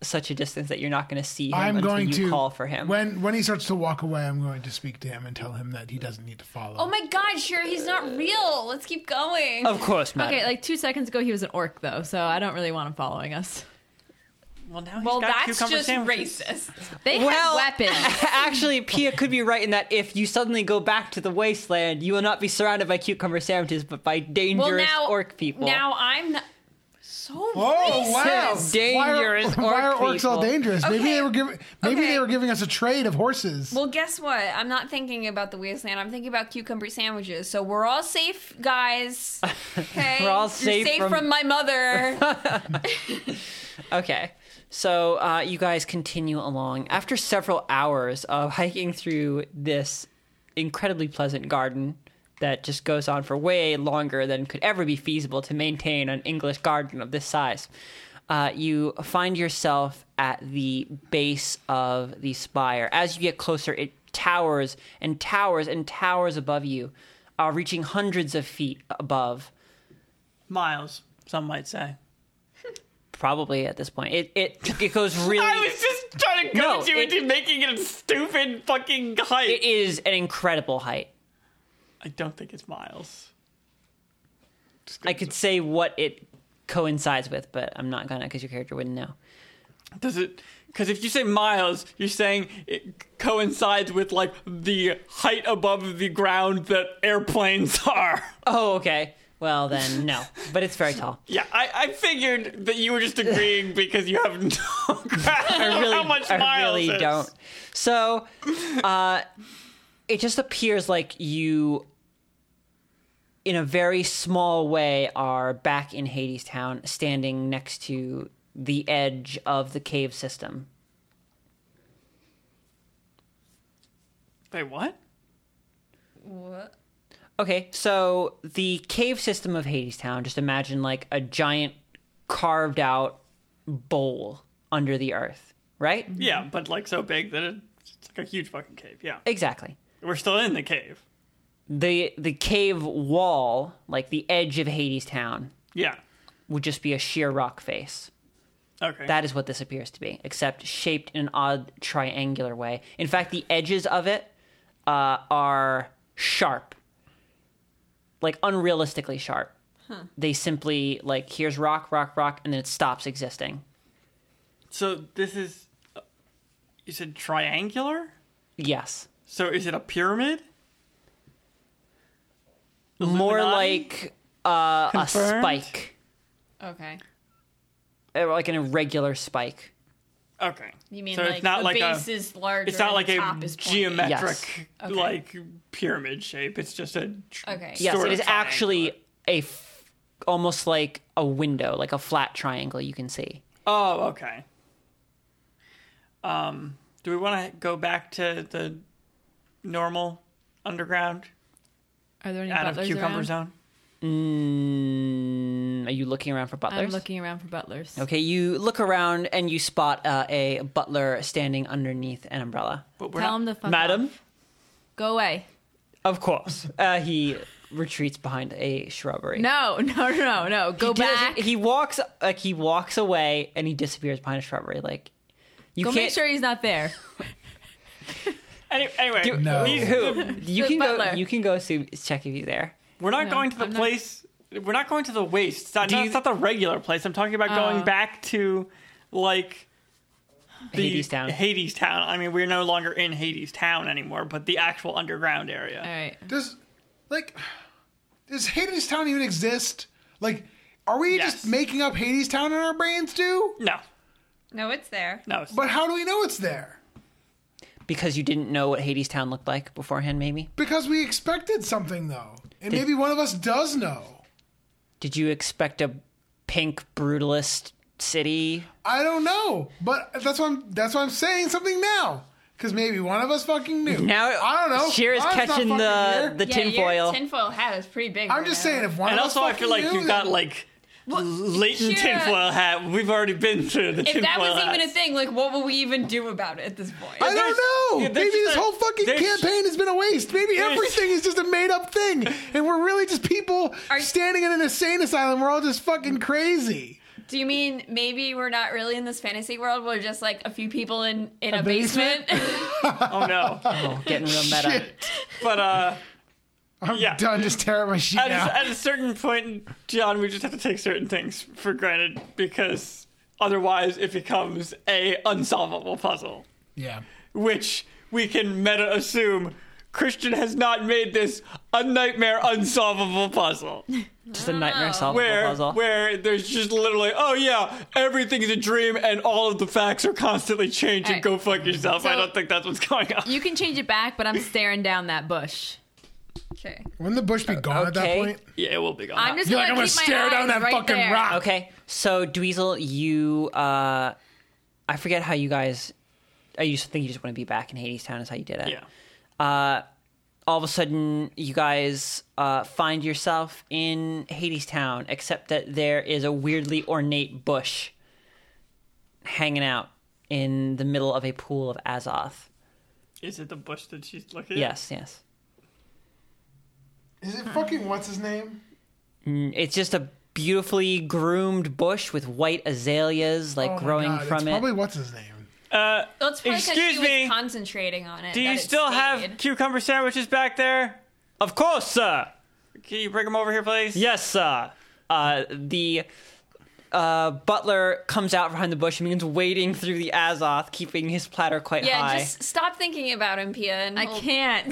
Speaker 1: such a distance that you're not going to see him
Speaker 2: I'm
Speaker 1: until
Speaker 2: going
Speaker 1: you
Speaker 2: to
Speaker 1: call for him.
Speaker 2: when when he starts to walk away. I'm going to speak to him and tell him that he doesn't need to follow.
Speaker 4: Oh my god, sure, he's not real. Let's keep going.
Speaker 1: of course, Matt.
Speaker 5: Okay, like two seconds ago, he was an orc, though, so I don't really want him following us.
Speaker 3: Well, now he's
Speaker 4: well,
Speaker 3: got
Speaker 4: that's
Speaker 3: cucumber
Speaker 4: just
Speaker 3: sandwiches.
Speaker 4: racist.
Speaker 5: They
Speaker 1: Well-
Speaker 5: have weapons.
Speaker 1: Actually, Pia could be right in that if you suddenly go back to the wasteland, you will not be surrounded by cucumber sandwiches, but by dangerous
Speaker 4: Well, now
Speaker 1: orc people.
Speaker 4: Now I'm not so
Speaker 2: Whoa!
Speaker 4: racist.
Speaker 2: Oh, Wow!
Speaker 1: Dangerous
Speaker 2: Why are, why are
Speaker 1: orc
Speaker 2: orcs all
Speaker 1: people.
Speaker 2: dangerous? Maybe
Speaker 4: Okay.
Speaker 2: they were giving. Maybe
Speaker 4: Okay.
Speaker 2: they were giving us a trade of horses.
Speaker 4: Well, guess what? I'm not thinking about the wasteland. I'm thinking about cucumber sandwiches. So we're all safe, guys. Okay,
Speaker 1: We're all
Speaker 4: You're
Speaker 1: safe
Speaker 4: safe
Speaker 1: from-
Speaker 4: from... my mother.
Speaker 1: Okay. So uh, you guys continue along. After several hours of hiking through this incredibly pleasant garden that just goes on for way longer than could ever be feasible to maintain an English garden of this size, uh, you find yourself at the base of the spire. As you get closer, it towers and towers and towers above you, uh, reaching hundreds of feet above.
Speaker 3: Miles, some might say.
Speaker 1: Probably at this point, it it it goes really.
Speaker 3: I was just trying to go
Speaker 1: No,
Speaker 3: at you
Speaker 1: it-
Speaker 3: into making it a stupid fucking height.
Speaker 1: It is an incredible height.
Speaker 3: I don't think it's Miles.
Speaker 1: I could say what it coincides with, but I'm not gonna because your character wouldn't know.
Speaker 3: Does it? Because if you say miles, you're saying it coincides with like the height above the ground that airplanes are.
Speaker 1: Oh, okay. Well, then no. But it's very tall.
Speaker 3: Yeah, I, I figured that you were just agreeing because you have no grasp
Speaker 1: I
Speaker 3: of
Speaker 1: really,
Speaker 3: how much
Speaker 1: I
Speaker 3: miles
Speaker 1: really
Speaker 3: is.
Speaker 1: don't. So, uh, it just appears like you, in a very small way, are back in Hades Town, standing next to the edge of the cave system.
Speaker 3: Wait, what?
Speaker 4: What?
Speaker 1: Okay, so the cave system of Hadestown, just imagine like a giant carved out bowl under the earth, right?
Speaker 3: Yeah, but like so big that it's it's like a huge fucking cave. Yeah,
Speaker 1: Exactly.
Speaker 3: we're still in the cave.
Speaker 1: The the cave wall, like the edge of Hadestown,
Speaker 3: Yeah.
Speaker 1: would just be a sheer rock face.
Speaker 3: Okay.
Speaker 1: That is what this appears to be, except shaped in an odd triangular way. In fact, the edges of it uh, are sharp, like unrealistically sharp. They simply like here's rock, rock, rock, and then it stops existing.
Speaker 3: so this is. uh, You said triangular.
Speaker 1: Yes,
Speaker 3: So is it a pyramid?
Speaker 1: more
Speaker 3: Illuminati?
Speaker 1: like uh, a
Speaker 3: Confirmed?
Speaker 1: spike,
Speaker 5: okay.
Speaker 1: Uh, like an irregular spike.
Speaker 3: Okay.
Speaker 4: You mean
Speaker 3: so
Speaker 4: like
Speaker 3: it's not
Speaker 4: the
Speaker 3: like
Speaker 4: base
Speaker 3: a,
Speaker 4: is larger?
Speaker 3: it's not
Speaker 4: and
Speaker 3: like
Speaker 4: the top
Speaker 3: a
Speaker 4: is pointy.
Speaker 3: geometric
Speaker 4: Okay.
Speaker 3: like pyramid shape. It's just a tr-
Speaker 4: Okay.
Speaker 1: Yes,
Speaker 3: sort
Speaker 1: it
Speaker 3: of
Speaker 1: is actually
Speaker 3: triangular.
Speaker 1: a f- almost like a window, like a flat triangle you can see.
Speaker 3: Oh, okay. Um, do we want to go back to the normal underground
Speaker 5: Are there any
Speaker 3: out of
Speaker 5: butlers
Speaker 3: cucumber
Speaker 5: around?
Speaker 3: zone?
Speaker 1: Mm, are you looking around for butlers?
Speaker 5: I'm looking around for butlers.
Speaker 1: Okay, you look around and you spot uh, a butler standing underneath an umbrella.
Speaker 3: But we're
Speaker 5: Tell
Speaker 3: not-
Speaker 5: him to fuck
Speaker 1: Madam,
Speaker 5: off. Go away.
Speaker 1: of course. Uh, he retreats behind a shrubbery.
Speaker 5: No, no, no, no. Go
Speaker 1: He does-
Speaker 5: back.
Speaker 1: He walks like he walks away and he disappears behind a shrubbery. Like you
Speaker 5: go
Speaker 1: can't.
Speaker 5: make sure he's not there.
Speaker 3: Any- anyway.
Speaker 1: Do-
Speaker 2: No.
Speaker 1: we- who- you
Speaker 5: The
Speaker 1: can
Speaker 5: butler.
Speaker 1: go. You can go see, check if he's there.
Speaker 3: We're not
Speaker 5: No,
Speaker 3: going to the
Speaker 5: I'm not-
Speaker 3: place. We're not going to the waste. It's not,
Speaker 1: Do
Speaker 3: no,
Speaker 1: you-
Speaker 3: it's not the regular place. I'm talking about going
Speaker 5: Oh.
Speaker 3: back to like the
Speaker 1: Hades Town.
Speaker 3: Hades Town. I mean, we're no longer in Hades Town anymore, but the actual underground area.
Speaker 5: All right.
Speaker 2: Does like does Hades Town even exist? Like, are we
Speaker 3: Yes.
Speaker 2: just making up Hades Town in our brains too?
Speaker 3: No,
Speaker 4: No, it's there.
Speaker 3: no. It's,
Speaker 2: But how do we know it's there?
Speaker 1: Because you didn't know what Hades Town looked like beforehand, maybe?
Speaker 2: Because we expected something though, and maybe one of us does know.
Speaker 1: Did you expect a pink brutalist city?
Speaker 2: I don't know, but that's why I'm that's why I'm saying something now. Because maybe one of us fucking knew.
Speaker 1: Now
Speaker 2: I don't know.
Speaker 1: Sheer is
Speaker 2: Ron's not
Speaker 1: catching
Speaker 2: fucking
Speaker 1: the
Speaker 2: here.
Speaker 1: the tinfoil.
Speaker 4: Your tinfoil hat is pretty big.
Speaker 2: I'm
Speaker 4: right
Speaker 2: just
Speaker 4: now.
Speaker 2: saying if one
Speaker 3: and
Speaker 2: of us
Speaker 3: also, I
Speaker 2: fucking
Speaker 3: feel like
Speaker 2: knew,
Speaker 3: you got like latent
Speaker 4: Shira-
Speaker 3: tinfoil hat. We've already been through the
Speaker 4: If
Speaker 3: tinfoil
Speaker 4: that was
Speaker 3: hat.
Speaker 4: even a thing, like, what would we even do about it at this point?
Speaker 2: I
Speaker 3: there's-
Speaker 2: don't know.
Speaker 3: yeah, there's
Speaker 2: Maybe
Speaker 3: just
Speaker 2: this
Speaker 3: a-
Speaker 2: whole fucking
Speaker 3: there's-
Speaker 2: campaign has been a waste. Maybe
Speaker 3: There's-
Speaker 2: everything is just a made up thing, and we're really just people
Speaker 4: Are-
Speaker 2: standing in an insane asylum. We're all just fucking crazy.
Speaker 4: Do you mean maybe we're not really in this fantasy world? We're just like a few people in in a,
Speaker 2: basement?
Speaker 4: basement.
Speaker 3: Oh no.
Speaker 1: Oh, getting real meta.
Speaker 2: Shit.
Speaker 3: But uh,
Speaker 2: I'm
Speaker 3: Yeah.
Speaker 2: done. Just tear up my sheet
Speaker 3: at,
Speaker 2: now.
Speaker 3: a, at a certain point, John, we just have to take certain things for granted because otherwise it becomes a unsolvable puzzle,
Speaker 2: yeah.
Speaker 3: which we can meta assume Christian has not made this a nightmare unsolvable puzzle.
Speaker 1: Just a nightmare solvable
Speaker 3: where
Speaker 1: puzzle.
Speaker 3: where there's just literally oh yeah everything is a dream and all of the facts are constantly changing
Speaker 5: Alright.
Speaker 3: go fuck yourself i
Speaker 5: So-
Speaker 3: don't think that's what's going on
Speaker 5: You can change it back, but I'm staring down that bush.
Speaker 4: okay.
Speaker 2: Wouldn't the bush be gone at that
Speaker 1: okay.
Speaker 2: point?
Speaker 3: yeah it will be gone
Speaker 5: I'm just
Speaker 2: You're like,
Speaker 5: gonna
Speaker 2: I'm gonna
Speaker 5: keep my
Speaker 2: stare down
Speaker 5: eyes
Speaker 2: that
Speaker 5: right
Speaker 2: fucking
Speaker 5: there.
Speaker 2: rock.
Speaker 1: Okay, so Dweezil, you, uh, I forget how you guys, I used to think you just want to be back in Hades Town is how you did it.
Speaker 3: yeah
Speaker 1: Uh, all of a sudden, you guys uh, find yourself in Hades Town, except that there is a weirdly ornate bush hanging out in the middle of a pool of Azoth.
Speaker 3: is it the bush that she's looking at
Speaker 1: Yes, yes.
Speaker 2: Is it fucking what's his name?
Speaker 1: Mm, It's just a beautifully groomed bush with white azaleas like
Speaker 2: Oh my
Speaker 1: growing
Speaker 2: God,
Speaker 1: from
Speaker 2: it's
Speaker 1: it.
Speaker 2: Probably what's his name.
Speaker 3: uh
Speaker 4: Well, it's probably 'cause
Speaker 3: Excuse
Speaker 4: she was
Speaker 3: me.
Speaker 4: concentrating on it.
Speaker 3: do
Speaker 4: that
Speaker 3: you
Speaker 4: it
Speaker 3: still have
Speaker 4: stayed.
Speaker 3: cucumber sandwiches back there of course sir can you bring them over here please
Speaker 1: Yes, sir. Uh, the uh, butler comes out behind the bush and begins wading through the Azoth, keeping his platter quite
Speaker 4: Yeah,
Speaker 1: high.
Speaker 4: just stop thinking about him, Pia. And
Speaker 5: I
Speaker 4: we'll-
Speaker 5: can't.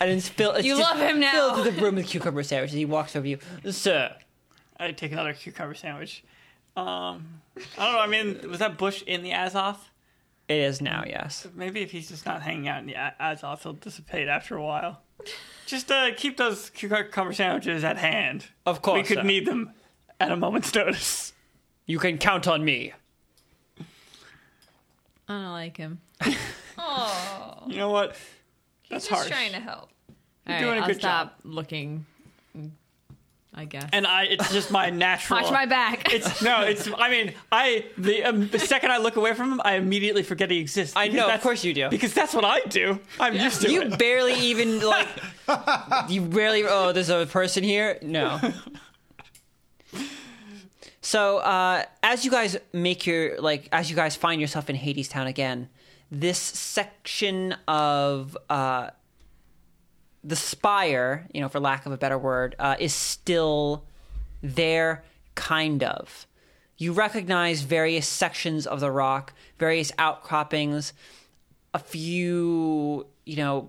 Speaker 1: And it's filled. It's
Speaker 4: You
Speaker 1: just
Speaker 4: love him now.
Speaker 1: Filled to the room with cucumber sandwiches. He walks over to you, sir.
Speaker 3: i uh, take another cucumber sandwich um i don't know i mean was that bush in the azoth
Speaker 1: It is now. Yes.
Speaker 3: Maybe if he's just not hanging out in the A- Azoth, he'll dissipate after a while. Just uh, keep those cucumber sandwiches at hand.
Speaker 1: Of course,
Speaker 3: We could
Speaker 1: sir.
Speaker 3: need them at a moment's notice.
Speaker 1: You can count on me.
Speaker 5: I don't like him.
Speaker 4: Oh,
Speaker 3: You know what? That's
Speaker 4: just
Speaker 3: harsh.
Speaker 4: trying to help.
Speaker 5: All right,
Speaker 3: doing a
Speaker 5: I'll
Speaker 3: good
Speaker 5: stop looking. I guess.
Speaker 3: And I, it's just my natural.
Speaker 5: Watch my back.
Speaker 3: It's no, it's. I mean, I the um, the second I look away from him, I immediately forget he exists.
Speaker 1: I
Speaker 3: because
Speaker 1: know. Of
Speaker 3: that's-
Speaker 1: course you do.
Speaker 3: Because that's what I do. I'm used to
Speaker 1: You
Speaker 3: it.
Speaker 1: barely even like. you barely. Oh, there's a person here. No. So uh, as you guys make your like, as you guys find yourself in Hades Town again, this section of uh, the spire, you know, for lack of a better word, uh, is still there, kind of. You recognize various sections of the rock, various outcroppings, a few, you know,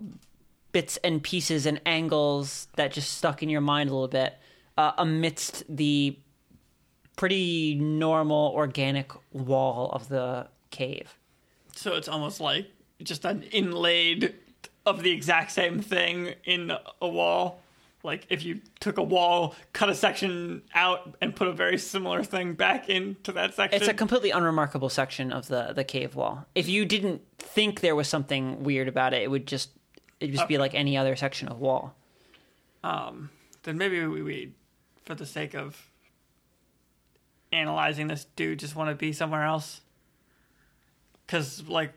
Speaker 1: bits and pieces and angles that just stuck in your mind a little bit uh, amidst the pretty normal organic wall of the cave.
Speaker 3: So it's almost like just an inlaid of the exact same thing in a wall. Like if you took a wall, cut a section out, and put a very similar thing back into that section.
Speaker 1: It's a completely unremarkable section of the the cave wall. If you didn't think there was something weird about it, it would just it would just be like any other section of wall.
Speaker 3: um, then maybe we, we, for the sake of analyzing this, do just want to be somewhere else. Because like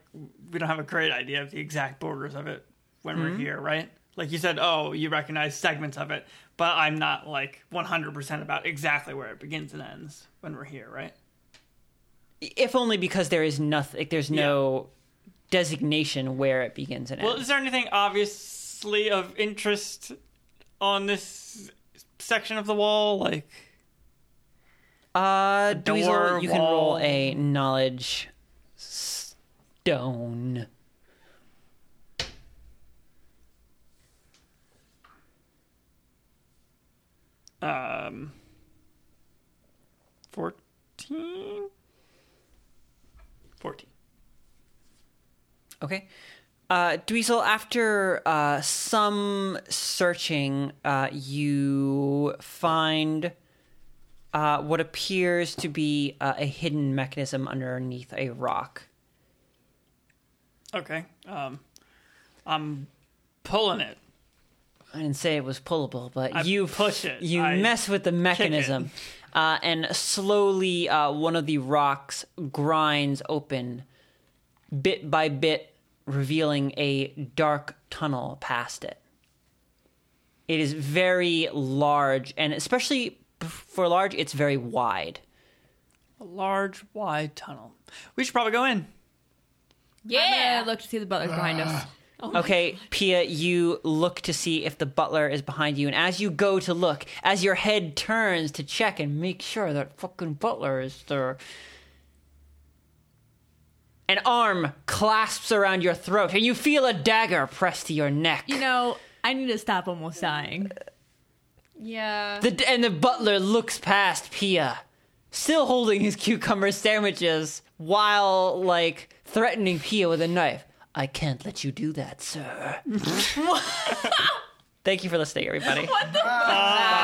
Speaker 3: we don't have a great idea of the exact borders of it when we're here, right? Like you said, oh, you recognize segments of it, but I'm not like 100% about exactly where it begins and ends when we're here, right?
Speaker 1: If only because there is nothing. Like, there's no designation where it begins and
Speaker 3: Well,
Speaker 1: ends.
Speaker 3: is there anything obviously of interest on this section of the wall? Like,
Speaker 1: Uh,
Speaker 3: door,
Speaker 1: Dweezil, you can roll
Speaker 3: wall.
Speaker 1: a knowledge stone.
Speaker 3: um, 14? 14.
Speaker 1: Okay. Uh, Dweezil, after uh, some searching, uh, you find uh, what appears to be uh, a hidden mechanism underneath a rock.
Speaker 3: Okay. Um, I'm pulling it.
Speaker 1: I didn't say it was pullable, but
Speaker 3: I
Speaker 1: you
Speaker 3: push it.
Speaker 1: You
Speaker 3: I
Speaker 1: mess with the mechanism, uh, and slowly uh, one of the rocks grinds open, bit by bit, revealing a dark tunnel past it. It is very large, and especially for large, it's very wide.
Speaker 3: A large, wide tunnel. We should probably go in.
Speaker 5: Yeah.
Speaker 4: Yeah.
Speaker 5: look to see the butler's behind us.
Speaker 1: Okay, Pia, you look to see if the butler is behind you, and as you go to look, as your head turns to check and make sure that fucking butler is there, an arm clasps around your throat, and you feel a dagger pressed to your neck.
Speaker 5: You know, I need to stop almost dying.
Speaker 4: yeah.
Speaker 1: The, and the butler looks past Pia, still holding his cucumber sandwiches, while, like, threatening Pia with a knife. I can't let you do that, sir. Thank you for listening, everybody.
Speaker 2: Ah.